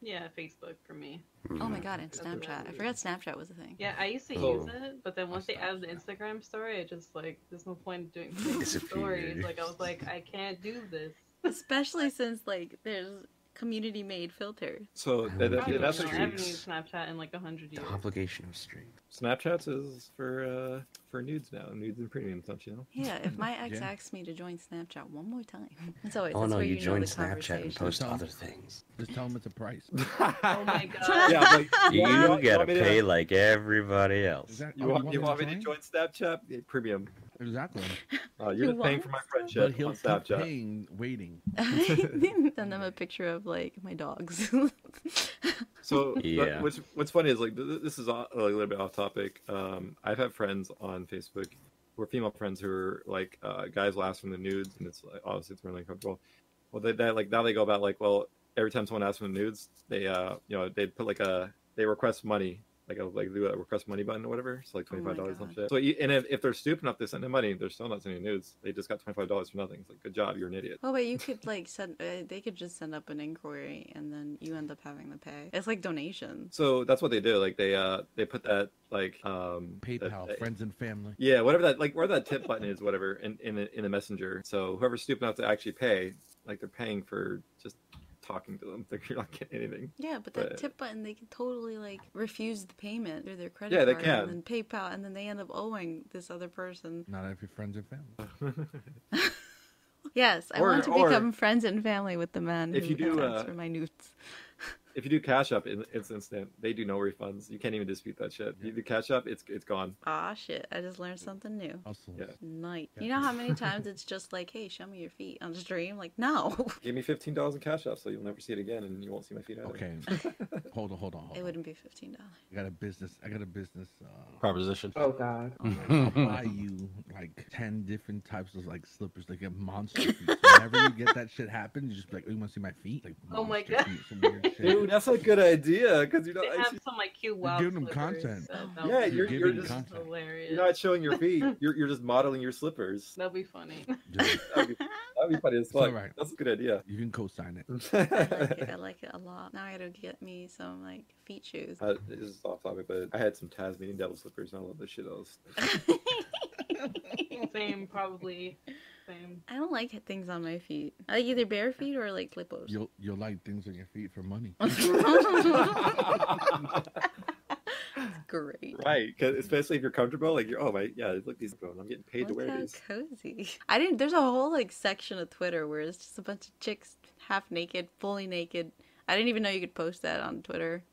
Speaker 7: Yeah, Facebook for me.
Speaker 4: Hmm.
Speaker 1: Oh my god, and
Speaker 7: That's what
Speaker 1: Snapchat.
Speaker 7: I
Speaker 1: I
Speaker 7: do.
Speaker 1: forgot Snapchat was a thing.
Speaker 7: Yeah, I used to
Speaker 5: Oh.
Speaker 7: use it, but then once they added the Instagram story, I just like there's no point in doing Facebook stories.
Speaker 5: Disappeared.
Speaker 7: Like I was like, I can't do this.
Speaker 1: Especially since like there's community made filters.
Speaker 4: So
Speaker 5: I
Speaker 4: that,
Speaker 5: don't
Speaker 4: that-
Speaker 7: Probably
Speaker 5: know.
Speaker 4: that's
Speaker 7: not.
Speaker 4: what
Speaker 7: I
Speaker 4: she-
Speaker 7: haven't used Snapchat in like a hundred
Speaker 5: The
Speaker 7: years.
Speaker 5: obligation of stream.
Speaker 4: Snapchats is for uh for nudes now, nudes and premium stuff, you know.
Speaker 1: Yeah, if my ex
Speaker 10: Yeah.
Speaker 1: asks me to join Snapchat one more time, it's always
Speaker 5: Oh
Speaker 1: that's
Speaker 5: no,
Speaker 1: where
Speaker 5: you,
Speaker 1: you,
Speaker 5: join
Speaker 1: know the
Speaker 5: Snapchat and
Speaker 1: conversation.
Speaker 5: post
Speaker 10: Don't.
Speaker 5: other things.
Speaker 10: Just tell him it's a price.
Speaker 7: Oh my god.
Speaker 4: yeah, like,
Speaker 5: You
Speaker 4: want-
Speaker 5: gotta
Speaker 4: want me to-
Speaker 5: pay like everybody
Speaker 10: Is
Speaker 5: else.
Speaker 10: that,
Speaker 4: You
Speaker 10: oh,
Speaker 4: want, you
Speaker 10: him
Speaker 4: want me to
Speaker 10: join?
Speaker 4: join Snapchat Yeah, premium?
Speaker 10: Exactly.
Speaker 4: Uh, you're
Speaker 1: You
Speaker 4: just paying
Speaker 1: want
Speaker 4: for my
Speaker 1: Snapchat?
Speaker 10: But
Speaker 4: friendship
Speaker 10: he'll
Speaker 4: on
Speaker 10: keep
Speaker 4: Snapchat.
Speaker 10: paying, waiting.
Speaker 1: Send them a picture of like my dogs.
Speaker 4: So but
Speaker 5: Yeah.
Speaker 4: what's what's funny is like th- th- this is a, a little bit off topic. Um, I've had friends on Facebook who are female friends who are like uh, guys will ask from the nudes, and it's like obviously it's really uncomfortable. well they, they like now they go about like well every time someone asks for nudes they uh you know they put like a they request money like a like do a request money button or whatever so like
Speaker 1: Oh my
Speaker 4: twenty five dollars and
Speaker 1: God.
Speaker 4: shit so you, and if, if they're stupid enough to send them money they're still not sending nudes they just got twenty five dollars for nothing it's like good job you're an idiot
Speaker 1: Oh, but you could like send. Uh, they could just send up an inquiry, and then you end up having to pay. It's like donations.
Speaker 4: so that's what they do like they uh they put that like um that-
Speaker 10: PayPal,
Speaker 4: that-
Speaker 10: friends and family.
Speaker 4: Yeah, whatever that like where that tip button is, whatever in in the, in the messenger. So whoever's stupid enough to actually pay, like they're paying for just talking to them. Like you're not getting anything.
Speaker 1: Yeah, but that
Speaker 4: But-
Speaker 1: tip button, they can totally like refuse the payment through their credit
Speaker 4: Yeah, they
Speaker 1: card
Speaker 4: can.
Speaker 1: and then PayPal, and then they end up owing this other person.
Speaker 10: Not if you're friends and family.
Speaker 1: Yes, I
Speaker 4: Or-
Speaker 1: want to
Speaker 4: or-
Speaker 1: become friends and family with the man
Speaker 4: If
Speaker 1: who
Speaker 4: you do,
Speaker 1: asks
Speaker 4: uh,
Speaker 1: for my nudes.
Speaker 4: If you do Cash App, it- it's instant. They do no refunds. You can't even dispute that shit. You do Cash App, it's it's gone.
Speaker 1: Ah, shit! I just learned something new.
Speaker 10: Hustle.
Speaker 4: Yeah.
Speaker 1: Night.
Speaker 10: Yeah.
Speaker 1: You know how many times it's just like, "Hey, show me your feet" on stream? Like, no,
Speaker 4: Give me fifteen dollars in Cash App, so you'll never see it again, and you won't see my feet either.
Speaker 10: Okay. hold on, hold on, hold
Speaker 1: it
Speaker 10: on.
Speaker 1: wouldn't be fifteen dollars.
Speaker 10: I got a business. I got a business. Uh,
Speaker 9: Proposition.
Speaker 3: Oh God.
Speaker 10: I'll buy you like ten different types of like slippers, like a monster. Feet. So Whenever you get that shit happen, you just be like, oh, "You want to see my feet?" Like,
Speaker 7: Oh my
Speaker 10: monster
Speaker 7: God.
Speaker 10: feet, some weird shit.
Speaker 4: Dude, that's a good idea because you're
Speaker 7: They
Speaker 4: not
Speaker 7: have
Speaker 4: actually,
Speaker 7: some like cute wild.
Speaker 10: giving them
Speaker 7: slippers,
Speaker 10: content.
Speaker 7: so that
Speaker 4: Yeah,
Speaker 7: would be
Speaker 4: you're- you're
Speaker 10: just-
Speaker 7: hilarious.
Speaker 4: you're not showing your feet. You're you're just modeling your slippers.
Speaker 7: That'd be funny.
Speaker 10: Dude,
Speaker 4: That'd be, that'd be funny as fuck.
Speaker 10: alright.
Speaker 4: That's a good idea.
Speaker 10: you can co-sign it.
Speaker 1: I like it. I like it a lot. Now I gotta get me some like feet shoes.
Speaker 4: Uh, this is off topic, but I had some Tasmanian devil slippers, and I love the shit out of those.
Speaker 7: Same, probably. Same.
Speaker 1: I don't like things on my feet. I like either bare feet or like clippers.
Speaker 10: You'll you'll like things on your feet for money.
Speaker 1: Great.
Speaker 4: right, 'cause especially if you're comfortable, like you're, oh my, yeah, look these, bro, and I'm getting paid to
Speaker 1: Look
Speaker 4: wear
Speaker 1: how
Speaker 4: these.
Speaker 1: cozy. I didn't. There's a whole like section of Twitter where it's just a bunch of chicks half naked, fully naked. I didn't even know you could post that on Twitter.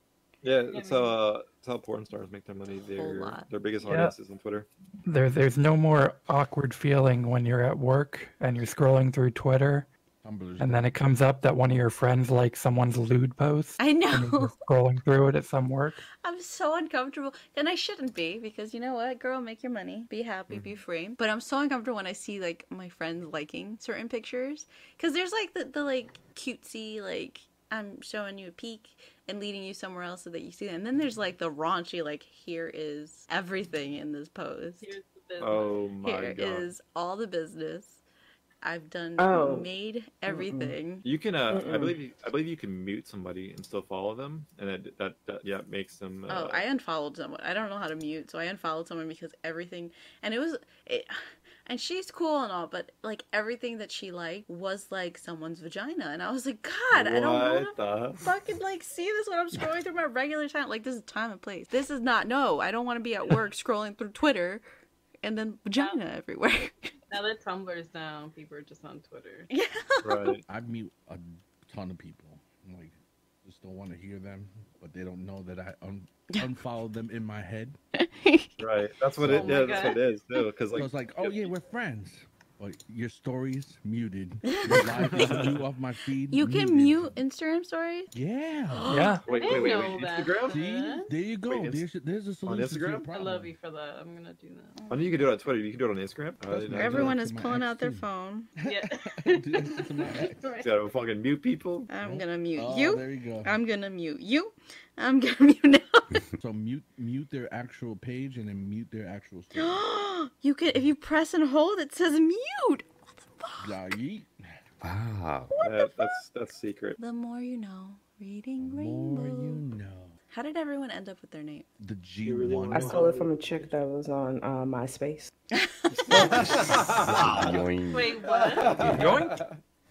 Speaker 4: Yeah,
Speaker 7: Yeah,
Speaker 4: that's how uh, that's how porn stars make their money.
Speaker 1: whole
Speaker 4: Their
Speaker 1: lot.
Speaker 4: their biggest
Speaker 6: Yeah.
Speaker 4: audience is on Twitter.
Speaker 6: There, there's no more awkward feeling when you're at work and you're scrolling through Twitter,
Speaker 10: Tumblr's
Speaker 6: and then it comes up that one of your friends likes someone's lewd post.
Speaker 1: I
Speaker 6: and you're
Speaker 1: know.
Speaker 6: scrolling through it at some work.
Speaker 1: I'm so uncomfortable, and I shouldn't be because you know what, girl, make your money, be happy,
Speaker 4: Mm-hmm.
Speaker 1: be free. But I'm so uncomfortable when I see like my friends liking certain pictures because there's like the, the like cutesy like I'm showing you a peek and leading you somewhere else so that you see them. And then there's like the raunchy like here is everything in this post.
Speaker 7: Here's the business.
Speaker 4: Oh my
Speaker 1: Here is
Speaker 4: god,
Speaker 1: all the business I've done,
Speaker 3: Oh.
Speaker 1: made everything.
Speaker 4: you can. Uh, I
Speaker 3: Mm-mm.
Speaker 4: believe you, I believe you can mute somebody and still follow them, and that that, that yeah makes them. Uh,
Speaker 1: Oh, I unfollowed someone. I don't know how to mute, so I unfollowed someone because everything, and it was, it, and she's cool and all, but like everything that she liked was like someone's vagina, and I was like, God, I don't want
Speaker 4: what the-
Speaker 1: to fucking like see this when I'm scrolling through my regular time. Like this is time and place. This is not. No, I don't want to be at work scrolling through Twitter, and then vagina everywhere.
Speaker 7: Now that Tumblr's down, people are just on Twitter.
Speaker 1: yeah.
Speaker 4: Right.
Speaker 10: I mute a ton of people. I'm like, just don't want to hear them, but they don't know that I un- unfollowed them in my head.
Speaker 4: Right. That's what
Speaker 7: Oh
Speaker 4: it.
Speaker 7: my
Speaker 4: Yeah, that's
Speaker 7: God.
Speaker 4: what it is too. Because
Speaker 10: So
Speaker 4: like,
Speaker 10: it's like, oh yeah, we're friends. But your stories muted. Your live view off my feed.
Speaker 1: You
Speaker 2: Mm-hmm.
Speaker 1: can mute
Speaker 10: muted.
Speaker 1: Instagram stories.
Speaker 10: Yeah.
Speaker 6: Yeah.
Speaker 4: wait,
Speaker 7: I
Speaker 4: wait, wait,
Speaker 7: know
Speaker 4: wait.
Speaker 7: that.
Speaker 4: Instagram.
Speaker 10: See, there you go.
Speaker 4: Wait,
Speaker 10: there's, there's a solution. to your
Speaker 4: Instagram? I
Speaker 7: I
Speaker 10: problem.
Speaker 7: love you for that. I'm gonna do that.
Speaker 4: I know you can do it on Twitter. You can do it on Instagram. I
Speaker 10: That's
Speaker 4: didn't
Speaker 10: my
Speaker 4: know that.
Speaker 1: Everyone
Speaker 10: to
Speaker 1: is
Speaker 10: my
Speaker 1: pulling
Speaker 10: ex,
Speaker 1: out their
Speaker 10: too.
Speaker 1: phone.
Speaker 10: Do this to my ex.
Speaker 7: Yeah.
Speaker 4: You gotta fucking mute people.
Speaker 1: I'm
Speaker 10: Nope.
Speaker 1: gonna mute
Speaker 10: Oh,
Speaker 1: you.
Speaker 10: There you go.
Speaker 1: I'm gonna mute you. I'm gonna mute now.
Speaker 10: So mute mute their actual page and then mute their actual story.
Speaker 1: you can if you press and hold it says mute. What the fuck?
Speaker 10: yeah, yeet.
Speaker 5: Wow.
Speaker 4: That, that's that's secret.
Speaker 1: The more you know. Reading
Speaker 10: More
Speaker 1: Rainbow.
Speaker 10: you know.
Speaker 1: How did everyone end up with their name?
Speaker 10: The G
Speaker 4: really
Speaker 10: one.
Speaker 4: wanna
Speaker 3: I stole it from a chick that was on uh, MySpace.
Speaker 5: Yoink.
Speaker 7: Wait, what?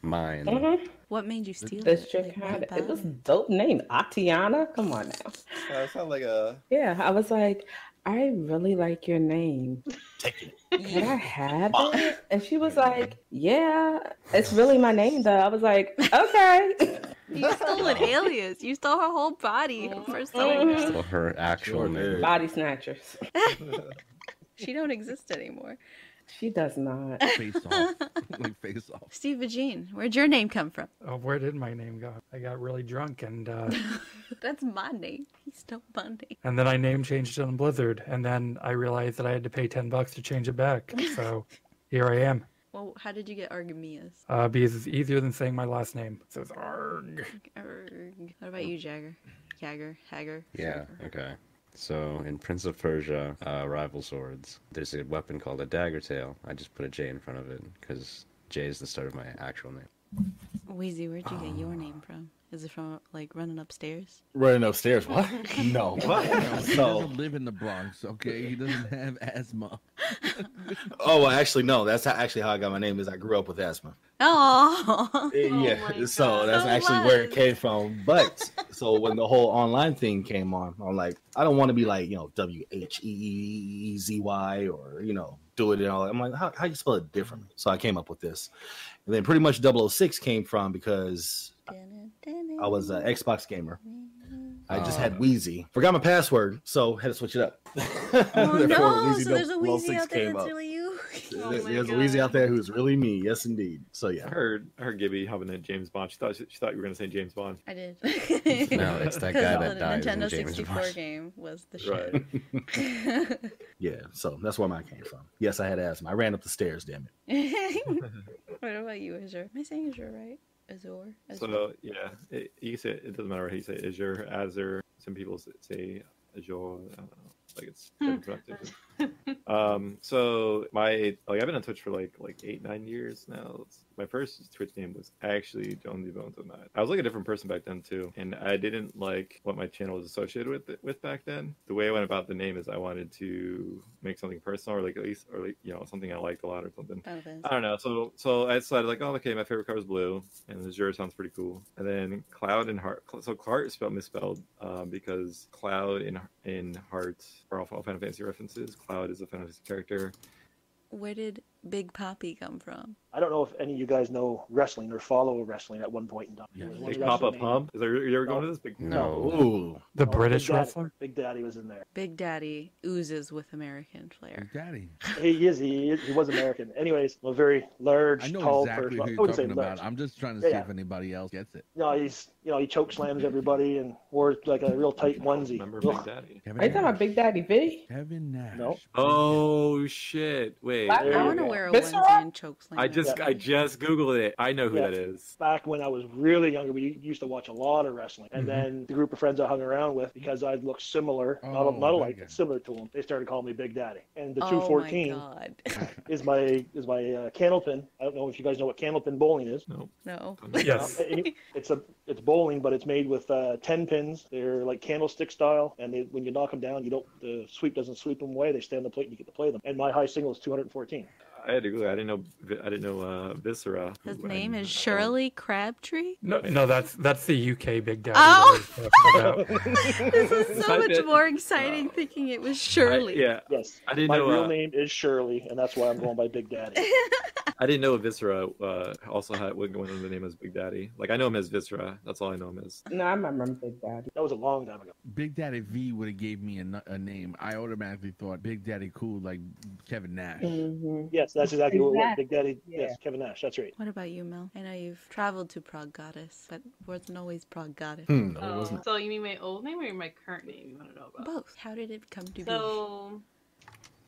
Speaker 5: Mine.
Speaker 1: What made you steal
Speaker 3: Mm-hmm. This
Speaker 1: it?
Speaker 3: chick
Speaker 1: Like,
Speaker 3: had it.
Speaker 1: what
Speaker 3: It was a
Speaker 1: about?
Speaker 3: dope name, Atiana. Come on now.
Speaker 4: Uh, sound like a.
Speaker 3: Yeah, I was like, I really like your name. Could I have it? And she was like, Yeah, it's really my name though. I was like, Okay.
Speaker 1: You stole an alias. You stole her whole body for someone.
Speaker 5: Well, her actual
Speaker 9: Sure
Speaker 5: name.
Speaker 9: did.
Speaker 3: Body snatchers.
Speaker 1: She don't exist anymore.
Speaker 3: She does not.
Speaker 10: Face off. like face off.
Speaker 1: Steve Vagine, where'd your name come from?
Speaker 6: Oh, where did my name go? I got really drunk and uh,
Speaker 1: That's my name. He stole my name.
Speaker 6: and then I name changed it on Blizzard, and then I realized that I had to pay ten bucks to change it back. So here I am.
Speaker 1: Well, how did you get Argamias?
Speaker 6: Uh, because it's easier than saying my last name. So it's Arg.
Speaker 1: Arg. What about you, Jagger? Jagger? Hagger?
Speaker 5: Yeah,
Speaker 1: Jagger.
Speaker 5: okay. So in Prince of Persia, uh, Rival Swords, there's a weapon called a dagger tail. I just put a J in front of it because J is the start of my actual name.
Speaker 1: Wheezy, where'd you get your name from? Is it from like running upstairs?
Speaker 9: Running upstairs. What? No.
Speaker 10: He
Speaker 9: No.
Speaker 10: doesn't live in the Bronx, okay? He doesn't have asthma.
Speaker 9: Oh, well, actually, no. That's how, actually how I got my name. Is I grew up with asthma.
Speaker 1: Oh,
Speaker 9: Eh,
Speaker 7: Oh
Speaker 9: yeah.
Speaker 7: my
Speaker 9: So
Speaker 7: God.
Speaker 9: that's
Speaker 1: So
Speaker 9: actually where
Speaker 1: what?
Speaker 9: it came from. But so when the whole online thing came on, I'm like, I don't want to be like you know W H E E Z Y or you know do it and all. that. I'm like, how how you spell it differently? So I came up with this, and then pretty much 006 came from because I was an Xbox gamer. I just
Speaker 7: Oh.
Speaker 9: had Wheezy. Forgot my password, so had to switch it up.
Speaker 1: Oh
Speaker 9: Therefore,
Speaker 1: no!
Speaker 9: Wheezy
Speaker 1: So there's a
Speaker 9: 006
Speaker 1: Wheezy out there
Speaker 9: came
Speaker 1: that's
Speaker 9: up.
Speaker 1: really you.
Speaker 7: Oh
Speaker 9: There-
Speaker 7: my
Speaker 9: There's a Wheezy
Speaker 7: God.
Speaker 9: out there who's really me. Yes, indeed. So
Speaker 4: I
Speaker 9: yeah.
Speaker 4: heard I heard Gibby having a James Bond. She thought she, thought you were gonna say James Bond.
Speaker 1: I did.
Speaker 5: No, it's that guy that dies in
Speaker 1: Nintendo
Speaker 5: James
Speaker 1: 64
Speaker 5: Bond.
Speaker 1: game was the shit.
Speaker 4: Right.
Speaker 9: Yeah, so that's where mine came from. Yes, I had asthma. I ran up the stairs, damn it.
Speaker 1: what about you, Azure? Am I saying Azure right? Azure. Azure.
Speaker 4: So yeah, it, you can say it, it doesn't matter how you say it, Azure, Azure. Some people s- say Azure. I don't know. Like it's
Speaker 1: Hmm.
Speaker 4: different pronunciation. um, so my like I've been on Twitch for like like eight nine years now. It's- my first Twitch name was actually John Bones on that. I was like a different person back then too, and I didn't like what my channel was associated with with back then. The way I went about the name is I wanted to make something personal, or like at least, or like you know something I liked a lot or something.
Speaker 1: Final Fantasy.
Speaker 4: I don't know. So so I decided like, oh, okay, my favorite color is blue, and Azure sounds pretty cool. And then Cloud and Heart. So Cloud is spelled misspelled um, because Cloud and in Heart are all Final Fantasy references. Cloud is a Final Fantasy character.
Speaker 1: Where did Big Poppy come from?
Speaker 8: I don't know if any of you guys know wrestling or follow wrestling at one point in time.
Speaker 10: Yeah.
Speaker 8: There was one
Speaker 4: Big
Speaker 8: wrestling
Speaker 4: Papa
Speaker 8: name.
Speaker 4: Pump. Is there you ever going to this? Big
Speaker 5: No.
Speaker 9: Ooh.
Speaker 6: The
Speaker 8: Oh,
Speaker 6: British
Speaker 8: Big Daddy-
Speaker 6: wrestler?
Speaker 8: Big Daddy was in there.
Speaker 1: Big Daddy oozes with American
Speaker 10: Your
Speaker 1: flair.
Speaker 10: daddy.
Speaker 8: He is. He is, he was American. Anyways, a very large,
Speaker 10: I know
Speaker 8: tall
Speaker 10: exactly who
Speaker 8: person. I
Speaker 10: you're
Speaker 8: wouldn't say
Speaker 10: talking
Speaker 8: large.
Speaker 10: about. I'm just trying to
Speaker 8: Yeah,
Speaker 10: see
Speaker 8: yeah.
Speaker 10: if anybody else gets it.
Speaker 8: No, he's you know he choke slams everybody and wore like a real tight onesie.
Speaker 4: Remember
Speaker 8: Ugh.
Speaker 4: Big Daddy?
Speaker 10: Kevin
Speaker 3: Are you talking
Speaker 10: Nash.
Speaker 3: about Big Daddy V?
Speaker 10: Kevin Nash.
Speaker 8: No.
Speaker 4: Oh shit! Wait.
Speaker 3: I
Speaker 8: There
Speaker 1: I
Speaker 8: you
Speaker 1: want to
Speaker 8: go.
Speaker 1: wear a
Speaker 3: Mr.
Speaker 1: onesie
Speaker 3: Rock?
Speaker 1: and chokeslam.
Speaker 4: I just
Speaker 8: Yeah.
Speaker 4: I just googled it. I know who
Speaker 8: Yeah.
Speaker 4: that is.
Speaker 8: back when I was really younger, we used to watch a lot of wrestling. And
Speaker 4: Mm-hmm.
Speaker 8: then the group of friends I hung around with, because I looked similar,
Speaker 10: Oh,
Speaker 8: not, not alike,
Speaker 10: okay.
Speaker 8: but similar to them, they started calling me Big Daddy. And the
Speaker 1: oh
Speaker 8: 214
Speaker 1: my god.
Speaker 8: is my is my uh, candlepin. I don't know if you guys know what candlepin bowling is.
Speaker 1: No.
Speaker 6: Yes.
Speaker 8: Uh, it- it's a it's bowling, but it's made with uh, ten pins. They're like candlestick style, and they, when you knock them down, you don't the sweep doesn't sweep them away. They stay on the plate, and you get to play them. And my high single is 214.
Speaker 4: I had to Google. It. I didn't know. Vi- I didn't know uh, Viscera.
Speaker 1: His
Speaker 4: who I
Speaker 1: name
Speaker 4: know.
Speaker 1: is Shirley Crabtree.
Speaker 6: No, no, that's that's the UK Big Daddy.
Speaker 1: Oh!
Speaker 6: that we talked about.
Speaker 1: This is so
Speaker 4: I
Speaker 1: much
Speaker 4: did-
Speaker 1: more exciting thinking it was Shirley.
Speaker 4: I, yeah,
Speaker 8: Yes,
Speaker 4: I didn't
Speaker 8: my
Speaker 4: know.
Speaker 8: real
Speaker 4: uh,
Speaker 8: name is Shirley, and that's why I'm going by Big Daddy.
Speaker 4: I didn't know Viscera uh, also had went under the name as Big Daddy. Like I know him as Viscera. That's all I know him as.
Speaker 3: No, I remember Big Daddy.
Speaker 8: That was a long time ago.
Speaker 10: Big Daddy V would have gave me a, nu- a name. I automatically thought Big Daddy cool like Kevin Nash.
Speaker 3: Mhm.
Speaker 8: Yes, that's exactly what it was.
Speaker 3: Exactly,
Speaker 8: Big Daddy.
Speaker 3: yeah.
Speaker 8: Yes, Kevin Nash. That's right.
Speaker 1: What about you, Mel? I know you've traveled to Prague Goddess, but wasn't always Prague Goddess.
Speaker 9: Hmm, no, it
Speaker 7: Oh,
Speaker 9: wasn't.
Speaker 7: so you mean my old name or my current name? You want to know about?
Speaker 1: Both. How did it come to
Speaker 7: So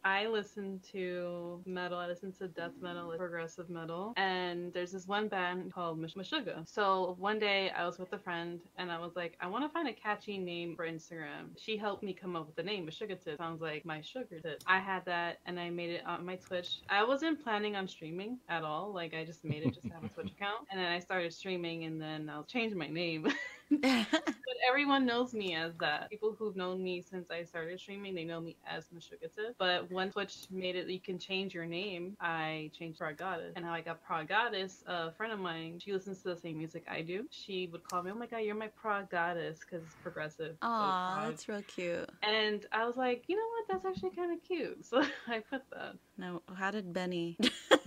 Speaker 7: I listen to metal, I listen to death metal, progressive metal, and there's this one band called Mish- Meshuggah. So one day I was with a friend and I was like, I want to find a catchy name for Instagram. She helped me come up with the name Meshuggah Tit. Sounds like my sugar tit. I had that and I made it on my Twitch. I wasn't planning on streaming at all. Like I just made it just to have a Twitch account. And then I started streaming and then I'll change my name.
Speaker 1: be?
Speaker 7: But everyone knows me as that. People who've known me since I started streaming, they know me as Mashugata. But when Twitch made it, that you can change your name. I changed Prog Goddess. And how I got Prog Goddess, a friend of mine, she listens to the same music I do. She would call me, oh my god, you're my Prog Goddess, because it's progressive. so
Speaker 1: Aw,
Speaker 7: prog.
Speaker 1: that's real cute.
Speaker 7: And I was like, you know what? That's actually kind of cute. So I put that.
Speaker 1: Now, how did Benny get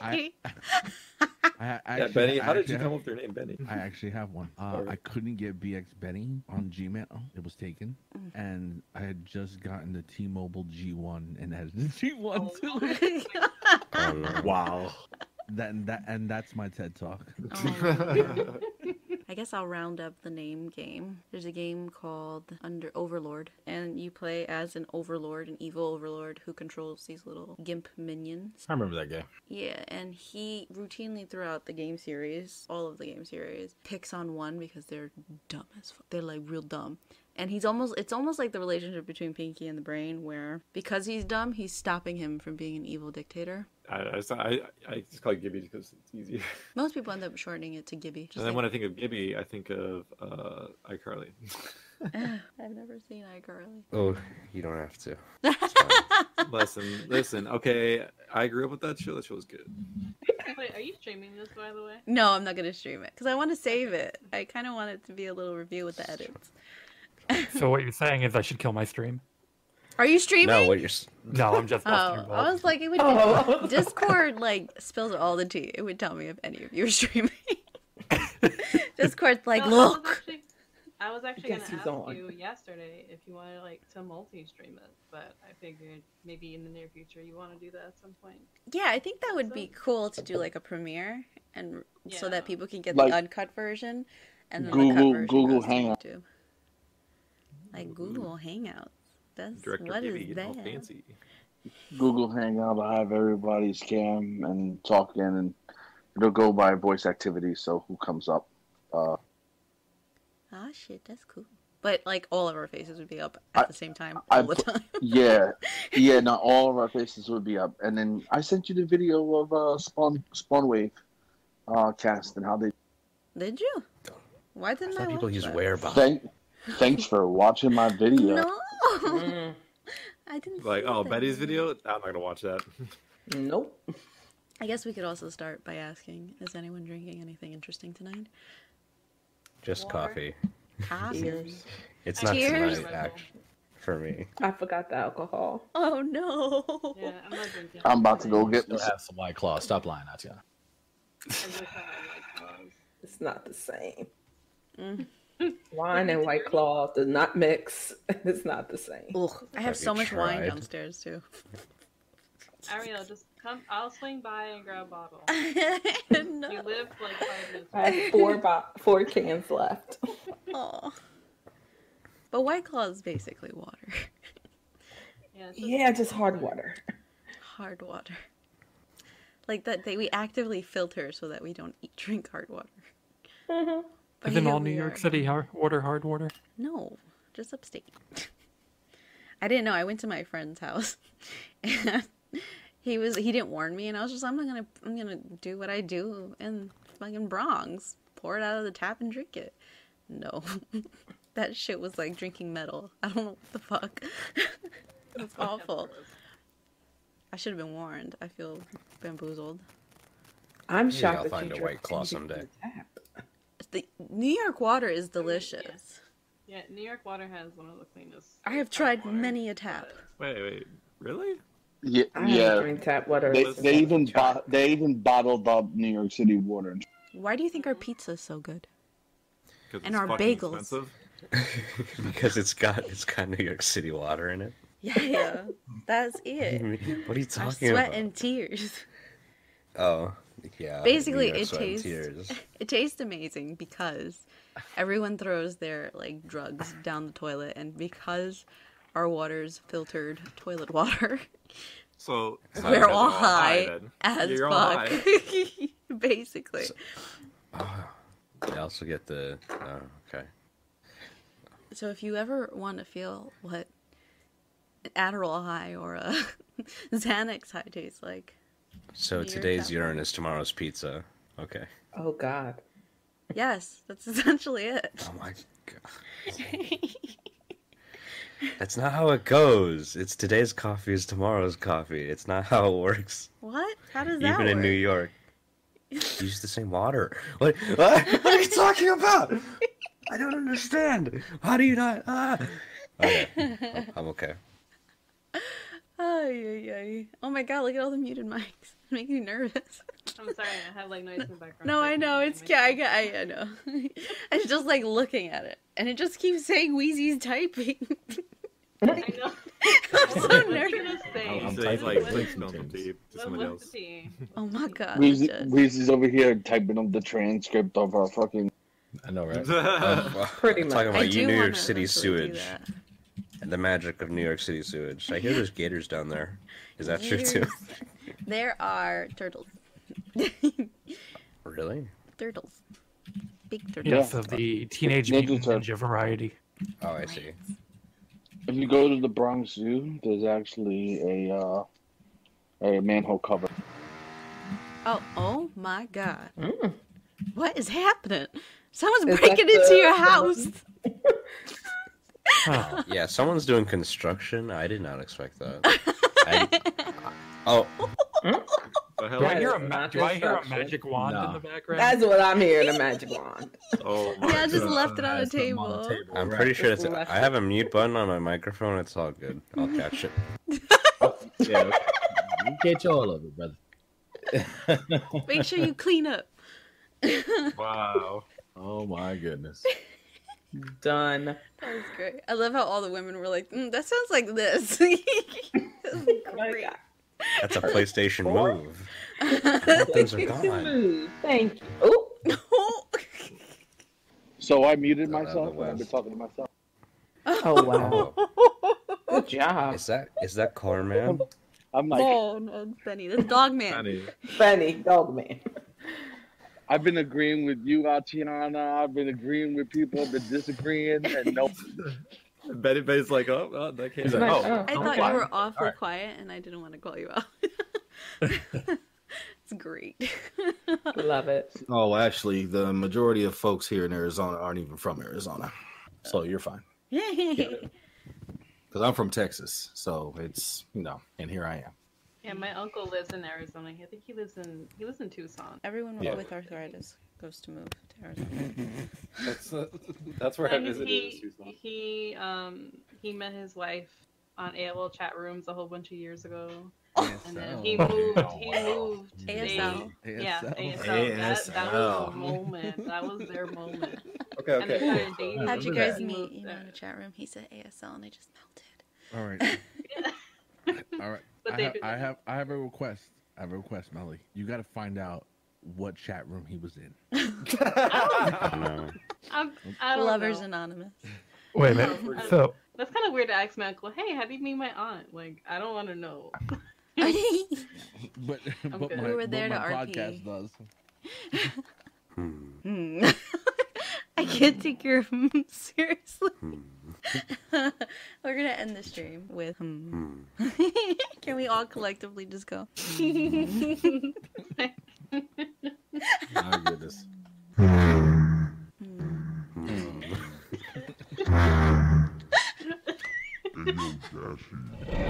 Speaker 10: I-
Speaker 1: you?
Speaker 10: I, I
Speaker 4: yeah,
Speaker 10: actually-
Speaker 4: Benny.
Speaker 10: I
Speaker 4: How did
Speaker 10: actually
Speaker 4: you
Speaker 10: have-
Speaker 4: come up with your name, Benny?
Speaker 10: I actually have one. Uh,
Speaker 4: Alright.
Speaker 10: I couldn't get BX Benny on Gmail. It was taken,
Speaker 1: Mm.
Speaker 10: and I had just gotten the T-Mobile G1 and added the G1
Speaker 7: Oh.
Speaker 10: to it.
Speaker 5: Oh, no.
Speaker 9: Wow.
Speaker 10: That and that and that's my TED talk.
Speaker 1: Oh, I guess I'll round up the name game. There's a game called Under Overlord, and you play as an overlord, an evil overlord who controls these little gimp minions.
Speaker 9: I remember that guy.
Speaker 1: Yeah, and he routinely throughout the game series, all of the game series, picks on one because they're dumb as fuck. They're like real dumb. And he's almost it's almost like the relationship between Pinky and the Brain where because he's dumb, he's stopping him from being an evil dictator.
Speaker 4: I, I, just- I, I just call it Gibby because it's easier.
Speaker 1: Most people end up shortening it to Gibby. Just
Speaker 4: and then
Speaker 1: like,
Speaker 4: when I think of Gibby, I think of uh, iCarly.
Speaker 1: I've never seen iCarly.
Speaker 5: Oh, you don't have to.
Speaker 4: listen, listen. Okay, I grew up with that show. That show was good.
Speaker 7: Wait, are you streaming this, by the way?
Speaker 1: No, I'm not gonna stream it because I want to save it. I kind of want it to be a little review with the edits.
Speaker 6: So what you're saying is I should kill my stream?
Speaker 1: Are you streaming?
Speaker 5: No, what you're s-
Speaker 6: No, I'm just busting
Speaker 1: Oh,
Speaker 6: your
Speaker 1: I
Speaker 6: balls.
Speaker 1: was like, it would
Speaker 3: Oh.
Speaker 1: Discord like spills all the tea. It would tell me if any of you were streaming. Discord's like,
Speaker 7: No, I was
Speaker 1: look.
Speaker 7: actually, I was actually
Speaker 3: Guess
Speaker 7: gonna
Speaker 3: he's
Speaker 7: ask
Speaker 3: on.
Speaker 7: you yesterday if you wanted like to multi-stream it, but I figured maybe in the near future you want to do that at some point.
Speaker 1: Yeah, I think that would be cool to do like a premiere, and so
Speaker 7: Yeah.
Speaker 1: that people can get
Speaker 2: Like-
Speaker 1: the uncut version, and then the
Speaker 2: Google-
Speaker 1: cut version
Speaker 2: Google
Speaker 1: goes to
Speaker 2: Hangout.
Speaker 1: YouTube. Like Google Hangouts. That's
Speaker 4: Director
Speaker 1: what
Speaker 4: Gibby,
Speaker 1: is
Speaker 4: getting all
Speaker 1: that?
Speaker 4: fancy.
Speaker 2: Google Hangout. I have everybody's cam and talking, and it'll go by voice activity. So who comes up? Uh,
Speaker 1: Ah, shit, that's cool. But like all of our faces would be up
Speaker 2: I-
Speaker 1: at the same time
Speaker 2: I
Speaker 1: all the
Speaker 2: put-
Speaker 1: time.
Speaker 2: yeah, yeah. Not all of our faces would be up. And then I sent you the video of uh, Spawn Spawnwave uh, cast and how they.
Speaker 1: Did you? Why
Speaker 5: I
Speaker 1: didn't I?
Speaker 5: thought people
Speaker 1: watch
Speaker 5: use
Speaker 1: that?
Speaker 5: whereabouts.
Speaker 2: Thank, thanks for watching my video.
Speaker 1: No,
Speaker 3: Mm,
Speaker 1: I didn't.
Speaker 4: Like,
Speaker 1: see
Speaker 4: oh,
Speaker 1: that.
Speaker 4: Betty's video. I'm not gonna watch that.
Speaker 3: nope.
Speaker 1: I guess we could also start by asking: Is anyone drinking anything interesting tonight?
Speaker 5: Just
Speaker 7: Water.
Speaker 5: coffee.
Speaker 1: Coffee.
Speaker 3: Cheers.
Speaker 5: It's
Speaker 7: I
Speaker 5: not
Speaker 7: can't
Speaker 1: Cheers.
Speaker 7: drink
Speaker 5: tonight,
Speaker 7: Red Bull.
Speaker 5: actually, for me.
Speaker 3: I forgot the alcohol.
Speaker 1: Oh no.
Speaker 7: Yeah, I'm not drinking.
Speaker 2: I'm about to go
Speaker 7: today.
Speaker 2: get
Speaker 9: Still
Speaker 2: this.
Speaker 9: have some white claw. Stop lying, Atia.
Speaker 7: I wish I had, like, gloves.
Speaker 3: It's not the same.
Speaker 1: Mm.
Speaker 3: Wine and white claw does not mix. It's not the same.
Speaker 1: Ugh, I have
Speaker 5: Have
Speaker 1: so
Speaker 5: you
Speaker 1: much wine
Speaker 5: tried?
Speaker 1: downstairs too.
Speaker 7: Ariel, just come. I'll swing by and grab a bottle. You
Speaker 1: no.
Speaker 7: live like five minutes.
Speaker 3: I have four bo- four cans left.
Speaker 1: Aw. But White Claw is basically water,
Speaker 7: Yeah, it's just-
Speaker 3: Yeah, just hard water.
Speaker 1: hard water. Like that, they, we actively filter so that we don't eat, drink hard water.
Speaker 3: Mhm.
Speaker 1: But
Speaker 6: Is it
Speaker 1: here
Speaker 6: all
Speaker 1: we
Speaker 6: New York
Speaker 1: are.
Speaker 6: City hard water, hard water?
Speaker 1: No, just upstate. I didn't know. I went to my friend's house, and he was he didn't warn me, and I was just I'm not gonna I'm gonna do what I do in fucking Bronx, pour it out of the tap and drink it. No, that shit was like drinking metal. I don't know what the fuck. it's awful. I should have been warned. I feel bamboozled.
Speaker 3: I'm
Speaker 5: Maybe
Speaker 3: shocked
Speaker 5: I'll
Speaker 3: that
Speaker 5: find
Speaker 3: you
Speaker 5: a
Speaker 3: drink
Speaker 5: White Claw
Speaker 3: anything from
Speaker 5: someday.
Speaker 3: the tap.
Speaker 1: The New York water is delicious.
Speaker 7: yeah, New York water has one of the cleanest.
Speaker 1: I have
Speaker 7: tap
Speaker 1: tried
Speaker 7: water.
Speaker 1: many a tap.
Speaker 4: Wait, wait, really?
Speaker 2: Yeah,
Speaker 3: I haven't
Speaker 2: yeah.
Speaker 3: drank tap water.
Speaker 2: They,
Speaker 3: since
Speaker 2: they
Speaker 3: I was
Speaker 2: even
Speaker 3: a child.
Speaker 2: bo- they even bottled up New York City water.
Speaker 1: Why do you think our pizza is so good?
Speaker 4: 'Cause
Speaker 1: And
Speaker 4: it's
Speaker 1: our
Speaker 4: fucking
Speaker 1: bagels.
Speaker 4: Expensive.
Speaker 5: because it's got it's got New York City water in it.
Speaker 1: Yeah, yeah. that's
Speaker 5: I
Speaker 1: it.
Speaker 5: mean, What are you
Speaker 1: Our
Speaker 5: talking
Speaker 1: sweat
Speaker 5: about?
Speaker 1: and tears.
Speaker 5: Oh, yeah.
Speaker 1: Basically,
Speaker 5: New York
Speaker 1: it
Speaker 5: sweat and
Speaker 1: tastes-
Speaker 5: tears.
Speaker 1: It tastes amazing because everyone throws their like drugs down the toilet, and because our water's filtered toilet water,
Speaker 4: So so you guys
Speaker 1: we're
Speaker 4: are
Speaker 1: all high,
Speaker 4: then.
Speaker 1: as
Speaker 4: You're all
Speaker 1: fuck.
Speaker 4: high.
Speaker 1: Basically, so,
Speaker 5: Oh, I also get the. Oh, okay.
Speaker 1: if you ever want to feel what an Adderall high or a Xanax high tastes like,
Speaker 5: So
Speaker 1: New York
Speaker 5: today's
Speaker 1: apple.
Speaker 5: urine is tomorrow's pizza. Okay.
Speaker 3: Oh God.
Speaker 1: yes, that's essentially it.
Speaker 5: Oh my god. That's not how it goes. It's today's coffee is tomorrow's coffee. It's not how it works.
Speaker 1: What? How does that
Speaker 5: Even in
Speaker 1: work?
Speaker 5: New York. Use the same water. What, what, what are you talking about? I don't understand. How do you not? Ah. Okay. I'm- I'm okay.
Speaker 1: Ay, ay, ay. Oh my god, look at all the muted mics. It's making me nervous.
Speaker 7: I'm sorry, I have like noise in the background.
Speaker 1: No,
Speaker 7: so
Speaker 1: I
Speaker 7: can't
Speaker 1: know.
Speaker 7: hear
Speaker 1: It's yeah, I,
Speaker 7: myself.
Speaker 1: get- I, I know. I was just like looking at it, and it just keeps saying Wheezy's typing.
Speaker 7: I know.
Speaker 1: I'm so
Speaker 7: What's he
Speaker 1: nervous.
Speaker 7: gonna say?
Speaker 9: I'm
Speaker 4: So
Speaker 9: typing
Speaker 4: he's like,
Speaker 7: What-
Speaker 4: like
Speaker 9: James.
Speaker 4: smells some deep to
Speaker 7: what-
Speaker 4: somebody
Speaker 7: what's
Speaker 4: else.
Speaker 7: the tea?
Speaker 1: Oh my god.
Speaker 2: Weezy,
Speaker 1: just-
Speaker 2: Weezy's over here typing up the transcript of our fucking
Speaker 5: I know, right? Pretty
Speaker 3: much.
Speaker 5: Um, Talking
Speaker 1: I
Speaker 5: about you,
Speaker 1: do
Speaker 5: New
Speaker 1: wanna
Speaker 5: York City
Speaker 1: eventually do
Speaker 5: sewage.
Speaker 1: that.
Speaker 5: and The magic of New York City sewage. I hear there's gators down there. Is that true too?
Speaker 1: Gators. There are turtles.
Speaker 5: Really?
Speaker 1: turtles. Big turtles.
Speaker 6: Yes, of the teenage
Speaker 2: Ninja
Speaker 6: mutant
Speaker 2: Turtles.
Speaker 6: ninja variety.
Speaker 5: Oh, I see.
Speaker 2: If you go to the Bronx Zoo, there's actually a uh, a manhole cover.
Speaker 1: Oh, oh my god.
Speaker 5: Mm.
Speaker 1: What is happening? Someone's
Speaker 3: Is that
Speaker 1: breaking into
Speaker 3: the-
Speaker 1: your house.
Speaker 6: Huh.
Speaker 5: Yeah, someone's doing construction. I did not expect that. I... Oh,
Speaker 4: The hell?
Speaker 6: Do I
Speaker 3: That
Speaker 6: hear a ma-
Speaker 3: is not
Speaker 6: do I hear a
Speaker 3: construction.
Speaker 6: magic wand in
Speaker 9: Nah.
Speaker 6: the background?
Speaker 3: That's what I'm hearing, the magic wand.
Speaker 4: Oh my
Speaker 1: Yeah, I just
Speaker 4: God.
Speaker 1: left it on a
Speaker 9: That's something
Speaker 1: table.
Speaker 9: the
Speaker 5: I'm
Speaker 9: right.
Speaker 5: pretty sure it's.
Speaker 3: Left.
Speaker 5: I have a mute button on my microphone. It's all good. I'll catch it.
Speaker 4: Oh,
Speaker 9: Yeah. you catch all of it, brother.
Speaker 1: Make sure you clean up.
Speaker 4: Wow.
Speaker 9: Oh my goodness.
Speaker 3: Done.
Speaker 1: That was great. I love how all the women were like, mm, "That sounds like this." That was
Speaker 5: uh,
Speaker 1: great.
Speaker 5: That's a PlayStation move. Those are gone.
Speaker 3: Thank you. Oh,
Speaker 2: So I muted
Speaker 5: Not out of
Speaker 2: myself.
Speaker 5: the
Speaker 2: and I've been
Speaker 5: West.
Speaker 2: talking to myself.
Speaker 3: oh wow.
Speaker 5: Oh,
Speaker 3: Good job.
Speaker 5: is that is that Car Man?
Speaker 2: I'm like,
Speaker 1: no, no, it's Benny. That's Dog Man.
Speaker 4: Funny.
Speaker 3: Funny dog man.
Speaker 2: I've been agreeing with you, Atiana. I've been agreeing with people. I've been disagreeing, and no.
Speaker 4: Betty, Betty's like, oh, oh that came
Speaker 9: Isn't
Speaker 4: back.
Speaker 9: that-
Speaker 4: Oh,
Speaker 1: I
Speaker 9: Oh,
Speaker 1: thought
Speaker 9: wow.
Speaker 1: you were awful
Speaker 9: right.
Speaker 1: quiet, and I didn't want to call you out. it's great.
Speaker 3: Love it.
Speaker 9: Oh, actually, the majority of folks here in Arizona aren't even from Arizona. So you're fine. Because I'm from Texas. So it's, you know, and here I am.
Speaker 7: Yeah, my uncle lives in Arizona. I think he lives in he lives in Tucson.
Speaker 1: Everyone
Speaker 5: Yeah.
Speaker 1: with arthritis goes to move to Arizona.
Speaker 4: that's, uh, that's where I
Speaker 7: And
Speaker 4: visited. is
Speaker 7: he
Speaker 4: Tucson.
Speaker 7: he um he met his wife on AOL chat rooms a whole bunch of years ago, and then he moved. He moved. They,
Speaker 1: ASL.
Speaker 7: Yeah, ASL. That, that was
Speaker 9: ASL.
Speaker 7: the moment. That was their moment.
Speaker 4: Okay,
Speaker 7: And they
Speaker 4: okay.
Speaker 7: started dating.
Speaker 1: How'd you
Speaker 7: and
Speaker 1: guys
Speaker 7: he
Speaker 1: meet?
Speaker 7: moved
Speaker 1: You know, in
Speaker 7: there.
Speaker 1: the chat room, he said ASL, and I just melted.
Speaker 10: All right. All right.
Speaker 7: But
Speaker 10: I,
Speaker 7: they
Speaker 10: have,
Speaker 7: didn't.
Speaker 10: I have I have a request. I have a request, Melly. You got to find out what chat room he was in.
Speaker 5: I don't
Speaker 7: Oh.
Speaker 5: know.
Speaker 7: I'm, I don't
Speaker 1: Lovers
Speaker 7: know.
Speaker 1: Anonymous.
Speaker 6: Wait a minute.
Speaker 7: No.
Speaker 6: So
Speaker 7: That's kind of weird to ask my uncle. Hey, how do you meet my aunt? Like, I don't want to know.
Speaker 10: But but
Speaker 7: good.
Speaker 10: my,
Speaker 7: We
Speaker 1: were there
Speaker 10: but
Speaker 1: to
Speaker 10: my
Speaker 1: RP.
Speaker 10: podcast does.
Speaker 5: Hmm.
Speaker 1: Hmm. I can't take your hmm seriously. We're gonna end the stream with hmm.
Speaker 5: Hmm.
Speaker 1: Can we all collectively just go? hmm?
Speaker 9: My goodness.
Speaker 7: Mm. Mm.
Speaker 9: Mm-hmm.
Speaker 5: Hmm.